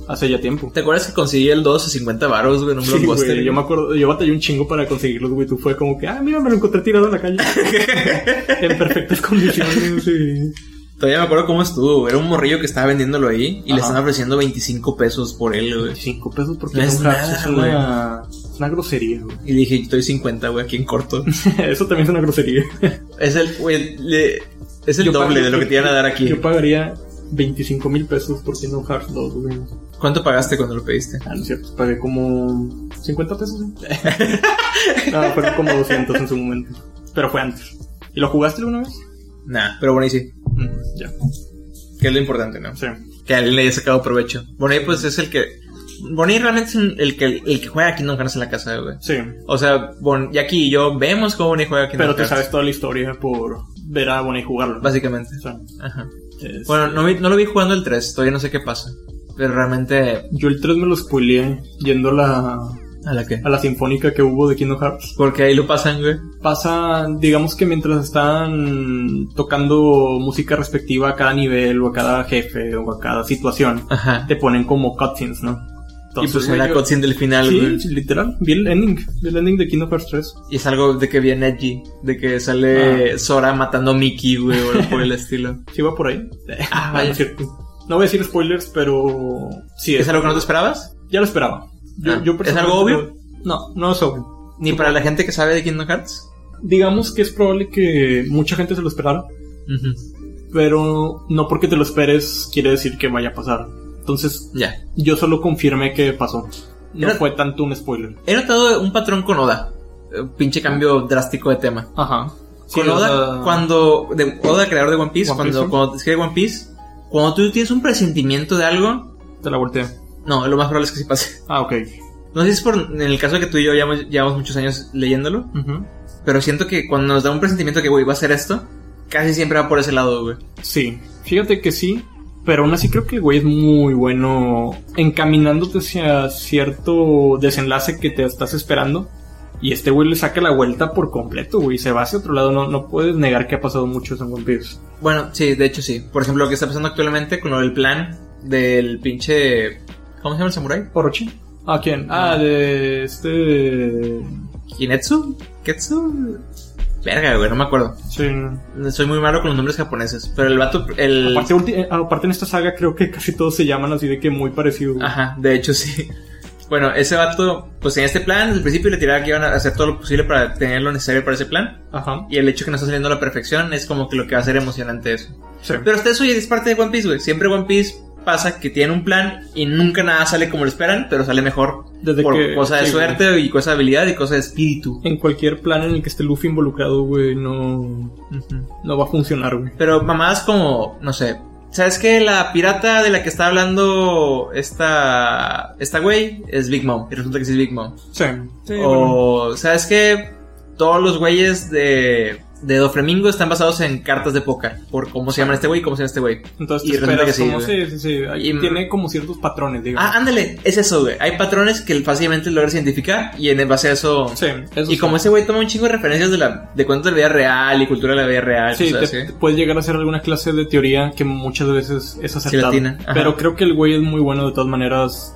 [SPEAKER 2] Hace ya tiempo.
[SPEAKER 1] Hmm. ¿Te acuerdas que conseguí el 2 a 50 baros, güey, en un
[SPEAKER 2] Sí,
[SPEAKER 1] blockbuster?
[SPEAKER 2] güey, yo me acuerdo, yo batallé un chingo para conseguirlos, güey. Tú fue como que, ah, mira, me lo encontré tirado en la calle. en perfectas condiciones, sí.
[SPEAKER 1] Todavía me acuerdo cómo estuvo, güey. Era un morrillo que estaba vendiéndolo ahí y le
[SPEAKER 2] Ajá.
[SPEAKER 1] están ofreciendo 25 pesos por él, güey.
[SPEAKER 2] 25 pesos porque
[SPEAKER 1] No es
[SPEAKER 2] Kingdom Hearts
[SPEAKER 1] nada,
[SPEAKER 2] es una Es una grosería, güey.
[SPEAKER 1] Y le dije, estoy 50, güey, aquí en corto.
[SPEAKER 2] Eso también es una grosería.
[SPEAKER 1] Es el, güey, le- es el
[SPEAKER 2] Yo
[SPEAKER 1] doble
[SPEAKER 2] pago-
[SPEAKER 1] de lo que te iban a dar aquí.
[SPEAKER 2] Yo pagaría 25 mil pesos por Kingdom Hearts 2, güey.
[SPEAKER 1] ¿Cuánto pagaste cuando lo pediste?
[SPEAKER 2] Ah, no es cierto. Pagué como 50 pesos, güey. no, fueron como 200 en su momento. Pero fue antes. ¿Y lo jugaste alguna vez?
[SPEAKER 1] Nah, pero bueno, y sí.
[SPEAKER 2] Mm, ya.
[SPEAKER 1] Que es lo importante, ¿no?
[SPEAKER 2] Sí.
[SPEAKER 1] Que a él le haya sacado provecho. Bonnie, pues es el que. Bonnie realmente es el que, el que juega Kingdom Hearts en la casa, güey.
[SPEAKER 2] Sí.
[SPEAKER 1] O sea, Bon, Jackie y yo vemos cómo Bonnie juega Kingdom
[SPEAKER 2] Pero te
[SPEAKER 1] Hearts.
[SPEAKER 2] sabes toda la historia por ver a Bonnie jugarlo.
[SPEAKER 1] Básicamente.
[SPEAKER 2] O sea,
[SPEAKER 1] Ajá.
[SPEAKER 2] es-
[SPEAKER 1] Bueno, no, vi- no lo vi jugando el 3, todavía no sé qué pasa. Pero realmente.
[SPEAKER 2] Yo el 3 me lo spoileé yendo a la,
[SPEAKER 1] ¿A la qué?
[SPEAKER 2] a la sinfónica que hubo de Kingdom Hearts.
[SPEAKER 1] Porque ahí lo pasan, güey.
[SPEAKER 2] Pasa, digamos que mientras están tocando música respectiva a cada nivel o a cada jefe o a cada situación,
[SPEAKER 1] Ajá.
[SPEAKER 2] te ponen como cutscenes, ¿no?
[SPEAKER 1] y pues
[SPEAKER 2] güey,
[SPEAKER 1] era
[SPEAKER 2] yo-
[SPEAKER 1] cutscene del final, güey.
[SPEAKER 2] Sí, literal. Vi el ending. Vi el ending de Kingdom Hearts 3.
[SPEAKER 1] Y es algo de que viene Edgy. De que
[SPEAKER 2] Ah.
[SPEAKER 1] sale Sora matando a Mickey, güey, o algo por el estilo.
[SPEAKER 2] ¿Sí va por ahí?
[SPEAKER 1] Ah,
[SPEAKER 2] No, no
[SPEAKER 1] vaya.
[SPEAKER 2] es cierto. No voy a decir spoilers, pero... Sí,
[SPEAKER 1] ¿Es algo que no te esperabas?
[SPEAKER 2] Ya lo esperaba. Yo,
[SPEAKER 1] Ah.
[SPEAKER 2] yo
[SPEAKER 1] ¿Es
[SPEAKER 2] personalmente-
[SPEAKER 1] algo obvio?
[SPEAKER 2] No, no es obvio.
[SPEAKER 1] Ni para la gente que sabe de Kingdom Hearts.
[SPEAKER 2] Digamos que es probable que mucha gente se lo esperara,
[SPEAKER 1] Ujú.
[SPEAKER 2] pero no porque te lo esperes quiere decir que vaya a pasar. Entonces,
[SPEAKER 1] Ya.
[SPEAKER 2] yo solo confirmé que pasó. No
[SPEAKER 1] Era-
[SPEAKER 2] fue tanto un spoiler.
[SPEAKER 1] He notado un patrón con Oda. Eh, Pinche cambio drástico de tema.
[SPEAKER 2] Ajá. Sí,
[SPEAKER 1] con
[SPEAKER 2] o
[SPEAKER 1] Oda,
[SPEAKER 2] sea,
[SPEAKER 1] cuando. De, Oda, creador de One Piece,
[SPEAKER 2] One
[SPEAKER 1] cuando,
[SPEAKER 2] Piece, ¿no?
[SPEAKER 1] cuando escribe One Piece, cuando tú tienes un presentimiento de algo,
[SPEAKER 2] Te la volteé.
[SPEAKER 1] no, lo más probable es que sí pase.
[SPEAKER 2] Ah, ok.
[SPEAKER 1] No sé si es por en el caso de que tú y yo llevamos, llevamos muchos años leyéndolo,
[SPEAKER 2] Ujú.
[SPEAKER 1] pero siento que cuando nos da un presentimiento que, güey, va a ser esto, casi siempre va por ese lado, güey.
[SPEAKER 2] Sí. Fíjate que sí, pero aún así creo que el güey es muy bueno encaminándote hacia cierto desenlace que te estás esperando. Y este güey le saca la vuelta por completo, güey. Se va hacia otro lado. No, no puedes negar que ha pasado mucho en One Piece.
[SPEAKER 1] Bueno, sí, de hecho sí. Por ejemplo, lo que está pasando actualmente con lo del plan del pinche. ¿Cómo se llama el samurái?
[SPEAKER 2] ¿Orochi? ¿A quién? Ah, de este...
[SPEAKER 1] ¿Kinetsu? ¿Ketsu? Verga, güey, no me acuerdo.
[SPEAKER 2] Sí.
[SPEAKER 1] Soy muy malo con los nombres japoneses, pero el vato, el...
[SPEAKER 2] Aparte, ulti- eh, aparte en esta saga creo que casi todos se llaman así de que muy parecido. güey.
[SPEAKER 1] Ajá, de hecho sí. Bueno, ese vato, pues en este plan, desde el principio le tiraba que iban a hacer todo lo posible para tener lo necesario para ese plan.
[SPEAKER 2] Ajá.
[SPEAKER 1] Y el hecho que no está saliendo a la perfección es como que lo que va a ser emocionante eso.
[SPEAKER 2] Sí.
[SPEAKER 1] Pero hasta eso ya es parte de One Piece, güey. Siempre One Piece pasa que tiene un plan y nunca nada sale como lo esperan, pero sale mejor.
[SPEAKER 2] Desde
[SPEAKER 1] por
[SPEAKER 2] que-
[SPEAKER 1] cosa de
[SPEAKER 2] sí, güey.
[SPEAKER 1] suerte y cosa de habilidad y cosa de espíritu.
[SPEAKER 2] En cualquier plan en el que esté Luffy involucrado, güey, no,
[SPEAKER 1] Ujú.
[SPEAKER 2] no va a funcionar, güey.
[SPEAKER 1] Pero mamadas como, no sé. ¿Sabes que La pirata de la que está hablando esta, esta güey es Big Mom. Y resulta que sí es Big Mom.
[SPEAKER 2] Sí. Sí, bueno.
[SPEAKER 1] o, ¿sabes que Todos los güeyes de, de Doflamingo están basados en cartas de póker. Por cómo se llaman este güey y cómo se llama este güey.
[SPEAKER 2] Entonces
[SPEAKER 1] y
[SPEAKER 2] te
[SPEAKER 1] resulta
[SPEAKER 2] esperas
[SPEAKER 1] que sí,
[SPEAKER 2] como
[SPEAKER 1] güey.
[SPEAKER 2] sí, sí, sí. Ahí
[SPEAKER 1] Y-
[SPEAKER 2] tiene como ciertos patrones, digamos.
[SPEAKER 1] Ah, ándale, es eso, güey. Hay patrones que fácilmente logras identificar y en base a ah. eso.
[SPEAKER 2] sí, eso
[SPEAKER 1] y
[SPEAKER 2] sí.
[SPEAKER 1] como ese güey toma un chingo de referencias de, la, de cuentos de la vida real y cultura de la vida real,
[SPEAKER 2] Sí,
[SPEAKER 1] cosas
[SPEAKER 2] te-
[SPEAKER 1] así.
[SPEAKER 2] te puedes llegar a hacer alguna clase de teoría que muchas veces es aceptada.
[SPEAKER 1] latina, ajá.
[SPEAKER 2] pero creo que el güey es muy bueno de todas maneras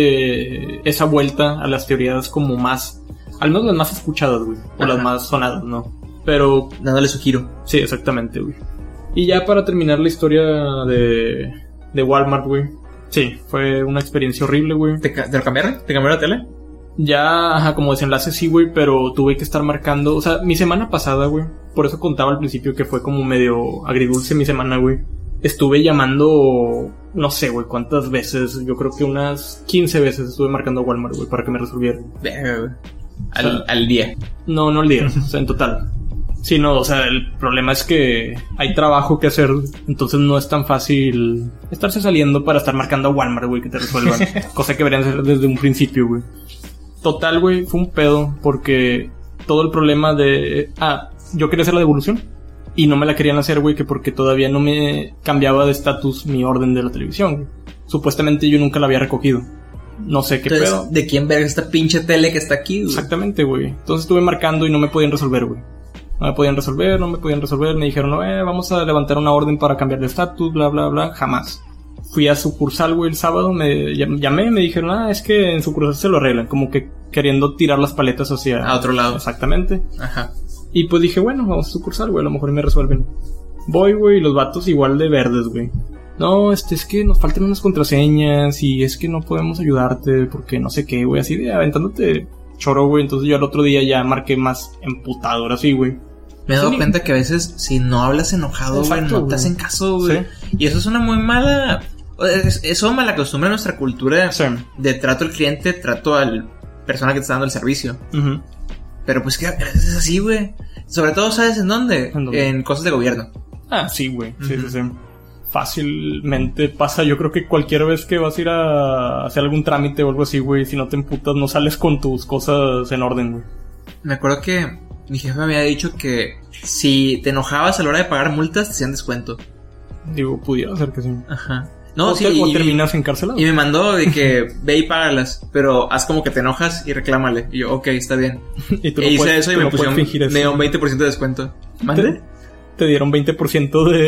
[SPEAKER 2] dándole esa vuelta a las teorías como más, al menos las más escuchadas, güey, o
[SPEAKER 1] Ajá.
[SPEAKER 2] las más sonadas, ¿no? Pero
[SPEAKER 1] dándole su giro.
[SPEAKER 2] sí, exactamente, güey. Y ya para terminar la historia de, de Walmart, güey. Sí, fue una experiencia horrible, güey.
[SPEAKER 1] ¿Te, ca- te lo cambiaron? ¿Te cambiaron la tele?
[SPEAKER 2] Ya, ajá, como desenlace sí, güey, pero tuve que estar marcando. O sea, mi semana pasada, güey. Por eso contaba al principio que fue como medio agridulce mi semana, güey. Estuve llamando, no sé, güey, cuántas veces. Yo creo que unas 15 veces estuve marcando a Walmart, güey, para que me resolvieran.
[SPEAKER 1] Verga, güey. Al,
[SPEAKER 2] O sea,
[SPEAKER 1] al día.
[SPEAKER 2] No, no al día, o sea, en total. Sí, no, o sea, el problema es que hay trabajo que hacer, entonces no es tan fácil estarse saliendo para estar marcando a Walmart, güey, que te resuelvan. cosa que deberían hacer desde un principio, güey. Total, güey, fue un pedo porque todo el problema de... Ah, yo quería hacer la devolución y no me la querían hacer, güey, que porque todavía no me cambiaba de estatus mi orden de la televisión, güey. Supuestamente yo nunca la había recogido. No sé qué
[SPEAKER 1] Entonces,
[SPEAKER 2] pedo.
[SPEAKER 1] ¿de quién verga esta pinche tele que está aquí, güey?
[SPEAKER 2] Exactamente, güey. Entonces estuve marcando y no me podían resolver, güey. No me podían resolver, no me podían resolver. Me dijeron, no, eh, vamos a levantar una orden para cambiar de estatus, bla, bla, bla. Jamás. Fui a sucursal, güey, el sábado. Me llam- llamé y me dijeron, ah, es que en sucursal se lo arreglan. Como que queriendo tirar las paletas hacia...
[SPEAKER 1] A otro lado.
[SPEAKER 2] Exactamente.
[SPEAKER 1] Ajá.
[SPEAKER 2] Y pues dije, bueno, vamos a sucursal, güey, a lo mejor me resuelven. Voy, güey, y los vatos igual de verdes, güey. No, este, es que nos faltan unas contraseñas y es que no podemos ayudarte porque no sé qué, güey, así de aventándote choro, güey. Entonces yo al otro día ya marqué más emputado, ahora sí, güey.
[SPEAKER 1] Me he dado
[SPEAKER 2] Sí.
[SPEAKER 1] cuenta que a veces si no hablas enojado, güey,
[SPEAKER 2] Exacto,
[SPEAKER 1] no te
[SPEAKER 2] güey.
[SPEAKER 1] hacen caso, güey. Y eso es una muy mala... es- Eso es mala costumbre en nuestra cultura
[SPEAKER 2] Sí.
[SPEAKER 1] de trato al cliente, trato al persona que te está dando el servicio.
[SPEAKER 2] Ujú.
[SPEAKER 1] Pero pues que a veces es así, güey. Sobre todo, ¿sabes en dónde?
[SPEAKER 2] ¿En
[SPEAKER 1] ¿En,
[SPEAKER 2] dónde?
[SPEAKER 1] cosas de gobierno.
[SPEAKER 2] Ah, sí, güey. Sí,
[SPEAKER 1] Ujú.
[SPEAKER 2] sí, sí. Fácilmente pasa. Yo creo que cualquier vez que vas a ir a hacer algún trámite o algo así, güey, si no te emputas, no sales con tus cosas en orden, güey.
[SPEAKER 1] Me acuerdo que mi jefe me había dicho que si te enojabas a la hora de pagar multas, te hacían descuento.
[SPEAKER 2] Digo, pudiera ser que sí.
[SPEAKER 1] Ajá. No,
[SPEAKER 2] o
[SPEAKER 1] sí,
[SPEAKER 2] te- o
[SPEAKER 1] y-
[SPEAKER 2] terminas encarcelado.
[SPEAKER 1] Y me mandó de que ve y págalas, pero haz como que te enojas y reclámale. Y yo, ok, está bien.
[SPEAKER 2] Y tú
[SPEAKER 1] e
[SPEAKER 2] no
[SPEAKER 1] hice
[SPEAKER 2] puedes-
[SPEAKER 1] eso y
[SPEAKER 2] tú
[SPEAKER 1] me
[SPEAKER 2] no puedes
[SPEAKER 1] pusieron
[SPEAKER 2] fingir eso.
[SPEAKER 1] me dio un 20% de descuento.
[SPEAKER 2] ¿Te,
[SPEAKER 1] ¿Mande?
[SPEAKER 2] te dieron 20% de...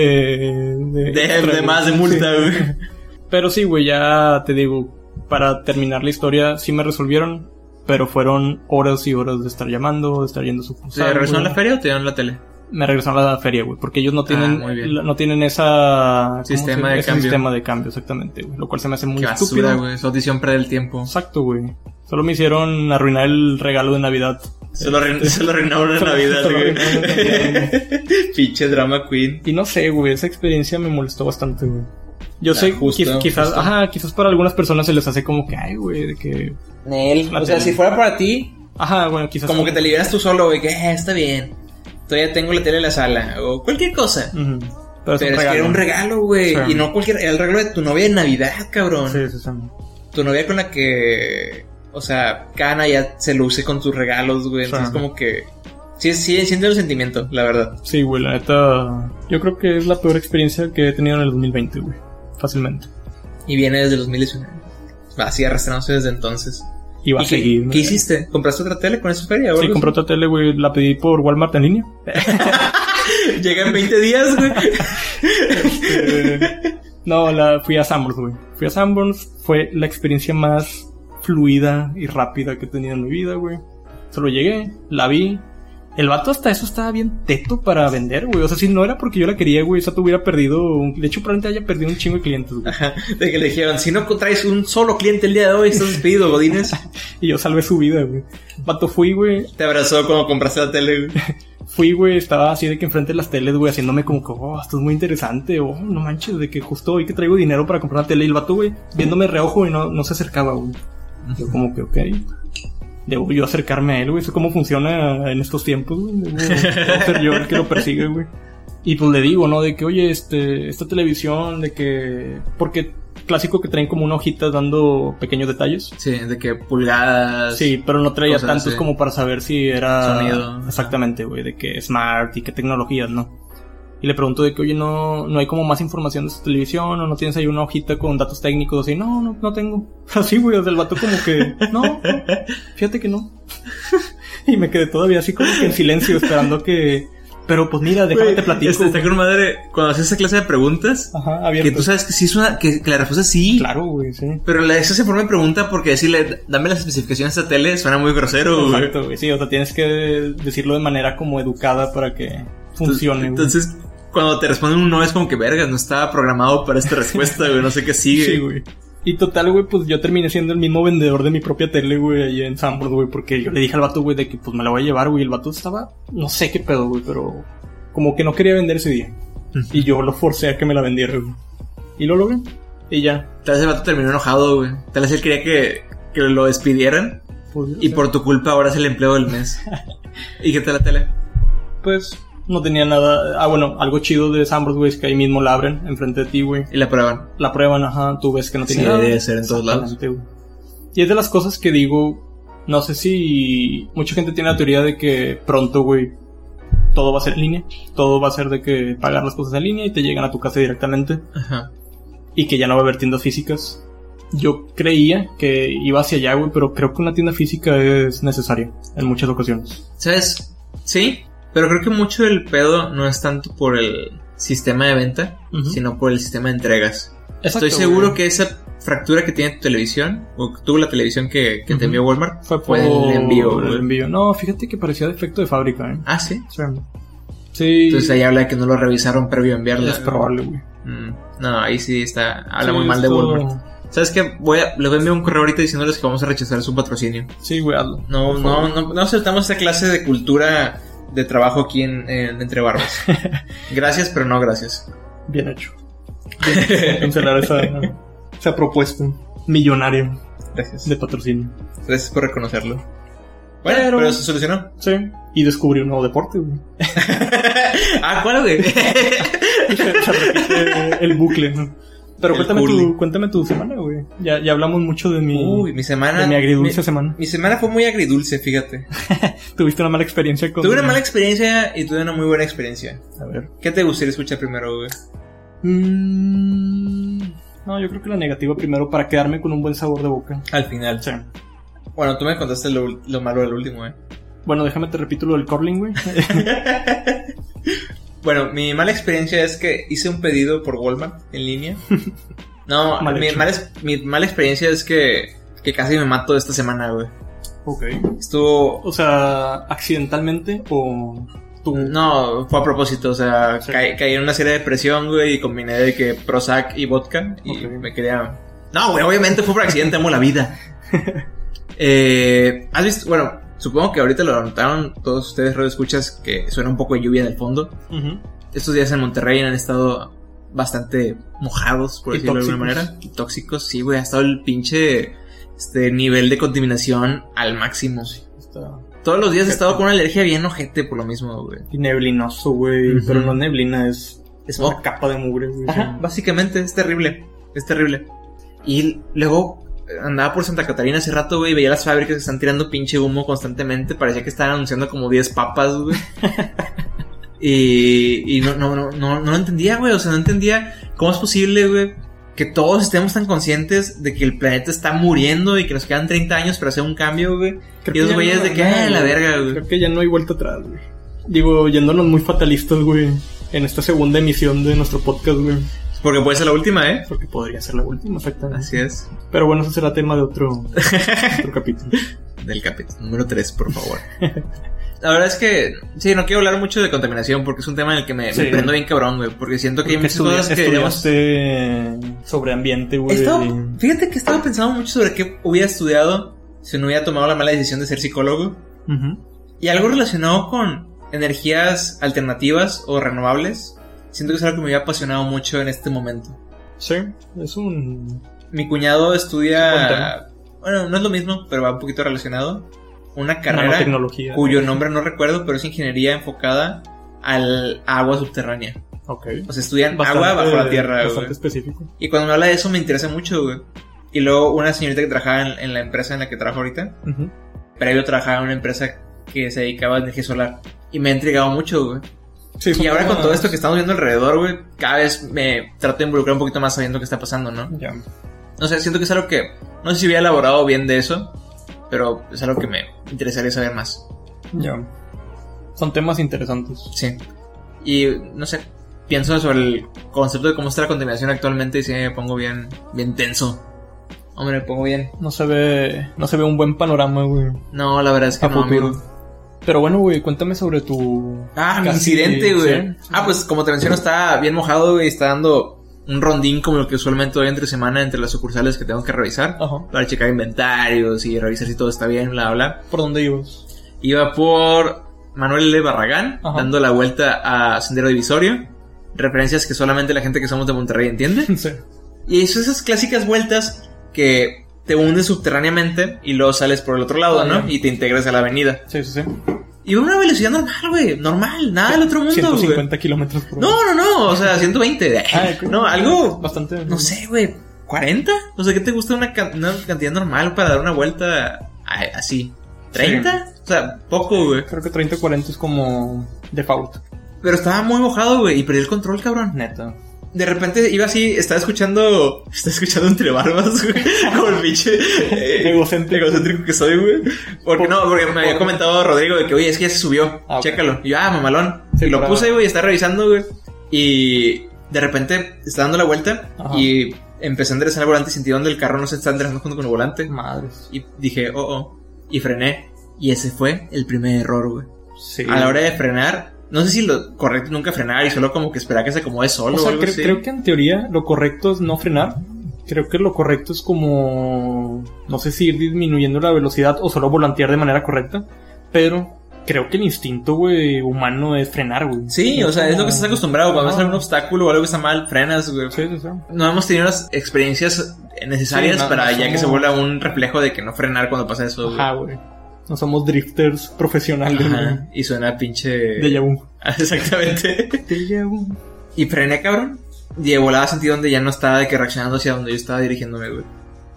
[SPEAKER 2] De,
[SPEAKER 1] De,
[SPEAKER 2] Eh, extra,
[SPEAKER 1] de
[SPEAKER 2] güey.
[SPEAKER 1] más de multa,
[SPEAKER 2] Sí.
[SPEAKER 1] güey.
[SPEAKER 2] Pero sí, güey, ya te digo, para terminar la historia, sí me resolvieron, pero fueron horas y horas de estar llamando, de estar yendo a su
[SPEAKER 1] ¿Se regresó a la feria o te dieron la tele?
[SPEAKER 2] me regresaron a la feria, güey, porque ellos no tienen,
[SPEAKER 1] muy bien.
[SPEAKER 2] la- no tienen esa ¿cómo
[SPEAKER 1] Sistema
[SPEAKER 2] se llama?
[SPEAKER 1] de
[SPEAKER 2] ese
[SPEAKER 1] cambio.
[SPEAKER 2] sistema de cambio, exactamente, güey, lo cual se me hace muy
[SPEAKER 1] Qué
[SPEAKER 2] estúpido.
[SPEAKER 1] basura, güey. Es audición para el tiempo.
[SPEAKER 2] Exacto, güey. Solo me hicieron arruinar el regalo de Navidad.
[SPEAKER 1] Se lo, arruin- se lo arruinaron en Navidad,
[SPEAKER 2] Se lo
[SPEAKER 1] güey.
[SPEAKER 2] arruinaron en
[SPEAKER 1] Pinche drama queen.
[SPEAKER 2] Y no sé, güey, esa experiencia me molestó bastante, güey. Yo
[SPEAKER 1] Ah,
[SPEAKER 2] sé,
[SPEAKER 1] justo,
[SPEAKER 2] quiz- quizás,
[SPEAKER 1] justo.
[SPEAKER 2] ajá, quizás para algunas personas se les hace como que, ay, güey, de que,
[SPEAKER 1] Nel.
[SPEAKER 2] La
[SPEAKER 1] O sea,
[SPEAKER 2] tele.
[SPEAKER 1] si fuera para ti,
[SPEAKER 2] ajá, bueno, quizás.
[SPEAKER 1] como que te liberas tú solo, güey. Que "Ah, está bien. Todavía tengo la tele en la sala. O cualquier cosa.
[SPEAKER 2] Ujú. Pero,
[SPEAKER 1] Pero es que era un regalo, güey.
[SPEAKER 2] Sí.
[SPEAKER 1] Y no cualquier. Era el regalo de tu novia de Navidad, cabrón.
[SPEAKER 2] Sí, sí, sí.
[SPEAKER 1] Tu novia con la que. O sea, Cana ya se luce con tus regalos, güey. Entonces,
[SPEAKER 2] Sí.
[SPEAKER 1] como que. Sí, sí, siento el sentimiento, la verdad.
[SPEAKER 2] Sí, güey, la neta. Yo creo que es la peor experiencia que he tenido en el 2020, güey. Fácilmente.
[SPEAKER 1] Y viene desde los 2019. Va así arrastrándose desde entonces.
[SPEAKER 2] Y va a
[SPEAKER 1] ¿Y qué-
[SPEAKER 2] seguir.
[SPEAKER 1] ¿Qué,
[SPEAKER 2] ¿no?
[SPEAKER 1] hiciste? ¿Compraste otra tele con esa feria? o
[SPEAKER 2] Sí,
[SPEAKER 1] algo
[SPEAKER 2] compré otra tele, güey. La pedí por Walmart en línea.
[SPEAKER 1] así? Llega en 20 días, güey.
[SPEAKER 2] Eh, no, la fui a Sanborns, güey. Fui a Sanborns. Fue la experiencia más fluida y rápida que he tenido en mi vida, güey. Solo llegué, la vi. El vato hasta eso estaba bien teto para vender, güey. O sea, si no era porque yo la quería, güey, esa te hubiera perdido... un- De hecho, probablemente haya perdido un chingo de clientes, güey.
[SPEAKER 1] Ajá, de que le dijeron, si no traes un solo cliente el día de hoy, estás despedido, Godínez.
[SPEAKER 2] Y yo salvé su vida, güey. Vato, fui, güey.
[SPEAKER 1] Te abrazó cuando compraste la tele, güey.
[SPEAKER 2] Fui, güey, estaba así de que enfrente de las teles, güey, haciéndome como que, oh, esto es muy interesante, oh, no manches, de que justo hoy que traigo dinero para comprar una tele y el vato, güey, viéndome reojo y no, no se acercaba, güey. Yo como que, ok, debo yo acercarme a él, güey, eso cómo funciona en estos tiempos, güey. Debo- debo ser yo el que lo persigue, güey. Y pues le digo, ¿no? De que, oye, este, esta televisión, de que, porque clásico que traen como una hojita dando pequeños detalles.
[SPEAKER 1] Sí, de que pulgadas.
[SPEAKER 2] Sí, pero no traía
[SPEAKER 1] cosas,
[SPEAKER 2] tantos
[SPEAKER 1] sí.
[SPEAKER 2] como para saber si era
[SPEAKER 1] Sonido.
[SPEAKER 2] exactamente, güey, de qué smart y qué tecnologías, ¿no? Y le pregunto de que, oye, no, no hay como más información de su televisión o no tienes ahí una hojita con datos técnicos así, no, no, no tengo. Así, güey, o sea, el vato como que, no, no, fíjate que no. y me quedé todavía así como que en silencio esperando que, pero pues mira, déjame
[SPEAKER 1] Güey,
[SPEAKER 2] te platico.
[SPEAKER 1] Este, está con madre cuando haces esa clase de preguntas
[SPEAKER 2] Ajá,
[SPEAKER 1] que
[SPEAKER 2] abierto.
[SPEAKER 1] tú sabes que sí es una que, que la respuesta es sí.
[SPEAKER 2] Claro, güey, sí.
[SPEAKER 1] Pero la, esa se forma de pregunta porque decirle, dame las especificaciones de esta tele suena muy grosero, güey.
[SPEAKER 2] Exacto, güey, sí, o sea, tienes que decirlo de manera como educada para que funcione, güey.
[SPEAKER 1] Entonces, cuando te responden un no es como que vergas, no estaba programado para esta respuesta, güey, no sé qué sigue.
[SPEAKER 2] Sí, güey. Y total, güey, pues yo terminé siendo el mismo vendedor de mi propia tele, güey, ahí en Sanborns, güey, porque yo le dije al vato, güey, de que pues me la voy a llevar, güey. El vato estaba, no sé qué pedo, güey, pero como que no quería vender ese día. Y yo lo forcé a que me la vendiera, güey. Y lo logré. Y ya.
[SPEAKER 1] Tal vez el vato terminó enojado, güey. Tal vez él quería que, que lo despidieran
[SPEAKER 2] Pues,
[SPEAKER 1] y por tu culpa ahora es el empleo del mes. ¿Y qué tal la tele?
[SPEAKER 2] pues no tenía nada. Ah, bueno, algo chido de Sanborns, güey, es que ahí mismo la abren enfrente de ti, güey.
[SPEAKER 1] Y la prueban.
[SPEAKER 2] La prueban, ajá, tú ves que no tiene
[SPEAKER 1] Sí,
[SPEAKER 2] nada.
[SPEAKER 1] debe ser en todos lados.
[SPEAKER 2] Exactamente, güey. Y es de las cosas que digo, no sé si mucha gente tiene la teoría de que pronto, güey, todo va a ser en línea, todo va a ser de que pagar las cosas en línea y te llegan a tu casa directamente
[SPEAKER 1] Ajá.
[SPEAKER 2] y que ya no va a haber tiendas físicas. Yo creía que iba hacia allá, güey, pero creo que una tienda física es necesaria en muchas ocasiones.
[SPEAKER 1] ¿Sabes? Sí, pero creo que mucho del pedo no es tanto por el sistema de venta,
[SPEAKER 2] Ujú.
[SPEAKER 1] sino por el sistema de entregas. Estoy seguro que esa fractura que tiene tu televisión, o que tuvo la televisión que, que
[SPEAKER 2] Ujú.
[SPEAKER 1] te envió Walmart,
[SPEAKER 2] fue por
[SPEAKER 1] fue el envío.
[SPEAKER 2] el
[SPEAKER 1] güey.
[SPEAKER 2] envío. No, fíjate que parecía defecto de fábrica, ¿eh?
[SPEAKER 1] Ah, sí.
[SPEAKER 2] Sí. Sí.
[SPEAKER 1] Entonces ahí habla de que no lo revisaron previo a enviarla.
[SPEAKER 2] es probable, güey.
[SPEAKER 1] Mm, No, ahí sí está. Habla muy
[SPEAKER 2] Sí,
[SPEAKER 1] mal de
[SPEAKER 2] esto-
[SPEAKER 1] Walmart. ¿Sabes qué? Voy a, les voy a enviar un correo ahorita diciéndoles que vamos a rechazar su patrocinio.
[SPEAKER 2] Sí, güey, hazlo.
[SPEAKER 1] No,
[SPEAKER 2] Por
[SPEAKER 1] no,
[SPEAKER 2] favor.
[SPEAKER 1] no, no aceptamos esa clase de cultura de trabajo aquí en, en- Entre Barbas. Gracias, pero no gracias.
[SPEAKER 2] Bien hecho. Cancelar esa, esa propuesta millonaria
[SPEAKER 1] Gracias.
[SPEAKER 2] de patrocinio.
[SPEAKER 1] Gracias por reconocerlo. Bueno, pero,
[SPEAKER 2] Pero-
[SPEAKER 1] se solucionó.
[SPEAKER 2] Sí. Y descubrí un nuevo deporte, güey.
[SPEAKER 1] ah, ¿cuál, güey?
[SPEAKER 2] Se repite el bucle, ¿no? Pero
[SPEAKER 1] El
[SPEAKER 2] cuéntame
[SPEAKER 1] curling.
[SPEAKER 2] tu, cuéntame tu semana, güey. Ya, ya hablamos mucho de mi,
[SPEAKER 1] Uy, ah, mi semana.
[SPEAKER 2] de mi agridulce
[SPEAKER 1] mi-
[SPEAKER 2] semana.
[SPEAKER 1] mi semana fue muy agridulce, fíjate.
[SPEAKER 2] Tuviste una mala experiencia con.
[SPEAKER 1] Tuve una mala experiencia y tuve una muy buena experiencia.
[SPEAKER 2] A ver.
[SPEAKER 1] ¿Qué te gustaría escuchar primero, güey?
[SPEAKER 2] Mm, no, yo creo que la negativa primero para quedarme con un buen sabor de boca.
[SPEAKER 1] Al final.
[SPEAKER 2] Sí.
[SPEAKER 1] Bueno, tú me contaste lo, lo malo del último, eh.
[SPEAKER 2] Bueno, déjame te repito lo del curling, güey.
[SPEAKER 1] Bueno, mi mala experiencia es que hice un pedido por Walmart en línea. No,
[SPEAKER 2] Mal
[SPEAKER 1] mi,
[SPEAKER 2] hecho.
[SPEAKER 1] mala, es- mi mala experiencia es que, que casi me mato esta semana, güey.
[SPEAKER 2] ok.
[SPEAKER 1] Estuvo...
[SPEAKER 2] O sea, accidentalmente o tú.
[SPEAKER 1] No, fue a propósito, o sea,
[SPEAKER 2] Sí.
[SPEAKER 1] caí, caí en una serie de depresión, güey, y combiné de que Prozac y vodka y
[SPEAKER 2] Ok.
[SPEAKER 1] me quería... No, güey, obviamente fue por accidente, amo la vida. eh, ¿Has visto? Bueno, supongo que ahorita lo notaron todos ustedes, radio escuchas, que suena un poco de lluvia en el fondo.
[SPEAKER 2] Ujú.
[SPEAKER 1] estos días en Monterrey han estado bastante mojados, por
[SPEAKER 2] Y
[SPEAKER 1] decirlo de alguna
[SPEAKER 2] tóxicos.
[SPEAKER 1] manera. Y tóxicos, sí, güey. Ha estado el pinche este, nivel de contaminación al máximo.
[SPEAKER 2] Está
[SPEAKER 1] Todos los días he estado con una alergia bien ojete por lo mismo, güey.
[SPEAKER 2] neblinoso, güey.
[SPEAKER 1] Ujú.
[SPEAKER 2] Pero no neblina, es, es una
[SPEAKER 1] Smog.
[SPEAKER 2] capa de mugre, güey.
[SPEAKER 1] Ajá, básicamente es terrible. Es terrible. Y luego eh, andaba por Santa Catarina hace rato, güey, y veía las fábricas que están tirando pinche humo constantemente. Parecía que estaban anunciando como 10 papas, güey. y y no, no, no, no, no lo entendía, güey. O sea, no entendía cómo es posible, güey, que todos estemos tan conscientes de que el planeta está muriendo y que nos quedan 30 años para hacer un cambio, güey.
[SPEAKER 2] Creo
[SPEAKER 1] Y
[SPEAKER 2] que
[SPEAKER 1] los
[SPEAKER 2] ya
[SPEAKER 1] güeyes
[SPEAKER 2] no
[SPEAKER 1] de
[SPEAKER 2] hay
[SPEAKER 1] que,
[SPEAKER 2] nada,
[SPEAKER 1] ah, la
[SPEAKER 2] güey.
[SPEAKER 1] verga, güey.
[SPEAKER 2] Creo que ya no hay vuelta atrás, güey. Digo, yéndonos muy fatalistas, güey. En esta segunda emisión de nuestro podcast, güey.
[SPEAKER 1] Porque puede ser la última, ¿eh?
[SPEAKER 2] Porque podría ser la última, exactamente.
[SPEAKER 1] Así es.
[SPEAKER 2] Pero bueno, eso será tema de otro, otro capítulo.
[SPEAKER 1] del capítulo número 3, por favor. La verdad es que, sí, no quiero hablar mucho de contaminación porque es un tema en el que me, me
[SPEAKER 2] Sí.
[SPEAKER 1] prendo bien cabrón, güey. Porque siento que hay
[SPEAKER 2] Porque
[SPEAKER 1] muchas
[SPEAKER 2] estudia-
[SPEAKER 1] cosas que deberíamos.
[SPEAKER 2] estudiaste sobre ambiente,
[SPEAKER 1] He
[SPEAKER 2] güey.
[SPEAKER 1] estado- fíjate que estaba pensando mucho sobre qué hubiera estudiado si no hubiera tomado la mala decisión de ser psicólogo.
[SPEAKER 2] Ujú.
[SPEAKER 1] Y algo relacionado con energías alternativas o renovables, siento que es algo que me había apasionado mucho en este momento.
[SPEAKER 2] Sí, es un...
[SPEAKER 1] Mi cuñado estudia.
[SPEAKER 2] Cuéntame.
[SPEAKER 1] Bueno, no es lo mismo, pero va un poquito relacionado. Una
[SPEAKER 2] Carrera,
[SPEAKER 1] carrera
[SPEAKER 2] tecnología.
[SPEAKER 1] cuyo nombre no recuerdo, pero es ingeniería enfocada al agua subterránea.
[SPEAKER 2] Ok.
[SPEAKER 1] O sea, estudian
[SPEAKER 2] Bastante-
[SPEAKER 1] agua bajo la tierra,
[SPEAKER 2] Bastante
[SPEAKER 1] güey.
[SPEAKER 2] específico.
[SPEAKER 1] Y cuando me habla de eso me interesa mucho, güey. Y luego una señorita que trabajaba en, en la empresa en la que trabajo ahorita,
[SPEAKER 2] Ujú.
[SPEAKER 1] previo trabajaba en una empresa que se dedicaba a energía solar. Y me ha intrigado mucho, güey.
[SPEAKER 2] Sí,
[SPEAKER 1] Y
[SPEAKER 2] son
[SPEAKER 1] ahora con
[SPEAKER 2] temas-
[SPEAKER 1] todo esto que estamos viendo alrededor, güey, cada vez me trato de involucrar un poquito más sabiendo qué está pasando, ¿no?
[SPEAKER 2] Ya.
[SPEAKER 1] No sé, siento que es algo que... No sé si hubiera elaborado bien de eso, pero es algo que me interesaría saber más.
[SPEAKER 2] Ya. Son temas interesantes.
[SPEAKER 1] Sí. Y no sé, pienso sobre el concepto de cómo está la contaminación actualmente y sí me pongo bien, bien tenso. Hombre, me pongo bien.
[SPEAKER 2] No se ve, no se ve un buen panorama, güey.
[SPEAKER 1] No, la verdad es que
[SPEAKER 2] A
[SPEAKER 1] no,
[SPEAKER 2] futuro.
[SPEAKER 1] amigo.
[SPEAKER 2] Pero bueno, güey, cuéntame sobre tu...
[SPEAKER 1] Ah, mi
[SPEAKER 2] Casi,
[SPEAKER 1] incidente, güey.
[SPEAKER 2] sí.
[SPEAKER 1] Ah, pues como te menciono, está bien mojado, güey. Está dando un rondín como lo que usualmente doy entre semana entre las sucursales que tengo que revisar.
[SPEAKER 2] Ajá.
[SPEAKER 1] Para checar inventarios y revisar si todo está bien, bla, bla.
[SPEAKER 2] ¿Por dónde ibas?
[SPEAKER 1] Iba por Manuel L. Barragán,
[SPEAKER 2] Ajá.
[SPEAKER 1] dando la vuelta a Sendero Divisorio. Referencias que solamente la gente que somos de Monterrey entiende.
[SPEAKER 2] Sí.
[SPEAKER 1] Y hizo esas clásicas vueltas que te hundes subterráneamente y luego sales por el otro lado,
[SPEAKER 2] Ah,
[SPEAKER 1] ¿no?
[SPEAKER 2] ya.
[SPEAKER 1] Y te integras a la avenida.
[SPEAKER 2] Sí, sí, sí.
[SPEAKER 1] Y va a una velocidad normal, güey. Normal, nada del Ah, otro mundo, güey.
[SPEAKER 2] 150 kilómetros por hora.
[SPEAKER 1] No, no, no. O sea, 120.
[SPEAKER 2] Ah, ok.
[SPEAKER 1] No, algo.
[SPEAKER 2] Bastante.
[SPEAKER 1] No sé, güey. ¿40? O sea, ¿qué te gusta una, can- una cantidad normal para dar una vuelta a- así? ¿30? O sea, poco, güey.
[SPEAKER 2] Creo que 30 40 es como default.
[SPEAKER 1] Pero estaba muy mojado, güey. Y perdí el control, cabrón.
[SPEAKER 2] Neta.
[SPEAKER 1] De repente iba así, estaba escuchando. Estaba escuchando entre barbas, güey. Como el pinche. eh,
[SPEAKER 2] Egocéntrico.
[SPEAKER 1] egocéntrico que soy, güey. Porque no, porque me había
[SPEAKER 2] por-
[SPEAKER 1] comentado Rodrigo de que, oye, es que ya se subió.
[SPEAKER 2] Ah, ok.
[SPEAKER 1] Chécalo. Y yo, ah, mamalón.
[SPEAKER 2] Sí,
[SPEAKER 1] y lo
[SPEAKER 2] para-
[SPEAKER 1] puse, güey, está revisando, güey. Y de repente está dando la vuelta
[SPEAKER 2] Ajá.
[SPEAKER 1] y empecé a enderezar el volante y sentí donde el carro no se está enderezando junto con el volante.
[SPEAKER 2] Madres.
[SPEAKER 1] Y dije, oh, oh. Y frené. Y ese fue el primer error, güey.
[SPEAKER 2] Sí.
[SPEAKER 1] A la hora de frenar, no sé si lo correcto es nunca frenar y solo como que esperar que se acomode solo
[SPEAKER 2] O
[SPEAKER 1] o,
[SPEAKER 2] sea,
[SPEAKER 1] algo
[SPEAKER 2] cre-
[SPEAKER 1] así.
[SPEAKER 2] creo que en teoría lo correcto es no frenar Creo que lo correcto es como. No sé si ir disminuyendo la velocidad o solo volantear de manera correcta. Pero creo que el instinto, güey, humano es frenar, güey.
[SPEAKER 1] Sí, o sea, es lo que estás acostumbrado. Cuando ves
[SPEAKER 2] Ah.
[SPEAKER 1] algún obstáculo o algo que está mal, frenas, güey.
[SPEAKER 2] Sí, sí, sí.
[SPEAKER 1] No hemos tenido las experiencias necesarias
[SPEAKER 2] Sí, no,
[SPEAKER 1] para
[SPEAKER 2] no
[SPEAKER 1] ya que
[SPEAKER 2] somos-
[SPEAKER 1] se vuelva un reflejo de que no frenar cuando pasa eso, güey.
[SPEAKER 2] Ajá, güey. No somos drifters profesionales, güey.
[SPEAKER 1] Ajá. Y suena pinche.
[SPEAKER 2] De Yahoo.
[SPEAKER 1] Exactamente.
[SPEAKER 2] De Yahoo.
[SPEAKER 1] Y frené, cabrón. Y de volada sentí donde ya no estaba de que reaccionando hacia donde yo estaba dirigiéndome, güey.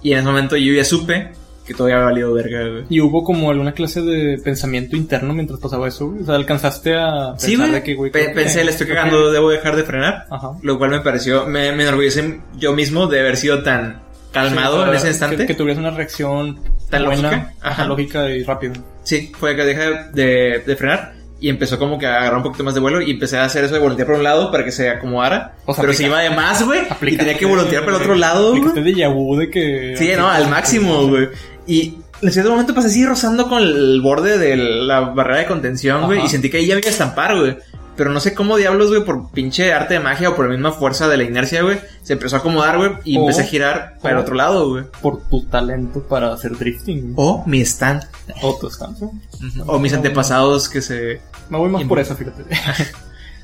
[SPEAKER 1] Y en ese momento yo ya supe que todo había valido verga, güey.
[SPEAKER 2] ¿Y hubo como alguna clase de pensamiento interno mientras pasaba eso? güey? O sea, ¿alcanzaste a pensar
[SPEAKER 1] Sí, güey.
[SPEAKER 2] de que, güey,
[SPEAKER 1] Pe-
[SPEAKER 2] creo que-
[SPEAKER 1] pensé, le estoy
[SPEAKER 2] creo que-
[SPEAKER 1] cagando, debo dejar de frenar.
[SPEAKER 2] Ajá.
[SPEAKER 1] Lo cual me pareció, me, me enorgullece yo mismo de haber sido tan calmado
[SPEAKER 2] Sí, o sea,
[SPEAKER 1] en ese instante.
[SPEAKER 2] Que, que tuvieras una reacción
[SPEAKER 1] Tan
[SPEAKER 2] buena,
[SPEAKER 1] lógica. Ajá.
[SPEAKER 2] ajá, lógica y rápida.
[SPEAKER 1] Sí, fue que dejé de, de frenar. Y empezó como que a agarrar un poquito más de vuelo y empecé a hacer eso de voltear por un lado para que se acomodara.
[SPEAKER 2] O sea,
[SPEAKER 1] pero
[SPEAKER 2] aplica-
[SPEAKER 1] se iba de más, güey. Y
[SPEAKER 2] Aplicaste-
[SPEAKER 1] tenía que voltear para el otro lado, güey.
[SPEAKER 2] Aplicaste de Yahoo de que...
[SPEAKER 1] Sí, no, al máximo, güey. Y en cierto momento pasé así rozando con el borde de la barrera de contención, güey.
[SPEAKER 2] Ajá.
[SPEAKER 1] Y sentí que ahí ya me iba a estampar, güey. Pero no sé cómo diablos, güey, por pinche arte de magia o por la misma fuerza de la inercia, güey. Se empezó a acomodar, güey. Y
[SPEAKER 2] O-
[SPEAKER 1] empecé a girar para el
[SPEAKER 2] o-
[SPEAKER 1] otro lado, güey.
[SPEAKER 2] Por tu talento para hacer drifting.
[SPEAKER 1] O mi stand.
[SPEAKER 2] O tu estancia.
[SPEAKER 1] Ujú. O mis antepasados que se...
[SPEAKER 2] Me voy más
[SPEAKER 1] Y-
[SPEAKER 2] por esa, fíjate.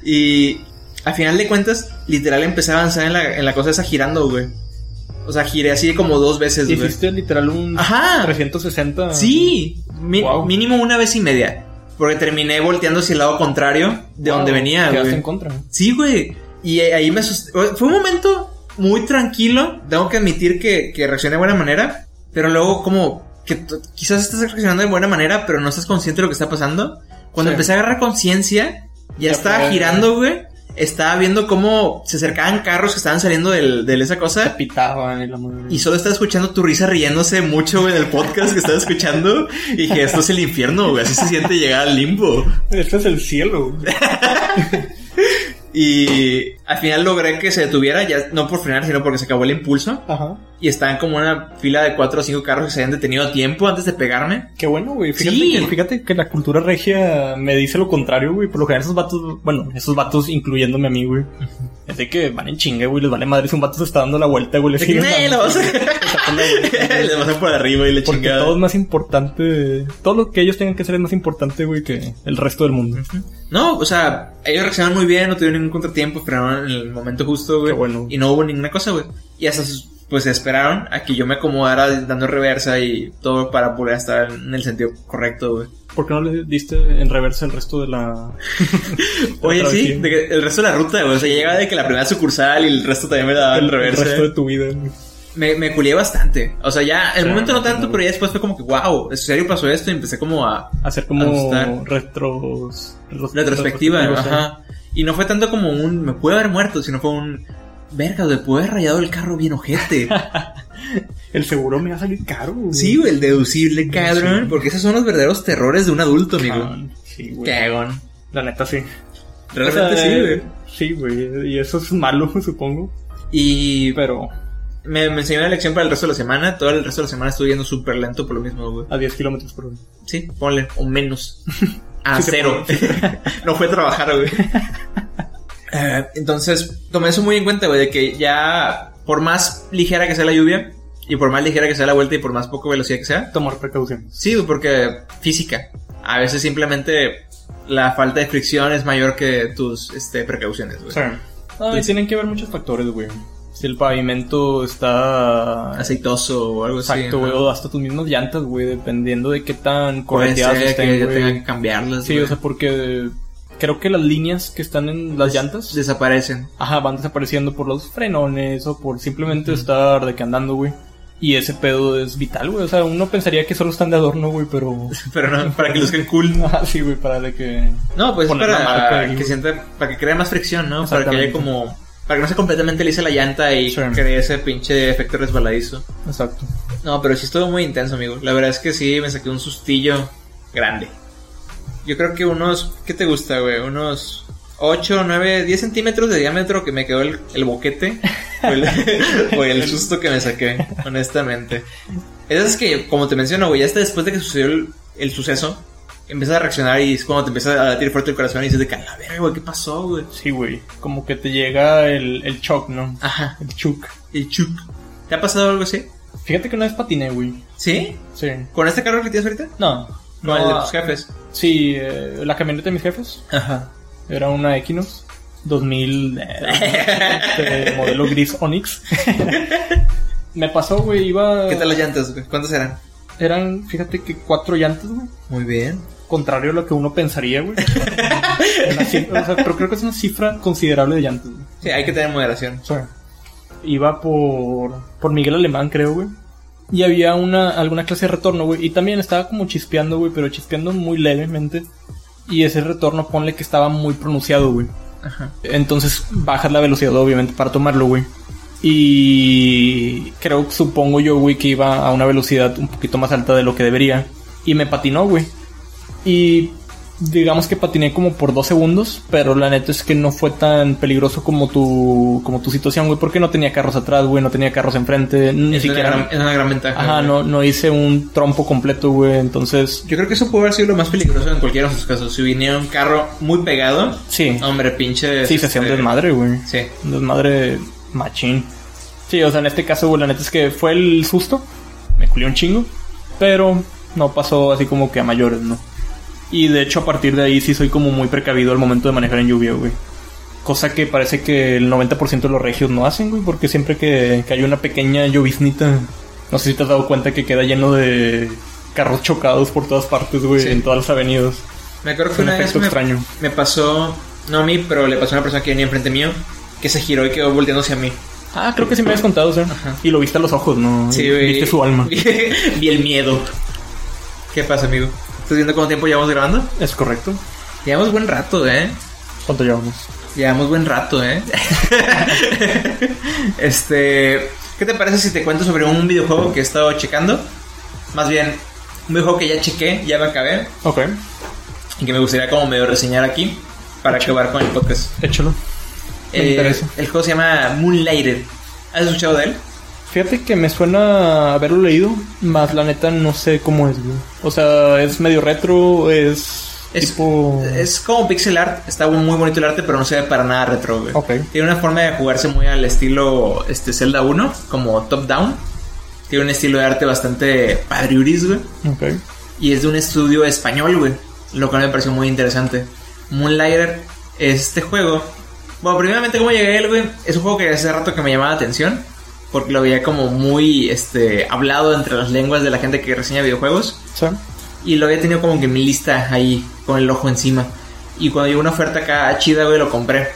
[SPEAKER 1] Y al final de cuentas, literal empecé a avanzar en la, en la cosa esa girando, güey. O sea, giré así como dos veces, güey.
[SPEAKER 2] Hiciste literal un
[SPEAKER 1] Ajá.
[SPEAKER 2] 360...
[SPEAKER 1] Sí, mi-
[SPEAKER 2] Wow.
[SPEAKER 1] mínimo una vez y media. Porque terminé volteando hacia el lado contrario de
[SPEAKER 2] Wow,
[SPEAKER 1] donde venía,
[SPEAKER 2] Quedaste en
[SPEAKER 1] güey.
[SPEAKER 2] contra.
[SPEAKER 1] Sí, güey. Y eh, ahí me asusté. O- Fue un momento muy tranquilo. Tengo que admitir que, que reaccioné de buena manera. Pero luego, como que t- quizás estás reaccionando de buena manera, pero no estás consciente de lo que está pasando. Cuando
[SPEAKER 2] Sí.
[SPEAKER 1] empecé a agarrar conciencia, ya,
[SPEAKER 2] Ya
[SPEAKER 1] estaba
[SPEAKER 2] fue,
[SPEAKER 1] girando, güey. Estaba viendo cómo se acercaban carros que estaban saliendo del- de esa cosa.
[SPEAKER 2] Pitaban y la madre.
[SPEAKER 1] Y solo estaba escuchando tu risa riéndose mucho, güey, en el podcast que estaba escuchando. Y dije, esto es el infierno, güey. Así se siente llegar al limbo.
[SPEAKER 2] Este es el cielo. güey.
[SPEAKER 1] Y al final logré que se detuviera, ya no por frenar, sino porque se acabó el impulso.
[SPEAKER 2] Ajá.
[SPEAKER 1] Y estaban como una fila de cuatro o cinco carros que se habían detenido a tiempo antes de pegarme.
[SPEAKER 2] Qué bueno, güey. Fíjate,
[SPEAKER 1] Sí.
[SPEAKER 2] que, fíjate que la cultura regia me dice lo contrario, güey. Por lo general esos vatos, bueno, esos vatos incluyéndome a mí, güey. Es de que van en chinga, güey. Les vale madre si un vato se está dando la vuelta, güey. Le
[SPEAKER 1] De que,
[SPEAKER 2] siguen
[SPEAKER 1] "Nee,
[SPEAKER 2] dando".
[SPEAKER 1] lo vas a-
[SPEAKER 2] Sacó la vuelta, güey.
[SPEAKER 1] Les pasan por arriba y le
[SPEAKER 2] Porque
[SPEAKER 1] chingada.
[SPEAKER 2] todo es más importante. Todo lo que ellos tengan que hacer es más importante, güey, que el resto del mundo.
[SPEAKER 1] No, o sea, ellos reaccionaron muy bien, no tuvieron ningún contratiempo, frenaron en el momento justo, güey.
[SPEAKER 2] Qué bueno.
[SPEAKER 1] Y no hubo ninguna cosa, güey. Y hasta pues esperaron a que yo me acomodara dando reversa y todo para poder estar en el sentido correcto, güey.
[SPEAKER 2] ¿Por qué no le diste en reversa el resto de la.
[SPEAKER 1] Oye,
[SPEAKER 2] Otra vez,
[SPEAKER 1] sí,
[SPEAKER 2] sí.
[SPEAKER 1] de que el resto de la ruta, güey. O sea, llegaba de que la primera sucursal y el resto también me daba en
[SPEAKER 2] Ah, el,
[SPEAKER 1] reversa. eh.
[SPEAKER 2] resto de tu vida, güey?
[SPEAKER 1] Me, me culié bastante. O sea, ya, en el
[SPEAKER 2] Claro,
[SPEAKER 1] momento no tanto,
[SPEAKER 2] claro.
[SPEAKER 1] pero ya después fue como que, wow, en serio pasó esto y empecé como a,
[SPEAKER 2] Hacer
[SPEAKER 1] Asustar.
[SPEAKER 2] como retros. retros-
[SPEAKER 1] retrospectiva,
[SPEAKER 2] retrospectivos,
[SPEAKER 1] ajá. Y no fue tanto como un me pude haber muerto, sino fue un verga, güey, pude haber rayado el carro bien ojete.
[SPEAKER 2] El seguro me va a salir caro, güey.
[SPEAKER 1] sí, güey, el deducible, cabrón,
[SPEAKER 2] Sí.
[SPEAKER 1] porque esos son los verdaderos terrores de un adulto, amigo.
[SPEAKER 2] Cabrón. Sí, güey.
[SPEAKER 1] Cagón.
[SPEAKER 2] La neta, sí.
[SPEAKER 1] Realmente
[SPEAKER 2] O sea,
[SPEAKER 1] sí,
[SPEAKER 2] eh,
[SPEAKER 1] güey.
[SPEAKER 2] Sí, güey. Y eso es malo, supongo.
[SPEAKER 1] Y
[SPEAKER 2] Pero
[SPEAKER 1] me, me enseñó una lección para el resto de la semana. Todo el resto de la semana estuve yendo súper lento por lo mismo, güey.
[SPEAKER 2] a 10 kilómetros por hora.
[SPEAKER 1] Sí, ponle, o menos. A
[SPEAKER 2] Sí te
[SPEAKER 1] cero. no fue a trabajar, güey. Eh, Entonces, tomé eso muy en cuenta, güey, de que ya, por más ligera que sea la lluvia, y por más ligera que sea la vuelta, y por más poca velocidad que sea,
[SPEAKER 2] Tomar precauciones.
[SPEAKER 1] sí, güey, porque física. A veces simplemente la falta de fricción es mayor que tus este, precauciones,
[SPEAKER 2] O
[SPEAKER 1] güey.
[SPEAKER 2] sea, ay, Ah, tienen que ver muchos factores, güey. Si el pavimento está...
[SPEAKER 1] Aceitoso o algo así.
[SPEAKER 2] Exacto,
[SPEAKER 1] ¿no?
[SPEAKER 2] güey. O hasta tus mismas llantas, güey. Dependiendo de qué tan
[SPEAKER 1] Puede
[SPEAKER 2] correteadas
[SPEAKER 1] ser que
[SPEAKER 2] estén,
[SPEAKER 1] ya tengan
[SPEAKER 2] güey.
[SPEAKER 1] que cambiarlas.
[SPEAKER 2] Sí,
[SPEAKER 1] güey.
[SPEAKER 2] o sea, porque... Creo que las líneas que están en las llantas...
[SPEAKER 1] Desaparecen.
[SPEAKER 2] Ajá, van desapareciendo por los frenones o por simplemente estar de que andando, güey. Y ese pedo es vital, güey. O sea, uno pensaría que solo están de adorno, güey, pero...
[SPEAKER 1] Pero no, para que luzcan cool.
[SPEAKER 2] Ajá, Ah, sí, güey, para de que...
[SPEAKER 1] No, pues es
[SPEAKER 2] poner
[SPEAKER 1] para
[SPEAKER 2] la marca ahí,
[SPEAKER 1] que
[SPEAKER 2] güey.
[SPEAKER 1] sienta, para que crea más fricción, ¿no? Para que haya
[SPEAKER 2] Exactamente.
[SPEAKER 1] como, para que no sea completamente lisa la llanta y
[SPEAKER 2] Sí.
[SPEAKER 1] cree ese pinche efecto resbaladizo.
[SPEAKER 2] Exacto.
[SPEAKER 1] No, pero sí estuvo muy intenso, amigo. La verdad es que sí, me saqué un sustillo grande. Yo creo que unos, ¿qué te gusta, güey? Unos 8, 9, 10 centímetros de diámetro que me quedó el, el boquete. O el, o el susto que me saqué, honestamente. Esas que, como te menciono, güey, ya hasta después de que sucedió el, el suceso, empiezas a reaccionar y es cuando te empieza a latir fuerte el corazón y dices de que, "A la verga, güey, ¿qué pasó, güey?
[SPEAKER 2] Sí, güey. Como que te llega el, el shock, ¿no?
[SPEAKER 1] Ajá,
[SPEAKER 2] El chuk.
[SPEAKER 1] el chuc. ¿Te ha pasado algo así?
[SPEAKER 2] Fíjate que una vez patiné, güey.
[SPEAKER 1] ¿Sí?
[SPEAKER 2] Sí.
[SPEAKER 1] ¿Con este carro que tienes ahorita?
[SPEAKER 2] No.
[SPEAKER 1] Con el de tus jefes.
[SPEAKER 2] Sí, eh, la camioneta de mis jefes.
[SPEAKER 1] Ajá.
[SPEAKER 2] Era una Equinox 2000, eh, este, modelo gris Onix. Me pasó, güey, iba...
[SPEAKER 1] ¿Qué tal las llantas, güey? ¿Cuántas eran?
[SPEAKER 2] Eran, fíjate que cuatro llantas, güey.
[SPEAKER 1] Muy bien.
[SPEAKER 2] Contrario a lo que uno pensaría, güey. Una cifra- o sea, pero creo que es una cifra considerable de llantas, güey.
[SPEAKER 1] Sí, hay que tener moderación.
[SPEAKER 2] O sea, iba por, por Miguel Alemán, creo, güey. Y había una, alguna clase de retorno, güey. Y también estaba como chispeando, güey, pero chispeando muy levemente. Y ese retorno, ponle que estaba muy pronunciado, güey.
[SPEAKER 1] Ajá.
[SPEAKER 2] Entonces bajas la velocidad, obviamente, para tomarlo, güey. Y creo, supongo yo, güey, que iba a una velocidad un poquito más alta de lo que debería. Y me patinó, güey. Y digamos que patiné como por dos segundos, pero la neta es que no fue tan peligroso como tu, como tu situación, güey, porque no tenía carros atrás, güey, no tenía carros enfrente, ni
[SPEAKER 1] es,
[SPEAKER 2] siquiera...
[SPEAKER 1] una gran, es una gran ventaja.
[SPEAKER 2] Ajá,
[SPEAKER 1] güey.
[SPEAKER 2] no, no hice un trompo completo, güey, entonces...
[SPEAKER 1] Yo creo que eso puede haber sido lo más peligroso en cualquiera de sus casos. Si viniera un carro muy pegado,
[SPEAKER 2] Sí,
[SPEAKER 1] hombre, pinche.
[SPEAKER 2] sí, se hacía un
[SPEAKER 1] este,
[SPEAKER 2] desmadre, güey.
[SPEAKER 1] Sí.
[SPEAKER 2] Un desmadre machín. Sí, o sea, en este caso, güey, la neta es que fue el susto. Me culió un chingo. Pero no pasó así como que a mayores, ¿no? Y de hecho, a partir de ahí sí soy como muy precavido al momento de manejar en lluvia, güey. Cosa que parece que el 90% de los regios no hacen, güey, porque siempre que, que hay una pequeña lloviznita, no sé si te has dado cuenta que queda lleno de carros chocados por todas partes, güey,
[SPEAKER 1] Sí.
[SPEAKER 2] en todas las avenidas.
[SPEAKER 1] Me acuerdo
[SPEAKER 2] Es
[SPEAKER 1] que
[SPEAKER 2] un
[SPEAKER 1] una vez
[SPEAKER 2] efecto
[SPEAKER 1] me,
[SPEAKER 2] extraño.
[SPEAKER 1] me pasó, no a mí, pero le pasó a una persona que venía enfrente mío, que se giró y quedó volteando hacia mí.
[SPEAKER 2] Ah, creo que sí me habías contado, ¿sí?
[SPEAKER 1] Ajá.
[SPEAKER 2] Y lo viste a los ojos, ¿no?
[SPEAKER 1] Sí,
[SPEAKER 2] Y
[SPEAKER 1] güey.
[SPEAKER 2] Viste su alma.
[SPEAKER 1] Vi el miedo. ¿Qué pasa, amigo? ¿Estás viendo cuánto tiempo llevamos grabando?
[SPEAKER 2] Es correcto.
[SPEAKER 1] Llevamos buen rato, ¿eh?
[SPEAKER 2] ¿Cuánto llevamos?
[SPEAKER 1] Llevamos buen rato, ¿eh? este. ¿Qué te parece si te cuento sobre un videojuego que he estado checando? Más bien, un videojuego que ya chequé, ya me acabé,
[SPEAKER 2] Ok,
[SPEAKER 1] y que me gustaría como medio reseñar aquí para acabar con el podcast.
[SPEAKER 2] échalo. Me
[SPEAKER 1] Eh,
[SPEAKER 2] interesa.
[SPEAKER 1] el juego se llama Moonlighted. ¿Has escuchado de él?
[SPEAKER 2] Fíjate que me suena haberlo leído, más la neta no sé cómo es, güey. O sea, es medio retro, es,
[SPEAKER 1] Es,
[SPEAKER 2] tipo...
[SPEAKER 1] es como pixel art, está muy bonito el arte, pero no se ve para nada retro, güey.
[SPEAKER 2] Ok.
[SPEAKER 1] Tiene una forma de jugarse muy al estilo este, Zelda 1, como top-down. Tiene un estilo de arte bastante padriuris, güey.
[SPEAKER 2] Ok.
[SPEAKER 1] Y es de un estudio español, güey. Lo cual me pareció muy interesante. Moonlighter, este juego. Bueno, primeramente, ¿cómo llegué a él, güey? Es un juego que hace rato que me llamaba la atención. Porque lo veía como muy este, hablado entre las lenguas de la gente que reseña videojuegos.
[SPEAKER 2] Sí.
[SPEAKER 1] Y lo había tenido como que en mi lista ahí, con el ojo encima. Y cuando llegó una oferta acá chida, güey, lo compré.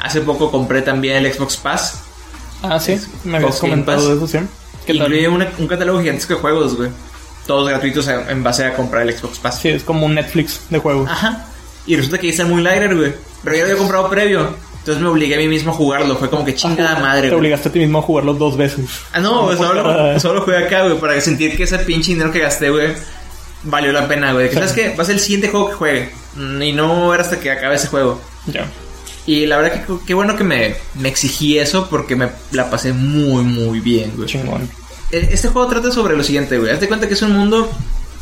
[SPEAKER 1] Hace poco compré también el Xbox Pass.
[SPEAKER 2] Ah, sí, me
[SPEAKER 1] Xbox
[SPEAKER 2] habías
[SPEAKER 1] Game
[SPEAKER 2] comentado de eso, sí. ¿Qué tal?
[SPEAKER 1] Incluye una- un catálogo gigantesco de juegos, güey. Todos gratuitos en en base a comprar el Xbox Pass.
[SPEAKER 2] Sí, es como un Netflix de juegos.
[SPEAKER 1] Ajá. Y resulta que hice el Moonlighter, güey. Pero yo lo había comprado previo. Entonces me obligué a mí mismo a jugarlo. Fue como que chingada madre,
[SPEAKER 2] Te
[SPEAKER 1] güey.
[SPEAKER 2] obligaste a ti mismo a jugarlo dos veces.
[SPEAKER 1] Ah, no, güey, solo,
[SPEAKER 2] Ah.
[SPEAKER 1] solo jugué acá, güey, para sentir que ese pinche dinero que gasté, güey, valió la pena, güey. Que, ¿Sabes qué? Va a ser el siguiente juego que juegue. Mm, Y no era hasta que acabe ese juego.
[SPEAKER 2] Ya.
[SPEAKER 1] Y la verdad que qué bueno que me, me exigí eso porque me la pasé muy, muy bien, güey.
[SPEAKER 2] Chingón.
[SPEAKER 1] E- Este juego trata sobre lo siguiente, güey. Hazte cuenta que es un mundo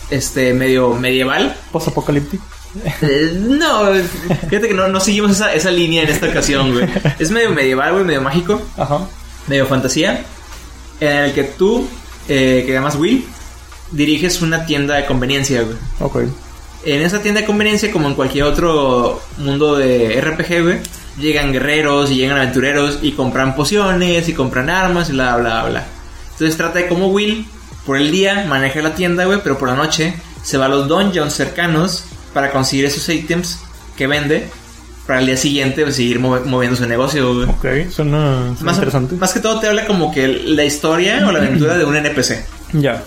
[SPEAKER 1] este medio medieval.
[SPEAKER 2] Post-apocalíptico.
[SPEAKER 1] Eh, No, fíjate que no, no seguimos esa, esa línea en esta ocasión, güey. Es medio medieval, güey, medio mágico,
[SPEAKER 2] Ajá.
[SPEAKER 1] medio fantasía, en el que tú, eh, que llamas Will, diriges una tienda de conveniencia, güey.
[SPEAKER 2] Ok.
[SPEAKER 1] En esa tienda de conveniencia, como en cualquier otro mundo de RPG, güey, llegan guerreros y llegan aventureros y compran pociones y compran armas y bla, bla, bla. Entonces trata de cómo Will, por el día, maneja la tienda, güey, pero por la noche se va a los dungeons cercanos para conseguir esos ítems que vende para el día siguiente pues, seguir move- moviendo su negocio, güey.
[SPEAKER 2] Ok, suena, suena
[SPEAKER 1] Más,
[SPEAKER 2] interesante.
[SPEAKER 1] más que todo te habla como que la historia o la aventura de un NPC.
[SPEAKER 2] Ya.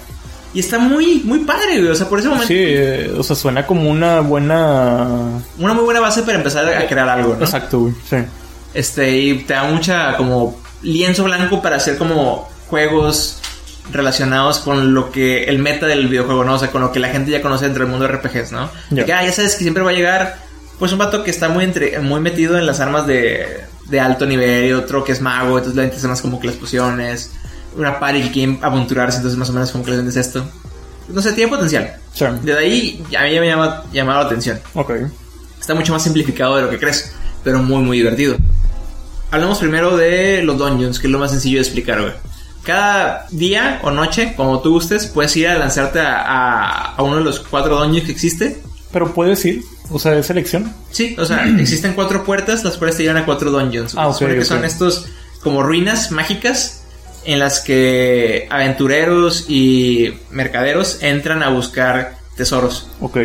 [SPEAKER 1] Y está muy, muy padre, güey. O sea, por ese momento,
[SPEAKER 2] Sí, eh, o sea, suena como una buena...
[SPEAKER 1] una muy buena base para empezar a crear algo, ¿no?
[SPEAKER 2] Exacto, güey. Sí.
[SPEAKER 1] Este, y te da mucha como lienzo blanco para hacer como juegos relacionados con lo que el meta del videojuego, ¿no? O sea, con lo que la gente ya conoce dentro del mundo de RPGs, ¿no?
[SPEAKER 2] Ya.
[SPEAKER 1] De que, ah, ya sabes que siempre va a llegar pues un vato que está muy entre, muy metido en las armas de, de alto nivel y otro que es mago, entonces le interesa más como que las pociones, una party que aventurarse, entonces más o menos como que le vendes esto. No sé, tiene potencial.
[SPEAKER 2] Sí.
[SPEAKER 1] Desde ahí a mí ya me llama, llamaba la atención.
[SPEAKER 2] Ok.
[SPEAKER 1] Está mucho más simplificado de lo que crees, pero muy, muy divertido. Hablamos primero de los dungeons, que es lo más sencillo de explicar, güey. Cada día o noche, como tú gustes, puedes ir a lanzarte a, a- a uno de los cuatro donjos que existe.
[SPEAKER 2] Pero puedes ir, o sea, es elección.
[SPEAKER 1] Sí, o sea, existen cuatro puertas, las puertas te llevan a cuatro dungeons.
[SPEAKER 2] Ah,
[SPEAKER 1] Ah,
[SPEAKER 2] ok,
[SPEAKER 1] que
[SPEAKER 2] ok.
[SPEAKER 1] son estos como ruinas mágicas en las que aventureros y mercaderos entran a buscar tesoros.
[SPEAKER 2] Ok.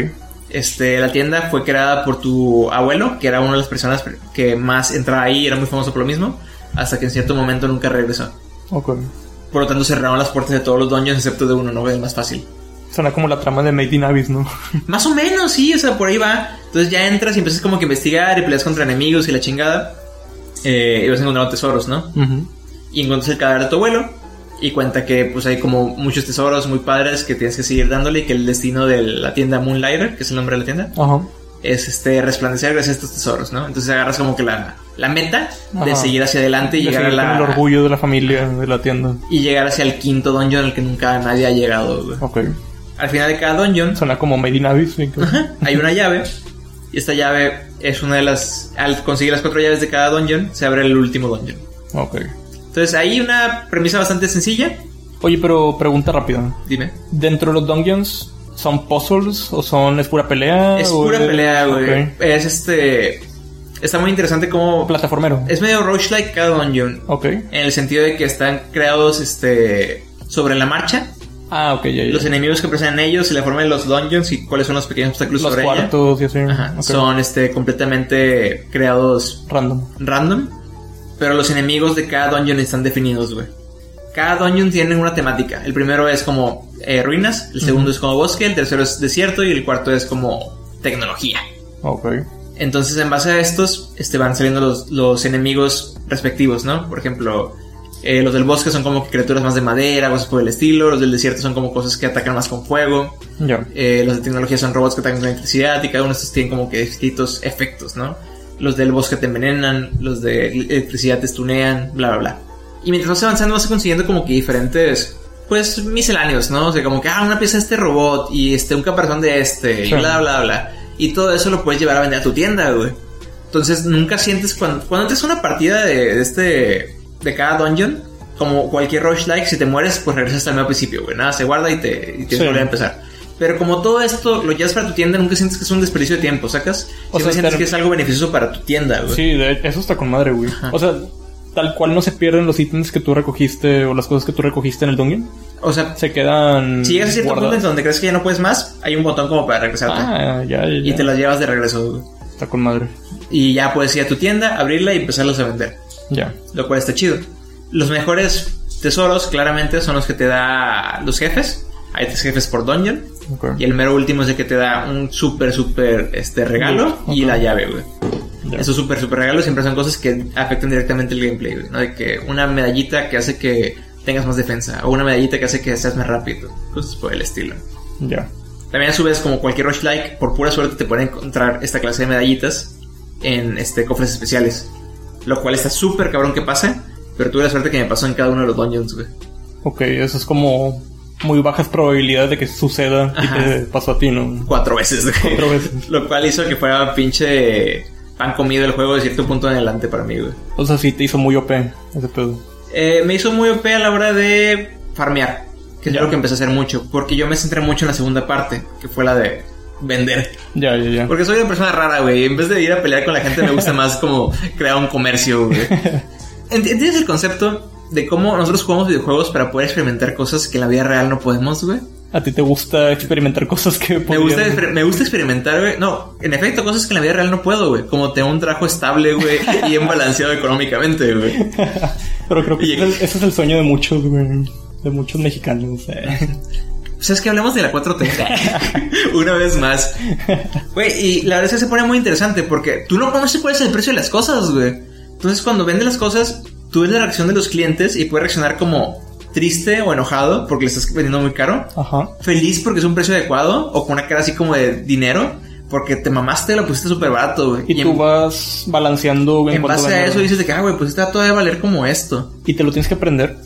[SPEAKER 1] Este, la tienda fue creada por tu abuelo, que era una de las personas que más entraba ahí y era muy famoso por lo mismo, hasta que en cierto momento nunca regresó.
[SPEAKER 2] Ok.
[SPEAKER 1] Por lo tanto, cerraron las puertas de todos los dungeons excepto de uno, ¿no? Es el más fácil.
[SPEAKER 2] Suena como la trama de Made in Abyss, ¿no?
[SPEAKER 1] Más o menos, sí, o sea, por ahí va. Entonces ya entras y empiezas como que a investigar y peleas contra enemigos y la chingada. Eh, y vas encontrando tesoros, ¿no? Y encuentras el cadáver de tu abuelo. Y cuenta que pues hay como muchos tesoros muy padres que tienes que seguir dándole y que el destino de la tienda Moonlighter, que es el nombre de la tienda,
[SPEAKER 2] Ajá.
[SPEAKER 1] es este resplandecer gracias a estos tesoros, ¿no? Entonces agarras como que la, la meta de
[SPEAKER 2] Ajá.
[SPEAKER 1] seguir hacia adelante y
[SPEAKER 2] De
[SPEAKER 1] llegar a
[SPEAKER 2] seguir
[SPEAKER 1] la-
[SPEAKER 2] con el orgullo de la familia, de la tienda.
[SPEAKER 1] y llegar hacia el quinto dungeon al que nunca nadie ha llegado. güey.
[SPEAKER 2] Ok.
[SPEAKER 1] Al final de cada dungeon
[SPEAKER 2] Suena como Made in Abyss. sí, que-
[SPEAKER 1] Ajá, Hay una llave. Y esta llave es una de las. Al conseguir las cuatro llaves de cada dungeon, se abre el último dungeon.
[SPEAKER 2] Ok.
[SPEAKER 1] Entonces, hay una premisa bastante sencilla.
[SPEAKER 2] Oye, pero pregunta rápida.
[SPEAKER 1] Dime.
[SPEAKER 2] ¿Dentro de los dungeons son puzzles o son... es pura pelea?
[SPEAKER 1] Es
[SPEAKER 2] o
[SPEAKER 1] pura
[SPEAKER 2] es-
[SPEAKER 1] pelea, güey.
[SPEAKER 2] Ah, Ok.
[SPEAKER 1] Es este. Está muy interesante cómo.
[SPEAKER 2] Plataformero.
[SPEAKER 1] Es medio roguelike cada dungeon.
[SPEAKER 2] Ok.
[SPEAKER 1] En el sentido de que están creados este. Sobre la marcha,
[SPEAKER 2] Ah, ok, ya, ya.
[SPEAKER 1] los enemigos que presentan ellos y la forma de los dungeons y cuáles son los pequeños obstáculos
[SPEAKER 2] Los
[SPEAKER 1] sobre ella.
[SPEAKER 2] cuartos y así.
[SPEAKER 1] ¿eh? Ajá,
[SPEAKER 2] Ok.
[SPEAKER 1] Son este completamente creados
[SPEAKER 2] Random.
[SPEAKER 1] random, pero los enemigos de cada dungeon están definidos, güey. Cada dungeon tiene una temática. El primero es como eh, ruinas, el segundo es como bosque, el tercero es desierto y el cuarto es como tecnología.
[SPEAKER 2] Ok.
[SPEAKER 1] Entonces, en base a estos, este, van saliendo los, los enemigos respectivos, ¿no? Por ejemplo, eh, los del bosque son como criaturas más de madera, cosas por el estilo. Los del desierto son como cosas que atacan más con fuego.
[SPEAKER 2] Ya.
[SPEAKER 1] Eh, los de tecnología son robots que atacan con electricidad y cada uno de estos tiene como que distintos efectos, ¿no? Los del bosque te envenenan, los de electricidad te stunean, bla, bla, bla. Y mientras vas avanzando vas consiguiendo como que diferentes, pues, misceláneos, ¿no? O sea, como que, ah, una pieza de este robot y este, un caparazón de este, y
[SPEAKER 2] Sí.
[SPEAKER 1] bla, bla, bla. Y todo eso lo puedes llevar a vender a tu tienda, güey. Entonces nunca sientes cuando, cuando entras a una partida de, de este de cada dungeon, como cualquier rush like, si te mueres, pues regresas al mismo principio, güey. Nada, se guarda y te y tienes que
[SPEAKER 2] Sí.
[SPEAKER 1] volver a empezar. Pero como todo esto lo llevas para tu tienda, nunca sientes que es un desperdicio de tiempo, ¿sacas?
[SPEAKER 2] O
[SPEAKER 1] Siempre
[SPEAKER 2] sea,
[SPEAKER 1] sientes
[SPEAKER 2] pero-
[SPEAKER 1] que es algo beneficioso para tu tienda, güey.
[SPEAKER 2] Sí, de- eso está con madre, güey. O sea, tal cual no se pierden los ítems que tú recogiste o las cosas que tú recogiste en el dungeon.
[SPEAKER 1] O sea,
[SPEAKER 2] Se quedan.
[SPEAKER 1] si llegas a cierto punto en
[SPEAKER 2] guardadas.
[SPEAKER 1] donde crees que ya no puedes más, hay un botón como para regresarte.
[SPEAKER 2] Ah, ya, ya,
[SPEAKER 1] Y
[SPEAKER 2] ya.
[SPEAKER 1] te las llevas de regreso, güey.
[SPEAKER 2] Está con madre.
[SPEAKER 1] Y ya puedes ir a tu tienda, abrirla y empezarlas a vender.
[SPEAKER 2] Ya.
[SPEAKER 1] lo cual está chido. Los mejores tesoros, claramente, son los que te da los jefes. Hay tres jefes por dungeon.
[SPEAKER 2] Ok.
[SPEAKER 1] Y el mero último es el que te da un súper, súper este, regalo y
[SPEAKER 2] Ok.
[SPEAKER 1] la llave, güey.
[SPEAKER 2] Ya.
[SPEAKER 1] Esos súper, súper regalos siempre son cosas que afectan directamente el gameplay, güey, ¿no? De que una medallita que hace que tengas más defensa o una medallita que hace que seas más rápido. Cosas por el estilo.
[SPEAKER 2] Ya.
[SPEAKER 1] También a su vez, como cualquier rush like, por pura suerte te pueden encontrar esta clase de medallitas en este cofres especiales. Lo cual está súper cabrón que pase, pero tuve la suerte que me pasó en cada uno de los dungeons, güey.
[SPEAKER 2] Ok, eso es como muy bajas probabilidades de que suceda
[SPEAKER 1] Ajá.
[SPEAKER 2] y te pasó a ti, ¿no?
[SPEAKER 1] Cuatro veces, güey.
[SPEAKER 2] Cuatro veces.
[SPEAKER 1] Lo cual hizo que fuera pinche pan comido el juego de cierto punto en adelante para mí, güey.
[SPEAKER 2] O sea, sí te hizo muy OP ese pedo.
[SPEAKER 1] Eh, me hizo muy OP a la hora de farmear, que es
[SPEAKER 2] Ya.
[SPEAKER 1] algo que empecé a hacer mucho, porque yo me centré mucho en la segunda parte, que fue la de vender.
[SPEAKER 2] Ya, ya, ya.
[SPEAKER 1] Porque soy una persona rara, güey. En vez de ir a pelear con la gente, me gusta más como crear un comercio, güey. Ent- ¿Entiendes el concepto de cómo nosotros jugamos videojuegos para poder experimentar cosas que en la vida real no podemos, güey?
[SPEAKER 2] A ti te gusta experimentar cosas que
[SPEAKER 1] Me
[SPEAKER 2] podrían-
[SPEAKER 1] gusta, exper- me gusta experimentar, güey. No, en efecto, cosas que en la vida real no puedo, güey. Como tener un trabajo estable, güey, y bien balanceado económicamente, güey.
[SPEAKER 2] Pero creo que
[SPEAKER 1] Y-
[SPEAKER 2] ese es, el, ese es el sueño de muchos, güey. De muchos mexicanos. eh.
[SPEAKER 1] O sea, es que hablemos de la 4T. Una vez más. Güey, y la verdad es que se pone muy interesante porque tú no conoces cuál es el precio de las cosas, güey. Entonces, cuando vende las cosas, tú ves la reacción de los clientes y puedes reaccionar como triste o enojado porque le estás vendiendo muy caro.
[SPEAKER 2] Ajá.
[SPEAKER 1] Feliz porque es un precio adecuado o con una cara así como de dinero porque te mamaste y lo pusiste súper barato, güey.
[SPEAKER 2] Y,
[SPEAKER 1] en,
[SPEAKER 2] tú vas balanceando en
[SPEAKER 1] en
[SPEAKER 2] cuanto
[SPEAKER 1] base a
[SPEAKER 2] ganas.
[SPEAKER 1] eso dices de que, ah, güey, pues esta todavía valer como esto.
[SPEAKER 2] Y te lo tienes que aprender.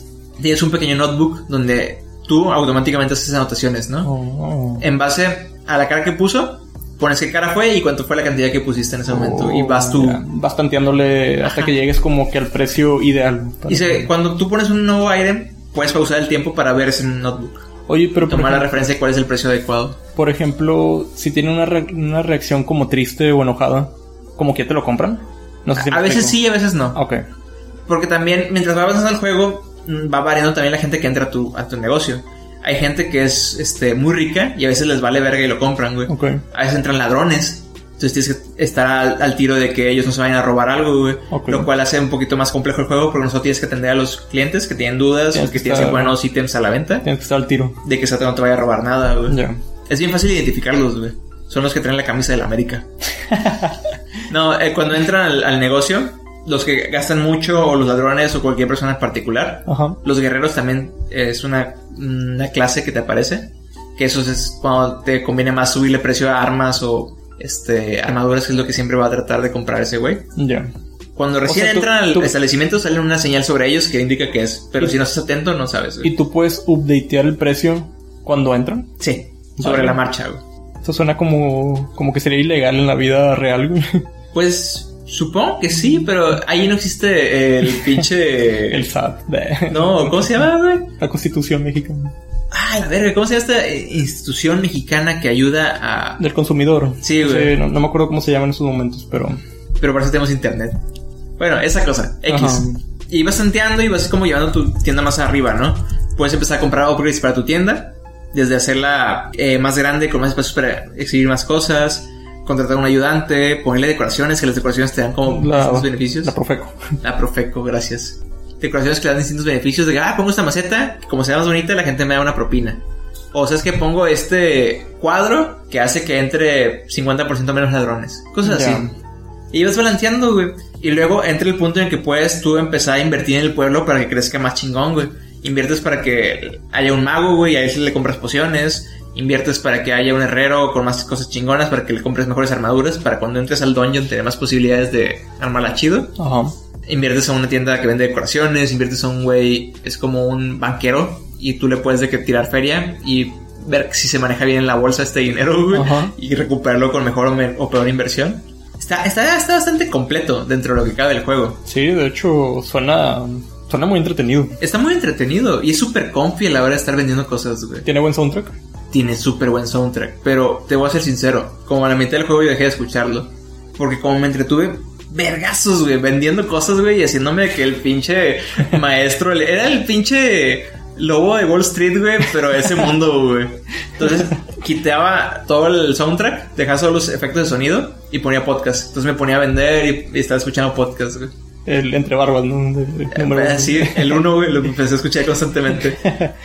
[SPEAKER 1] Tienes un pequeño notebook donde tú automáticamente haces anotaciones, ¿no?
[SPEAKER 2] Oh.
[SPEAKER 1] en base a la cara que puso, pones qué cara fue y cuánto fue la cantidad que pusiste en ese momento.
[SPEAKER 2] Oh,
[SPEAKER 1] y vas tú.
[SPEAKER 2] ya. Vas tanteándole hasta que llegues como que al precio ideal. para-
[SPEAKER 1] Y se- cuando tú pones un nuevo item, puedes pausar el tiempo para ver ese notebook.
[SPEAKER 3] Oye, pero por
[SPEAKER 1] Tomar la
[SPEAKER 3] ejemplo-
[SPEAKER 1] referencia de cuál es el precio adecuado.
[SPEAKER 3] Por ejemplo, si tiene una, re- una reacción como triste o enojada, como que ya te lo compran. No sé si me
[SPEAKER 1] a veces
[SPEAKER 3] explico.
[SPEAKER 1] sí, a veces no.
[SPEAKER 2] Oh.
[SPEAKER 3] Ah, Ok.
[SPEAKER 1] Porque también, mientras va avanzando el juego, mm, va variando también la gente que entra a tu, a tu negocio. Hay gente que es este, muy rica y a veces les vale verga y lo compran, güey.
[SPEAKER 3] Ok.
[SPEAKER 1] A veces entran ladrones. Entonces tienes que estar al, al tiro de que ellos no se vayan a robar algo, güey.
[SPEAKER 3] Ok.
[SPEAKER 1] Lo cual hace un poquito más complejo el juego porque nosotros tienes que atender a los clientes que tienen dudas
[SPEAKER 3] Tienes
[SPEAKER 1] o
[SPEAKER 3] que
[SPEAKER 1] que tienes
[SPEAKER 3] estar-
[SPEAKER 1] que poner nuevos ítems a la venta.
[SPEAKER 3] Tienes que estar al tiro.
[SPEAKER 1] De que Satan no te vaya a robar nada, güey.
[SPEAKER 3] Ya.
[SPEAKER 1] Es bien fácil identificarlos, güey. Son los que traen la camisa de la América. no, eh, cuando entran al, al negocio, los que gastan mucho, o los ladrones, o cualquier persona en particular,
[SPEAKER 3] Ajá.
[SPEAKER 1] los guerreros también eh, es una, una clase que te aparece. Que eso es cuando te conviene más subirle precio a armas o este armaduras, que es lo que siempre va a tratar de comprar ese güey.
[SPEAKER 3] Ya.
[SPEAKER 1] Cuando recién
[SPEAKER 3] sea, tú-
[SPEAKER 1] entran al
[SPEAKER 3] tú-
[SPEAKER 1] establecimiento, sale una señal sobre ellos que indica que es. Pero
[SPEAKER 3] Y-
[SPEAKER 1] si no estás atento, no sabes, güey.
[SPEAKER 3] ¿Y tú puedes updatear el precio cuando entran?
[SPEAKER 1] Sí, sobre
[SPEAKER 3] Vale.
[SPEAKER 1] la marcha, güey.
[SPEAKER 3] Eso suena como, como que sería ilegal en la vida real, güey.
[SPEAKER 1] Pues supongo que sí, pero ahí no existe el pinche.
[SPEAKER 3] El SAT. de-
[SPEAKER 1] No, ¿cómo se llama, güey?
[SPEAKER 3] La constitución mexicana
[SPEAKER 1] Ay, la verga, ¿cómo se llama esta eh, institución mexicana que ayuda a.
[SPEAKER 3] del consumidor.
[SPEAKER 1] Sí, güey.
[SPEAKER 3] no, no me acuerdo cómo se llama en esos momentos, pero.
[SPEAKER 1] Pero para eso tenemos internet. Bueno, esa cosa, X.
[SPEAKER 3] Ajá.
[SPEAKER 1] Y vas tanteando y vas como llevando tu tienda más arriba, ¿no? Puedes empezar a comprar upgrades para tu tienda, desde hacerla eh, más grande, con más espacios para exhibir más cosas, contratar un ayudante, ponerle decoraciones, que las decoraciones te dan como distintos beneficios.
[SPEAKER 3] La Profeco.
[SPEAKER 1] La Profeco, gracias. Decoraciones que dan distintos beneficios. De que, ah, pongo esta maceta, que como sea más bonita, la gente me da una propina. O sea, es que pongo este cuadro que hace que entre 50% menos ladrones. Cosas
[SPEAKER 3] Ya.
[SPEAKER 1] así. Y vas balanceando, güey. Y luego entra el punto en el que puedes tú empezar a invertir en el pueblo para que crezca más chingón, güey. Inviertes para que haya un mago, güey, y a él le compras pociones. Inviertes para que haya un herrero con más cosas chingonas, para que le compres mejores armaduras, para cuando entres al dungeon tener más posibilidades de armarla chido.
[SPEAKER 3] Ajá.
[SPEAKER 1] Inviertes a una tienda que vende decoraciones, inviertes a un güey, es como un banquero, y tú le puedes de que tirar feria y ver si se maneja bien en la bolsa este dinero, güey,
[SPEAKER 3] Ajá.
[SPEAKER 1] y recuperarlo con mejor o, me- o peor inversión. Está, está, está bastante completo dentro de lo que cabe del juego.
[SPEAKER 3] Sí, de hecho, suena, suena muy entretenido.
[SPEAKER 1] Está muy entretenido y es súper comfy a la hora de estar vendiendo cosas, güey.
[SPEAKER 3] Tiene buen soundtrack.
[SPEAKER 1] Tiene súper buen soundtrack, pero te voy a ser sincero, como a la mitad del juego yo dejé de escucharlo, porque como me entretuve vergazos, güey, vendiendo cosas, güey, y haciéndome que el pinche maestro le- era el pinche lobo de Wall Street, güey, pero ese mundo, güey. Entonces quitaba todo el soundtrack, dejaba solo los efectos de sonido y ponía podcast. Entonces me ponía a vender y, y estaba escuchando podcast, güey.
[SPEAKER 3] El entre barbas, ¿no? El- el número
[SPEAKER 1] Eh,
[SPEAKER 3] uno.
[SPEAKER 1] Sí, el uno, güey, lo empecé a escuchar constantemente.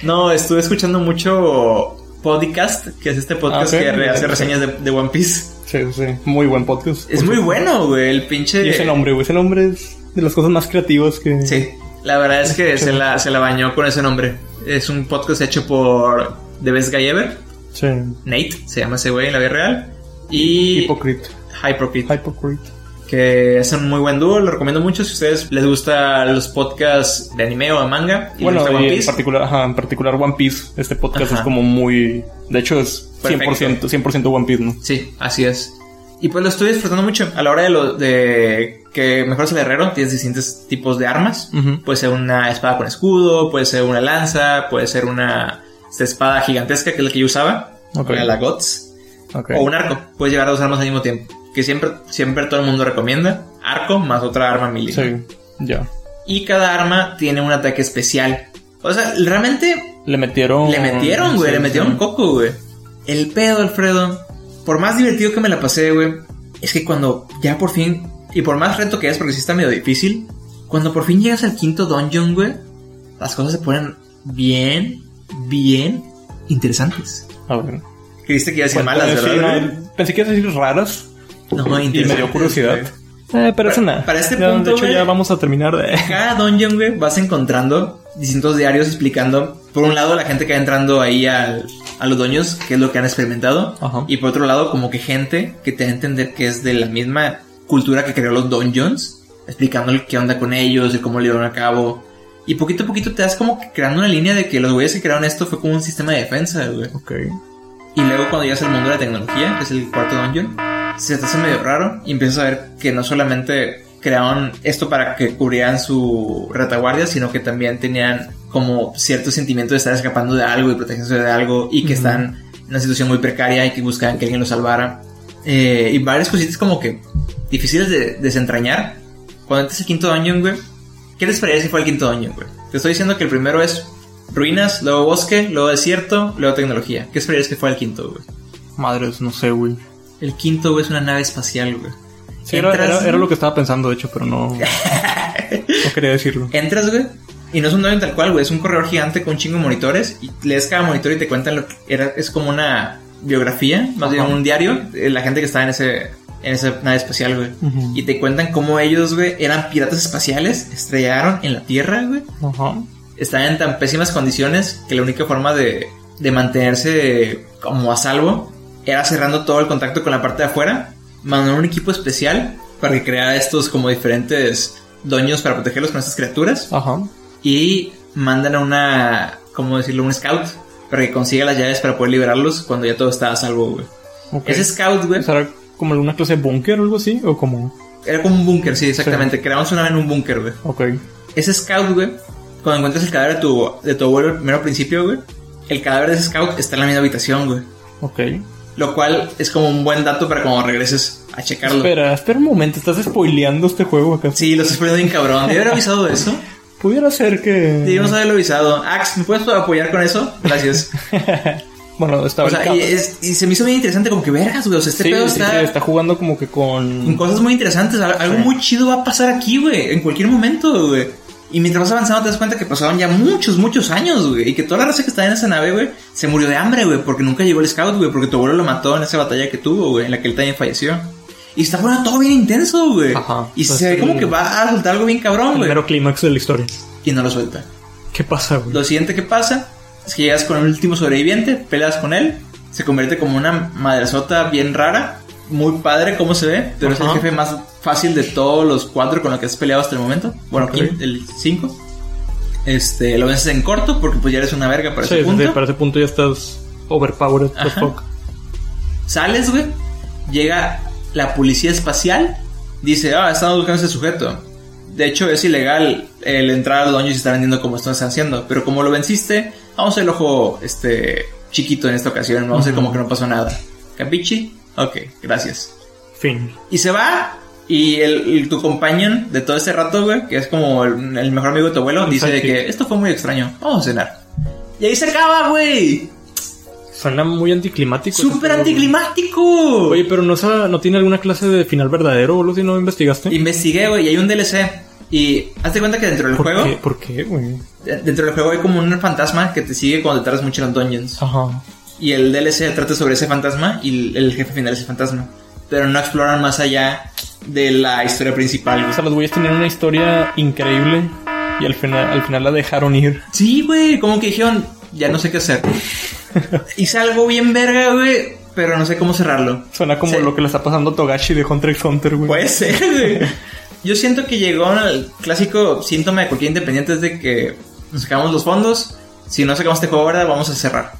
[SPEAKER 1] No, estuve escuchando mucho podcast, que es este podcast
[SPEAKER 3] Ah, ok.
[SPEAKER 1] que re- hace reseñas de, de One Piece.
[SPEAKER 3] Sí, sí. Muy buen podcast.
[SPEAKER 1] Es
[SPEAKER 3] Por
[SPEAKER 1] muy
[SPEAKER 3] cierto.
[SPEAKER 1] bueno, güey, el pinche...
[SPEAKER 3] Y ese nombre, güey. Ese nombre es de las cosas más creativas que.
[SPEAKER 1] Sí, la verdad es que se la, se la bañó con ese nombre. Es un podcast hecho por The Best Guy Ever,
[SPEAKER 3] Sí.
[SPEAKER 1] Nate, se llama ese güey en la vida real, y
[SPEAKER 3] Hypocrite.
[SPEAKER 1] Hypocrite.
[SPEAKER 3] Hypocrite.
[SPEAKER 1] que es un muy buen dúo, lo recomiendo mucho si a ustedes les gustan los podcasts de anime o de manga y les
[SPEAKER 3] Bueno,
[SPEAKER 1] gusta
[SPEAKER 3] y
[SPEAKER 1] One
[SPEAKER 3] en
[SPEAKER 1] Piece.
[SPEAKER 3] particular, ajá, en particular One Piece. Este podcast
[SPEAKER 1] Ajá.
[SPEAKER 3] es como muy. De hecho, es 100%,
[SPEAKER 1] Perfecto.
[SPEAKER 3] 100% One Piece, ¿no?
[SPEAKER 1] Sí, así es. Y pues lo estoy disfrutando mucho. A la hora de, lo, de que mejoras el herrero, tienes distintos tipos de armas.
[SPEAKER 3] Ujú.
[SPEAKER 1] Puede ser una espada con escudo, puede ser una lanza, puede ser una esta espada gigantesca, que es la que yo usaba,
[SPEAKER 3] Ok.
[SPEAKER 1] era la GOTS.
[SPEAKER 3] Ok.
[SPEAKER 1] O un arco, puedes llevar dos armas al mismo tiempo. Que siempre, siempre todo el mundo recomienda. Arco más otra arma melee.
[SPEAKER 3] Sí, ya.
[SPEAKER 1] Y cada arma tiene un ataque especial. O sea, realmente
[SPEAKER 3] Le metieron.
[SPEAKER 1] le metieron, güey,
[SPEAKER 3] sí,
[SPEAKER 1] le
[SPEAKER 3] sí.
[SPEAKER 1] metieron coco, güey. El pedo, Alfredo. Por más divertido que me la pasé, güey, es que cuando ya por fin, y por más reto que es, porque sí está medio difícil, cuando por fin llegas al quinto dungeon, güey, las cosas se ponen bien, bien interesantes.
[SPEAKER 3] A ver.
[SPEAKER 1] Creíste que iba a decir
[SPEAKER 3] Cuéntame,
[SPEAKER 1] malas,
[SPEAKER 3] sí,
[SPEAKER 1] ¿verdad? güey?
[SPEAKER 3] no, Ah, Pensé que ibas a decir raras.
[SPEAKER 1] No,
[SPEAKER 3] Y me
[SPEAKER 1] interesantes,
[SPEAKER 3] dio curiosidad.
[SPEAKER 1] güey.
[SPEAKER 3] Eh, pero
[SPEAKER 1] Para-
[SPEAKER 3] eso nada.
[SPEAKER 1] para este
[SPEAKER 3] Ya,
[SPEAKER 1] punto,
[SPEAKER 3] De hecho,
[SPEAKER 1] güey.
[SPEAKER 3] ya vamos a terminar de.
[SPEAKER 1] cada dungeon, güey, vas encontrando distintos diarios explicando, por un lado, la gente que va entrando ahí al- a los dungeons, qué es lo que han experimentado,
[SPEAKER 3] Ajá.
[SPEAKER 1] y por otro lado, como que gente que te da a entender que es de la misma cultura que creó los dungeons, explicando qué onda con ellos y cómo lo llevaron a cabo. Y poquito a poquito te das como que creando una línea de que los güeyes que crearon esto fue como un sistema de defensa, güey.
[SPEAKER 3] Ok.
[SPEAKER 1] Y luego cuando llegas al mundo de la tecnología, que es el cuarto dungeon, se te hace medio raro y empiezas a ver que no solamente crearon esto para que cubrieran su retaguardia, sino que también tenían como cierto sentimiento de estar escapando de algo y protegiéndose de algo y que
[SPEAKER 2] Ujú.
[SPEAKER 1] están en una situación muy precaria y que buscaban que alguien los salvara. Eh, y varias cositas como que difíciles de desentrañar. Cuando entras al quinto dungeon, güey, ¿qué te esperaría si fuera el quinto dungeon, güey? Te estoy diciendo que el primero es ruinas, luego bosque, luego desierto, luego tecnología. ¿Qué esperarías que fuera el quinto, güey?
[SPEAKER 2] Madres, no sé, güey.
[SPEAKER 1] El quinto, güey, es una nave espacial, güey.
[SPEAKER 2] Sí, era,
[SPEAKER 1] Entras-
[SPEAKER 2] era- era lo que estaba pensando, de hecho, pero no, no quería decirlo.
[SPEAKER 1] Entras, güey, y no es un dungeon tal cual, güey, es un corredor gigante con un chingo de monitores y lees cada monitor y te cuentan lo que era, es como una biografía, más bien
[SPEAKER 2] Ajá.
[SPEAKER 1] un diario, de la gente que estaba en ese en esa nave espacial, güey.
[SPEAKER 2] Ujú.
[SPEAKER 1] Y te cuentan cómo ellos, güey, eran piratas espaciales, estrellaron en la Tierra, güey.
[SPEAKER 2] Ajá.
[SPEAKER 1] Estaban en tan pésimas condiciones que la única forma de, de mantenerse como a salvo era cerrando todo el contacto con la parte de afuera. Mandaron un equipo especial para que creara estos como diferentes doños para protegerlos con estas criaturas
[SPEAKER 2] Ajá.
[SPEAKER 1] y mandan a una, ¿cómo decirlo? Un scout para que consiga las llaves para poder liberarlos cuando ya todo está a salvo, güey.
[SPEAKER 2] Ok.
[SPEAKER 1] Ese scout, güey,
[SPEAKER 2] O sea, ¿Era como alguna clase de búnker o algo así? ¿O como...?
[SPEAKER 1] era como un búnker, sí, exactamente. Creamos una nave en un búnker, güey.
[SPEAKER 2] Ok.
[SPEAKER 1] Ese scout, güey, cuando encuentras el cadáver de tu, de tu abuelo primero al principio, güey, el cadáver de ese scout está en la misma habitación, güey.
[SPEAKER 2] Ok.
[SPEAKER 1] Lo cual es como un buen dato para cuando regreses a checarlo.
[SPEAKER 2] Espera, espera un momento. ¿Estás spoileando este juego acá?
[SPEAKER 1] Sí, lo estás poniendo bien cabrón. ¿Debe haber avisado de eso?
[SPEAKER 2] Pudiera ser que...
[SPEAKER 1] Debimos haberlo avisado. Ax, ¿me puedes apoyar con eso? Gracias.
[SPEAKER 2] Bueno, estaba...
[SPEAKER 1] O sea,
[SPEAKER 2] el
[SPEAKER 1] y,
[SPEAKER 2] cap-
[SPEAKER 1] es- y se me hizo bien interesante, como que vergas, güey. O sea, este
[SPEAKER 2] sí,
[SPEAKER 1] pedo
[SPEAKER 2] sí,
[SPEAKER 1] está,
[SPEAKER 2] sí, está jugando como que
[SPEAKER 1] con
[SPEAKER 2] con...
[SPEAKER 1] cosas muy interesantes. Al- Algo
[SPEAKER 2] Sí.
[SPEAKER 1] muy chido va a pasar aquí, güey. En cualquier momento, güey. Y mientras vas avanzando te das cuenta que pasaron ya muchos, muchos años, güey. Y que toda la raza que está en esa nave, güey, se murió de hambre, güey. Porque nunca llegó el scout, güey. Porque tu abuelo lo mató en esa batalla que tuvo, güey. En la que él también falleció. Y está bueno todo bien intenso, güey.
[SPEAKER 2] Ajá.
[SPEAKER 1] Y
[SPEAKER 2] Pues
[SPEAKER 1] se ve
[SPEAKER 2] sí.
[SPEAKER 1] como que va a soltar algo bien cabrón,
[SPEAKER 2] el
[SPEAKER 1] güey.
[SPEAKER 2] mero clímax de la historia.
[SPEAKER 1] Y no lo suelta.
[SPEAKER 2] ¿Qué pasa, güey?
[SPEAKER 1] Lo siguiente que pasa es que llegas con el último sobreviviente, peleas con él, se convierte como una madrazota bien rara, muy padre como se ve, pero es
[SPEAKER 2] Ajá.
[SPEAKER 1] el jefe más fácil de todos los cuatro con los que has peleado hasta el momento. Bueno,
[SPEAKER 2] Ok.
[SPEAKER 1] quin- el cinco. Este, lo vences en corto porque pues ya eres una verga para
[SPEAKER 2] Sí,
[SPEAKER 1] ese
[SPEAKER 2] desde-
[SPEAKER 1] punto.
[SPEAKER 2] para ese punto ya estás overpowered the
[SPEAKER 1] Ajá.
[SPEAKER 2] fuck.
[SPEAKER 1] Sales, güey. Llega la policía espacial. Dice, ah, estamos buscando a ese sujeto. De hecho, es ilegal el entrar al dueño y se está vendiendo como están haciendo. Pero como lo venciste, vamos a hacer el ojo este, chiquito en esta ocasión. Vamos a hacer como que no pasó nada. ¿Capichi? Ok, gracias.
[SPEAKER 2] Fin.
[SPEAKER 1] Y se va. Y el, el- tu companion de todo este rato, güey, que es como el, el mejor amigo de tu abuelo,
[SPEAKER 2] Un
[SPEAKER 1] dice de
[SPEAKER 2] sidekick.
[SPEAKER 1] que esto fue muy extraño. Vamos a cenar. Y ahí se acaba, güey.
[SPEAKER 2] Suena muy anticlimático. ese
[SPEAKER 1] Súper
[SPEAKER 2] juego, güey.
[SPEAKER 1] anticlimático.
[SPEAKER 2] Oye, pero no, sa- no tiene alguna clase de final verdadero o algo si no investigaste.
[SPEAKER 1] Investigué, güey, y hay un DLC. Y hazte cuenta que dentro del
[SPEAKER 2] ¿Por
[SPEAKER 1] juego,
[SPEAKER 2] qué? ¿Por qué, güey?
[SPEAKER 1] de- dentro del juego hay como un fantasma que te sigue cuando te tardas mucho en los dungeons.
[SPEAKER 2] Ajá.
[SPEAKER 1] Y el DLC trata sobre ese fantasma y el, el jefe final es el fantasma. Pero no exploran más allá de la historia principal.
[SPEAKER 2] O
[SPEAKER 1] güey.
[SPEAKER 2] sea, los güeyes tenían una historia increíble y al final, al final la dejaron ir.
[SPEAKER 1] Sí, güey, como que dijeron, ya no sé qué hacer. Hice algo bien verga, güey, pero no sé cómo cerrarlo.
[SPEAKER 2] Suena como
[SPEAKER 1] Sí. Pues,
[SPEAKER 2] lo que le está pasando a Togashi de Hunter x Hunter, güey.
[SPEAKER 1] Puede ser, güey. Yo siento que llegó al clásico síntoma de cualquier independiente es de que nos sacamos los fondos. Si no sacamos este juego ahora, vamos a cerrar.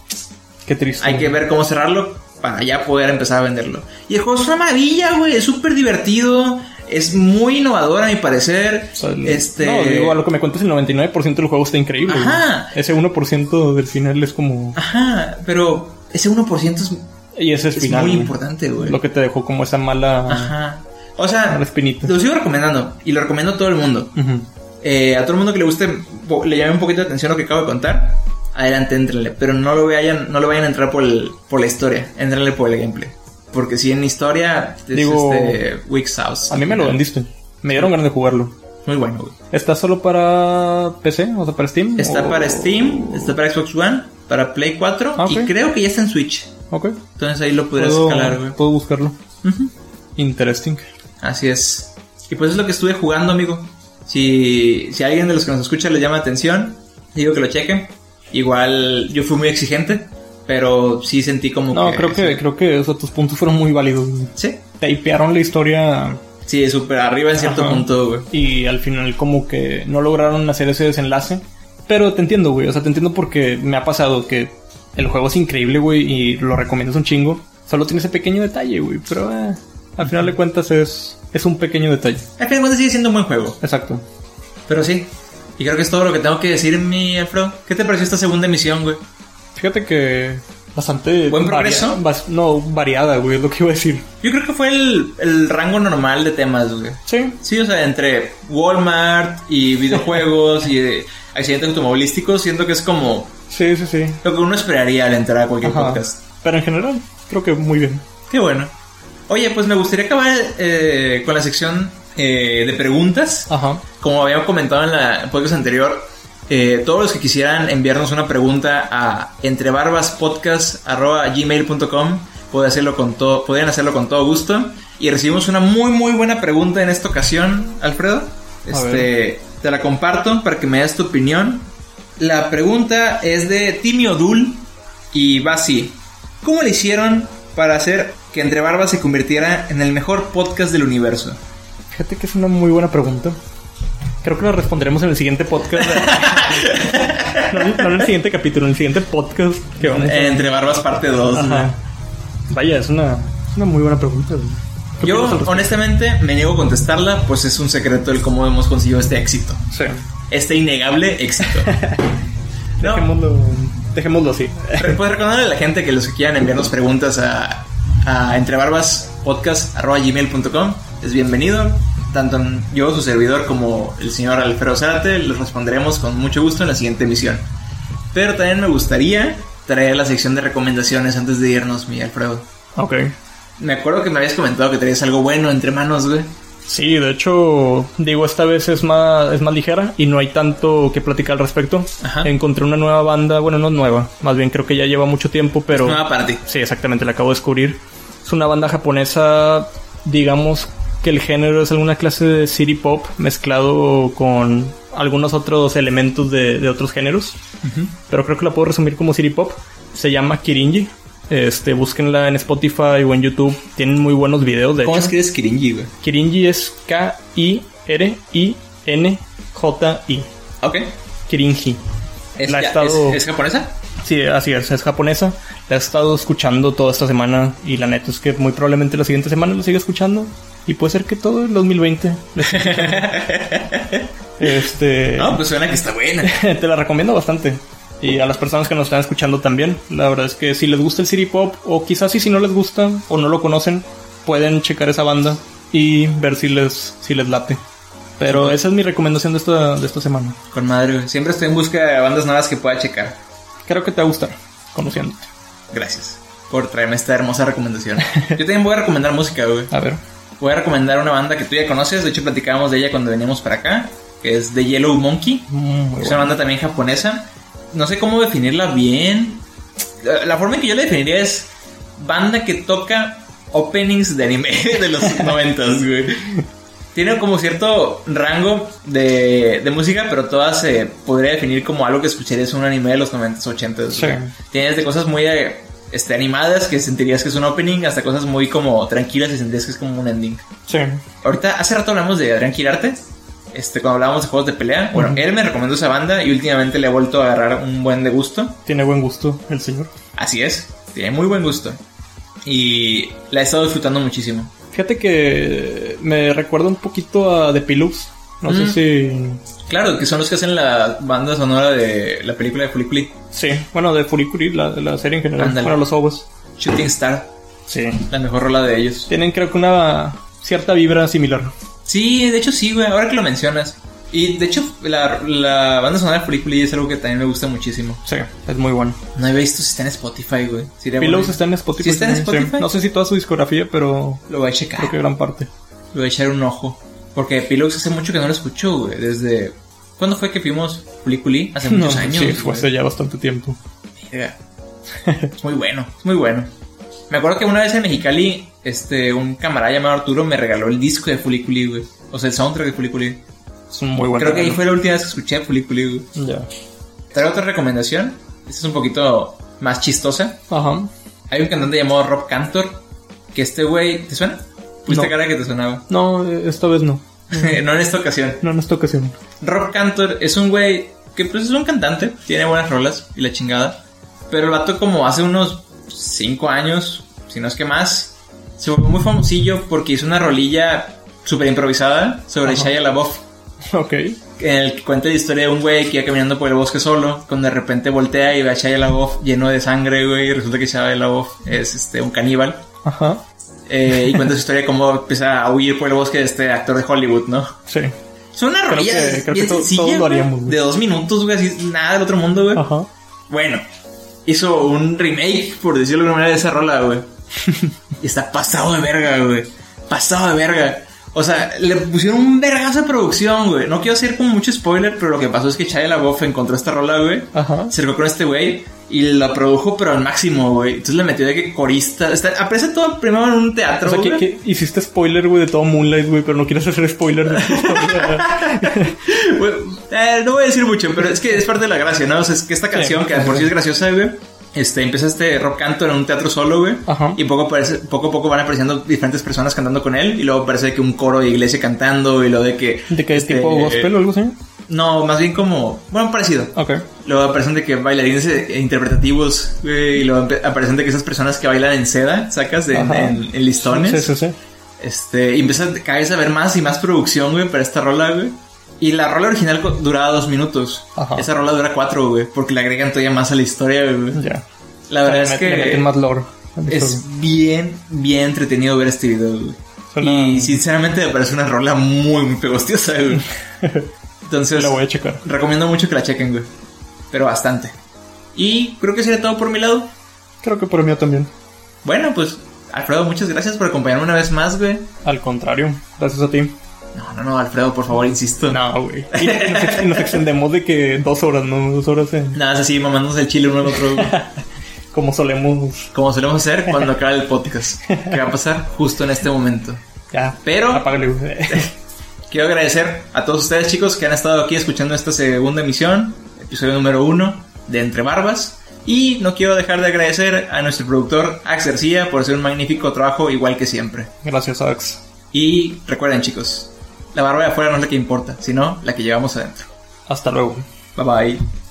[SPEAKER 2] Qué triste.
[SPEAKER 1] Hay que ver cómo cerrarlo para ya poder empezar a venderlo. Y el juego es una maravilla, güey. Es súper divertido. Es muy innovador, a mi parecer.
[SPEAKER 2] O sea, el-
[SPEAKER 1] este.
[SPEAKER 2] No, digo, a lo que me cuentas, el 99% del juego está increíble. güey.
[SPEAKER 1] Ajá.
[SPEAKER 2] Ese 1% del final es como...
[SPEAKER 1] Ajá, pero ese 1% es,
[SPEAKER 2] Y ese es,
[SPEAKER 1] es
[SPEAKER 2] final,
[SPEAKER 1] muy
[SPEAKER 2] güey.
[SPEAKER 1] importante, güey.
[SPEAKER 2] Lo que Ah, te dejó como esa mala...
[SPEAKER 1] Ajá. O sea,
[SPEAKER 2] Una espinita.
[SPEAKER 1] lo sigo recomendando. Y lo recomiendo a todo el mundo.
[SPEAKER 2] Ujú.
[SPEAKER 1] Eh, a todo el mundo que le guste, po- le llame un poquito de atención lo que acabo de contar, adelante, entrenle. Pero no lo vayan, no lo vayan a entrar por, el- por la historia, entrenle por el gameplay. Porque si en historia, es
[SPEAKER 2] Digo,
[SPEAKER 1] este, Wix House.
[SPEAKER 2] A mí me lo vendiste. Me dieron ganas de jugarlo.
[SPEAKER 1] Muy bueno, güey.
[SPEAKER 2] ¿Está solo para PC? O sea, para Steam.
[SPEAKER 1] Está
[SPEAKER 2] ¿O-
[SPEAKER 1] para Steam, está para Xbox One, para Play 4
[SPEAKER 2] Ah, ok.
[SPEAKER 1] y creo que ya está en Switch.
[SPEAKER 2] Ok.
[SPEAKER 1] Entonces ahí lo podrías
[SPEAKER 2] Puedo,
[SPEAKER 1] escalar, güey.
[SPEAKER 2] puedo buscarlo.
[SPEAKER 1] Ujú.
[SPEAKER 2] Interesting.
[SPEAKER 1] Así es. Y pues es lo que estuve jugando, amigo. Si, si a alguien de los que nos escucha le llama la atención, digo que lo chequen. Igual yo fui muy exigente, pero sí sentí como
[SPEAKER 2] No,
[SPEAKER 1] que...
[SPEAKER 2] creo que, creo que o sea, tus puntos fueron muy válidos. güey.
[SPEAKER 1] Sí,
[SPEAKER 2] Tapearon la historia
[SPEAKER 1] sí, súper arriba en cierto
[SPEAKER 2] Ajá.
[SPEAKER 1] punto, güey.
[SPEAKER 2] y al final como que no lograron hacer ese desenlace. Pero te entiendo, güey. O sea, te entiendo porque me ha pasado que el juego es increíble, güey, y lo recomiendas un chingo. Solo tiene ese pequeño detalle, güey. Pero eh, al final de cuentas es, es un pequeño detalle.
[SPEAKER 1] Al final de cuentas sigue siendo un buen juego,
[SPEAKER 2] Exacto.
[SPEAKER 1] pero sí. Y creo que es todo lo que tengo que decir, mi Alfredo. ¿Qué te pareció esta segunda emisión, güey?
[SPEAKER 2] Fíjate que bastante...
[SPEAKER 1] Buen
[SPEAKER 2] varia-
[SPEAKER 1] progreso.
[SPEAKER 2] vas- no, variada, güey, es lo que iba a decir.
[SPEAKER 1] Yo creo que fue el, el rango normal de temas, güey.
[SPEAKER 2] Sí.
[SPEAKER 1] Sí, o sea, entre Walmart y videojuegos y eh, accidentes automovilísticos, siento que es como
[SPEAKER 2] Sí, sí, sí.
[SPEAKER 1] lo que uno esperaría al entrar a cualquier
[SPEAKER 2] Ajá.
[SPEAKER 1] podcast.
[SPEAKER 2] Pero en general, creo que muy bien.
[SPEAKER 1] Qué bueno. Oye, pues me gustaría acabar eh, con la sección eh, de preguntas.
[SPEAKER 2] Ajá.
[SPEAKER 1] Como había comentado en la podcast anterior, eh, todos los que quisieran enviarnos una pregunta a entrebarbaspodcast.gmail.com pueden hacerlo, con todo, pueden hacerlo con todo gusto. Y recibimos una muy, muy buena pregunta en esta ocasión, Alfredo. Este, te la comparto para que me des tu opinión. La pregunta es de Timio Dul y va así. ¿Cómo le hicieron para hacer que Entre Barbas se convirtiera en el mejor podcast del universo?
[SPEAKER 2] Fíjate que es una muy buena pregunta. Creo que la responderemos en el siguiente podcast. no, no en el siguiente capítulo, en el siguiente podcast que vamos a...
[SPEAKER 1] Entre Barbas parte 2.
[SPEAKER 2] Ajá. Vaya, es una, es una muy buena pregunta. güey. ¿Qué
[SPEAKER 1] Yo,
[SPEAKER 2] opinas al respecto?
[SPEAKER 1] honestamente, me niego a contestarla, pues es un secreto el cómo hemos conseguido este éxito.
[SPEAKER 2] Sí.
[SPEAKER 1] Este innegable éxito. no,
[SPEAKER 2] Dejémoslo, dejémoslo así.
[SPEAKER 1] re- pues recordarle a la gente que los que quieran enviarnos preguntas a, a entrebarbaspodcast.gmail.com es bienvenido. Tanto en- yo, su servidor, como el señor Alfredo Zárate, les responderemos con mucho gusto en la siguiente emisión. Pero también me gustaría traer la sección de recomendaciones antes de irnos, mi Alfredo.
[SPEAKER 2] Ok.
[SPEAKER 1] Me acuerdo que me habías comentado que traías algo bueno entre manos, güey.
[SPEAKER 2] Sí, de hecho, digo, esta vez es más, es más ligera y no hay tanto que platicar al respecto.
[SPEAKER 1] Ajá.
[SPEAKER 2] Encontré una nueva banda, bueno, no nueva, más bien creo que ya lleva mucho tiempo, pero...
[SPEAKER 1] Nueva para ti.
[SPEAKER 2] Sí, exactamente, la acabo de descubrir. Es una banda japonesa, digamos que el género es alguna clase de city pop mezclado con algunos otros elementos de, de otros géneros. Pero creo que la puedo resumir como city pop. Se llama Kirinji. Este, búsquenla en Spotify o en YouTube. Tienen muy buenos videos, de
[SPEAKER 1] ¿Cómo
[SPEAKER 2] hecho.
[SPEAKER 1] escribes Kirinji, güey?
[SPEAKER 2] Kirinji es K-I-R-I-N-J-I.
[SPEAKER 1] Ok.
[SPEAKER 2] Kirinji.
[SPEAKER 1] ¿Es,
[SPEAKER 2] La he
[SPEAKER 1] ya-
[SPEAKER 2] estado-
[SPEAKER 1] ¿es- es japonesa?
[SPEAKER 2] Sí, así es, es japonesa. La he estado escuchando toda esta semana y la neta es que muy probablemente la siguiente semana la siga escuchando y puede ser que todo el 2020. la esté escuchando. este,
[SPEAKER 1] No, pues suena que está buena.
[SPEAKER 2] te la recomiendo bastante. Y a las personas que nos están escuchando también, la verdad es que si les gusta el city pop o quizás y si no les gusta o no lo conocen, pueden checar esa banda y ver si les si les late. Pero esa es mi recomendación de esta de esta semana.
[SPEAKER 1] Con madre, güey. Siempre estoy en busca de bandas nuevas que pueda checar.
[SPEAKER 2] Creo que te va a gustar conociéndote.
[SPEAKER 1] Gracias por traerme esta hermosa recomendación. Yo también voy a recomendar música, güey.
[SPEAKER 2] A ver.
[SPEAKER 1] Voy a recomendar una banda que tú ya conoces. De hecho, platicábamos de ella cuando veníamos para acá. Que es The Yellow Monkey.
[SPEAKER 2] Muy
[SPEAKER 1] Es
[SPEAKER 2] bueno.
[SPEAKER 1] una banda también japonesa. No sé cómo definirla bien. La la forma en que yo la definiría es banda que toca openings de anime de los noventas, güey. Tiene como cierto rango de, de música, pero todas se podría definir como algo que escucharías en un anime de los 90s, 80s.
[SPEAKER 2] Sí.
[SPEAKER 1] güey. Tienes de cosas muy eh, este, animadas que sentirías que es un opening, hasta cosas muy como tranquilas y sentirías que es como un ending.
[SPEAKER 2] Sí.
[SPEAKER 1] Ahorita, hace rato hablamos de Adrián Quirarte. Este, cuando hablábamos de juegos de pelea. Bueno,
[SPEAKER 2] Ujú.
[SPEAKER 1] él me recomendó esa banda y últimamente le he vuelto a agarrar un buen de gusto.
[SPEAKER 2] Tiene buen gusto el señor.
[SPEAKER 1] Así es, tiene muy buen gusto. Y la he estado disfrutando muchísimo.
[SPEAKER 2] Fíjate que me recuerda un poquito a The Pillows. No
[SPEAKER 1] Mm.
[SPEAKER 2] sé si.
[SPEAKER 1] Claro, que son los que hacen la banda sonora de la película de Fuliculi,
[SPEAKER 2] Sí, bueno, de Furikuri, la, la serie en general.
[SPEAKER 1] Ándale.
[SPEAKER 2] Bueno, los ovos.
[SPEAKER 1] Shooting Star,
[SPEAKER 2] Sí.
[SPEAKER 1] la mejor rola de ellos.
[SPEAKER 2] Tienen, creo que, una cierta vibra similar.
[SPEAKER 1] Sí, de hecho sí, güey, ahora que lo mencionas. Y de hecho, la, la banda sonora de Fuliculi es algo que también me gusta muchísimo.
[SPEAKER 2] Sí, es muy bueno.
[SPEAKER 1] No he visto si está en Spotify, güey. Sería
[SPEAKER 2] Pillows
[SPEAKER 1] bueno.
[SPEAKER 2] está en Spotify.
[SPEAKER 1] ¿Sí está en
[SPEAKER 2] también,
[SPEAKER 1] Spotify?
[SPEAKER 2] No sé si toda su discografía, pero
[SPEAKER 1] Lo voy a checar.
[SPEAKER 2] creo que gran parte.
[SPEAKER 1] Le voy a echar un ojo. Porque Epilogues hace mucho que no lo escucho, güey. Desde. ¿Cuándo fue que vimos Puliculi? Hace muchos
[SPEAKER 2] No,
[SPEAKER 1] años.
[SPEAKER 2] Sí, fue
[SPEAKER 1] güey.
[SPEAKER 2] hace ya bastante tiempo.
[SPEAKER 1] Verga. Es muy bueno, es muy bueno. Me acuerdo que una vez en Mexicali, este, un camarada llamado Arturo me regaló el disco de Puliculi, güey. O sea, el soundtrack de Puliculi.
[SPEAKER 2] Es un muy bueno.
[SPEAKER 1] Creo que ahí fue la última vez que escuché a Puliculi, güey.
[SPEAKER 2] Ya.
[SPEAKER 1] Traigo otra recomendación. Esta es un poquito más chistosa.
[SPEAKER 2] Ajá.
[SPEAKER 1] Hay un cantante llamado Rob Cantor. Que este güey. ¿Te suena? Pusiste
[SPEAKER 2] No.
[SPEAKER 1] cara que te sonaba.
[SPEAKER 2] No, esta vez no.
[SPEAKER 1] no en esta ocasión.
[SPEAKER 2] No en esta ocasión.
[SPEAKER 1] Rob Cantor es un güey que pues es un cantante, tiene buenas rolas y la chingada. Pero el vato como hace unos 5 años, si no es que más, se volvió muy famosillo porque hizo una rolilla súper improvisada sobre
[SPEAKER 2] Ajá.
[SPEAKER 1] Shia LaBeouf.
[SPEAKER 2] Ok.
[SPEAKER 1] en el que cuenta la historia de un güey que iba caminando por el bosque solo, cuando de repente voltea y ve a Shia LaBeouf lleno de sangre, güey, y resulta que Shia LaBeouf es este, un caníbal.
[SPEAKER 3] Ajá.
[SPEAKER 1] Eh, y cuenta su historia de cómo empieza a huir por el bosque de este actor de Hollywood, ¿no?
[SPEAKER 3] Sí.
[SPEAKER 1] Es una
[SPEAKER 3] Creo
[SPEAKER 1] rolilla
[SPEAKER 3] que-
[SPEAKER 1] de-
[SPEAKER 3] creo
[SPEAKER 1] bien
[SPEAKER 3] que to-
[SPEAKER 1] sencilla,
[SPEAKER 3] todos lo
[SPEAKER 1] güey,
[SPEAKER 3] haríamos, güey. Ah.
[SPEAKER 1] de dos minutos, güey, así nada del otro mundo, güey.
[SPEAKER 3] Ajá.
[SPEAKER 1] Bueno, hizo un remake, por decirlo de alguna manera, de esa rola, güey. Y está pasado de verga, güey. Pasado de verga. O sea, le pusieron un vergazo de producción, güey. No quiero hacer como mucho spoiler, pero lo que pasó es que Shia LaBeouf encontró esta rola, güey.
[SPEAKER 3] Ajá.
[SPEAKER 1] Se acercó con este güey y la produjo, pero al máximo, güey. Entonces le metió de que corista. Está, aparece todo primero en un teatro,
[SPEAKER 3] O sea, que,
[SPEAKER 1] güey.
[SPEAKER 3] que hiciste spoiler, güey, de todo Moonlight, güey, pero no quieres hacer spoiler de
[SPEAKER 1] Güey, eh, no voy a decir mucho, pero es que es parte de la gracia, ¿no? O sea, es que esta canción, que de por sí es graciosa, güey. Este, empieza este rock canto en un teatro solo, güey.
[SPEAKER 3] Ajá.
[SPEAKER 1] Y poco, aparece- poco a poco van apareciendo diferentes personas cantando con él. Y luego parece que un coro de iglesia cantando. Y luego de que.
[SPEAKER 3] ¿De qué
[SPEAKER 1] este,
[SPEAKER 3] tipo gospel o algo así?
[SPEAKER 1] No, más bien como. Bueno, parecido.
[SPEAKER 3] Ok.
[SPEAKER 1] Luego aparecen de que bailarines eh, interpretativos, güey. Y luego empe- aparecen de que esas personas que bailan en seda, sacas, de, en,
[SPEAKER 3] Ajá.
[SPEAKER 1] en- en listones.
[SPEAKER 3] Sí, sí, sí.
[SPEAKER 1] Este, y empieza cada vez a ver más y más producción, güey, para esta rola, güey. Y la rola original co- duraba dos minutos.
[SPEAKER 3] Ajá.
[SPEAKER 1] Esa rola dura cuatro, güey, porque le agregan todavía más a la historia, güey.
[SPEAKER 3] Ya.
[SPEAKER 1] La verdad
[SPEAKER 3] Le
[SPEAKER 1] es
[SPEAKER 3] met- le meten
[SPEAKER 1] que
[SPEAKER 3] más lore.
[SPEAKER 1] es bien, bien entretenido ver este video, güey.
[SPEAKER 3] Suena-
[SPEAKER 1] Y sinceramente me parece una rola muy, muy pegostiosa, güey. Entonces,
[SPEAKER 3] La voy a checar.
[SPEAKER 1] recomiendo mucho que la chequen, güey. Pero bastante. Y creo que sería todo por mi lado.
[SPEAKER 3] Creo que por mí también.
[SPEAKER 1] Bueno, pues, Alfredo, muchas gracias por acompañarme una vez más, güey.
[SPEAKER 3] Al contrario, gracias a ti.
[SPEAKER 1] No, no, no, Alfredo, por favor, insisto.
[SPEAKER 3] No, güey. Y nos, ex- nos extendemos de que dos horas, ¿no? Dos horas eh,
[SPEAKER 1] Nada, es así, mamándonos el chile uno al otro, güey.
[SPEAKER 3] como solemos.
[SPEAKER 1] como solemos hacer cuando acaba el podcast, que va a pasar justo en este momento.
[SPEAKER 3] Ya.
[SPEAKER 1] Pero-
[SPEAKER 3] Apágale, güey.
[SPEAKER 1] Quiero agradecer a todos ustedes, chicos, que han estado aquí escuchando esta segunda emisión, episodio número uno de Entre Barbas. Y no quiero dejar de agradecer a nuestro productor, Ax García, por hacer un magnífico trabajo, igual que siempre.
[SPEAKER 3] Gracias, Ax.
[SPEAKER 1] Y recuerden, chicos, la barba de afuera no es la que importa, sino la que llevamos adentro.
[SPEAKER 3] Hasta luego.
[SPEAKER 1] Bye bye.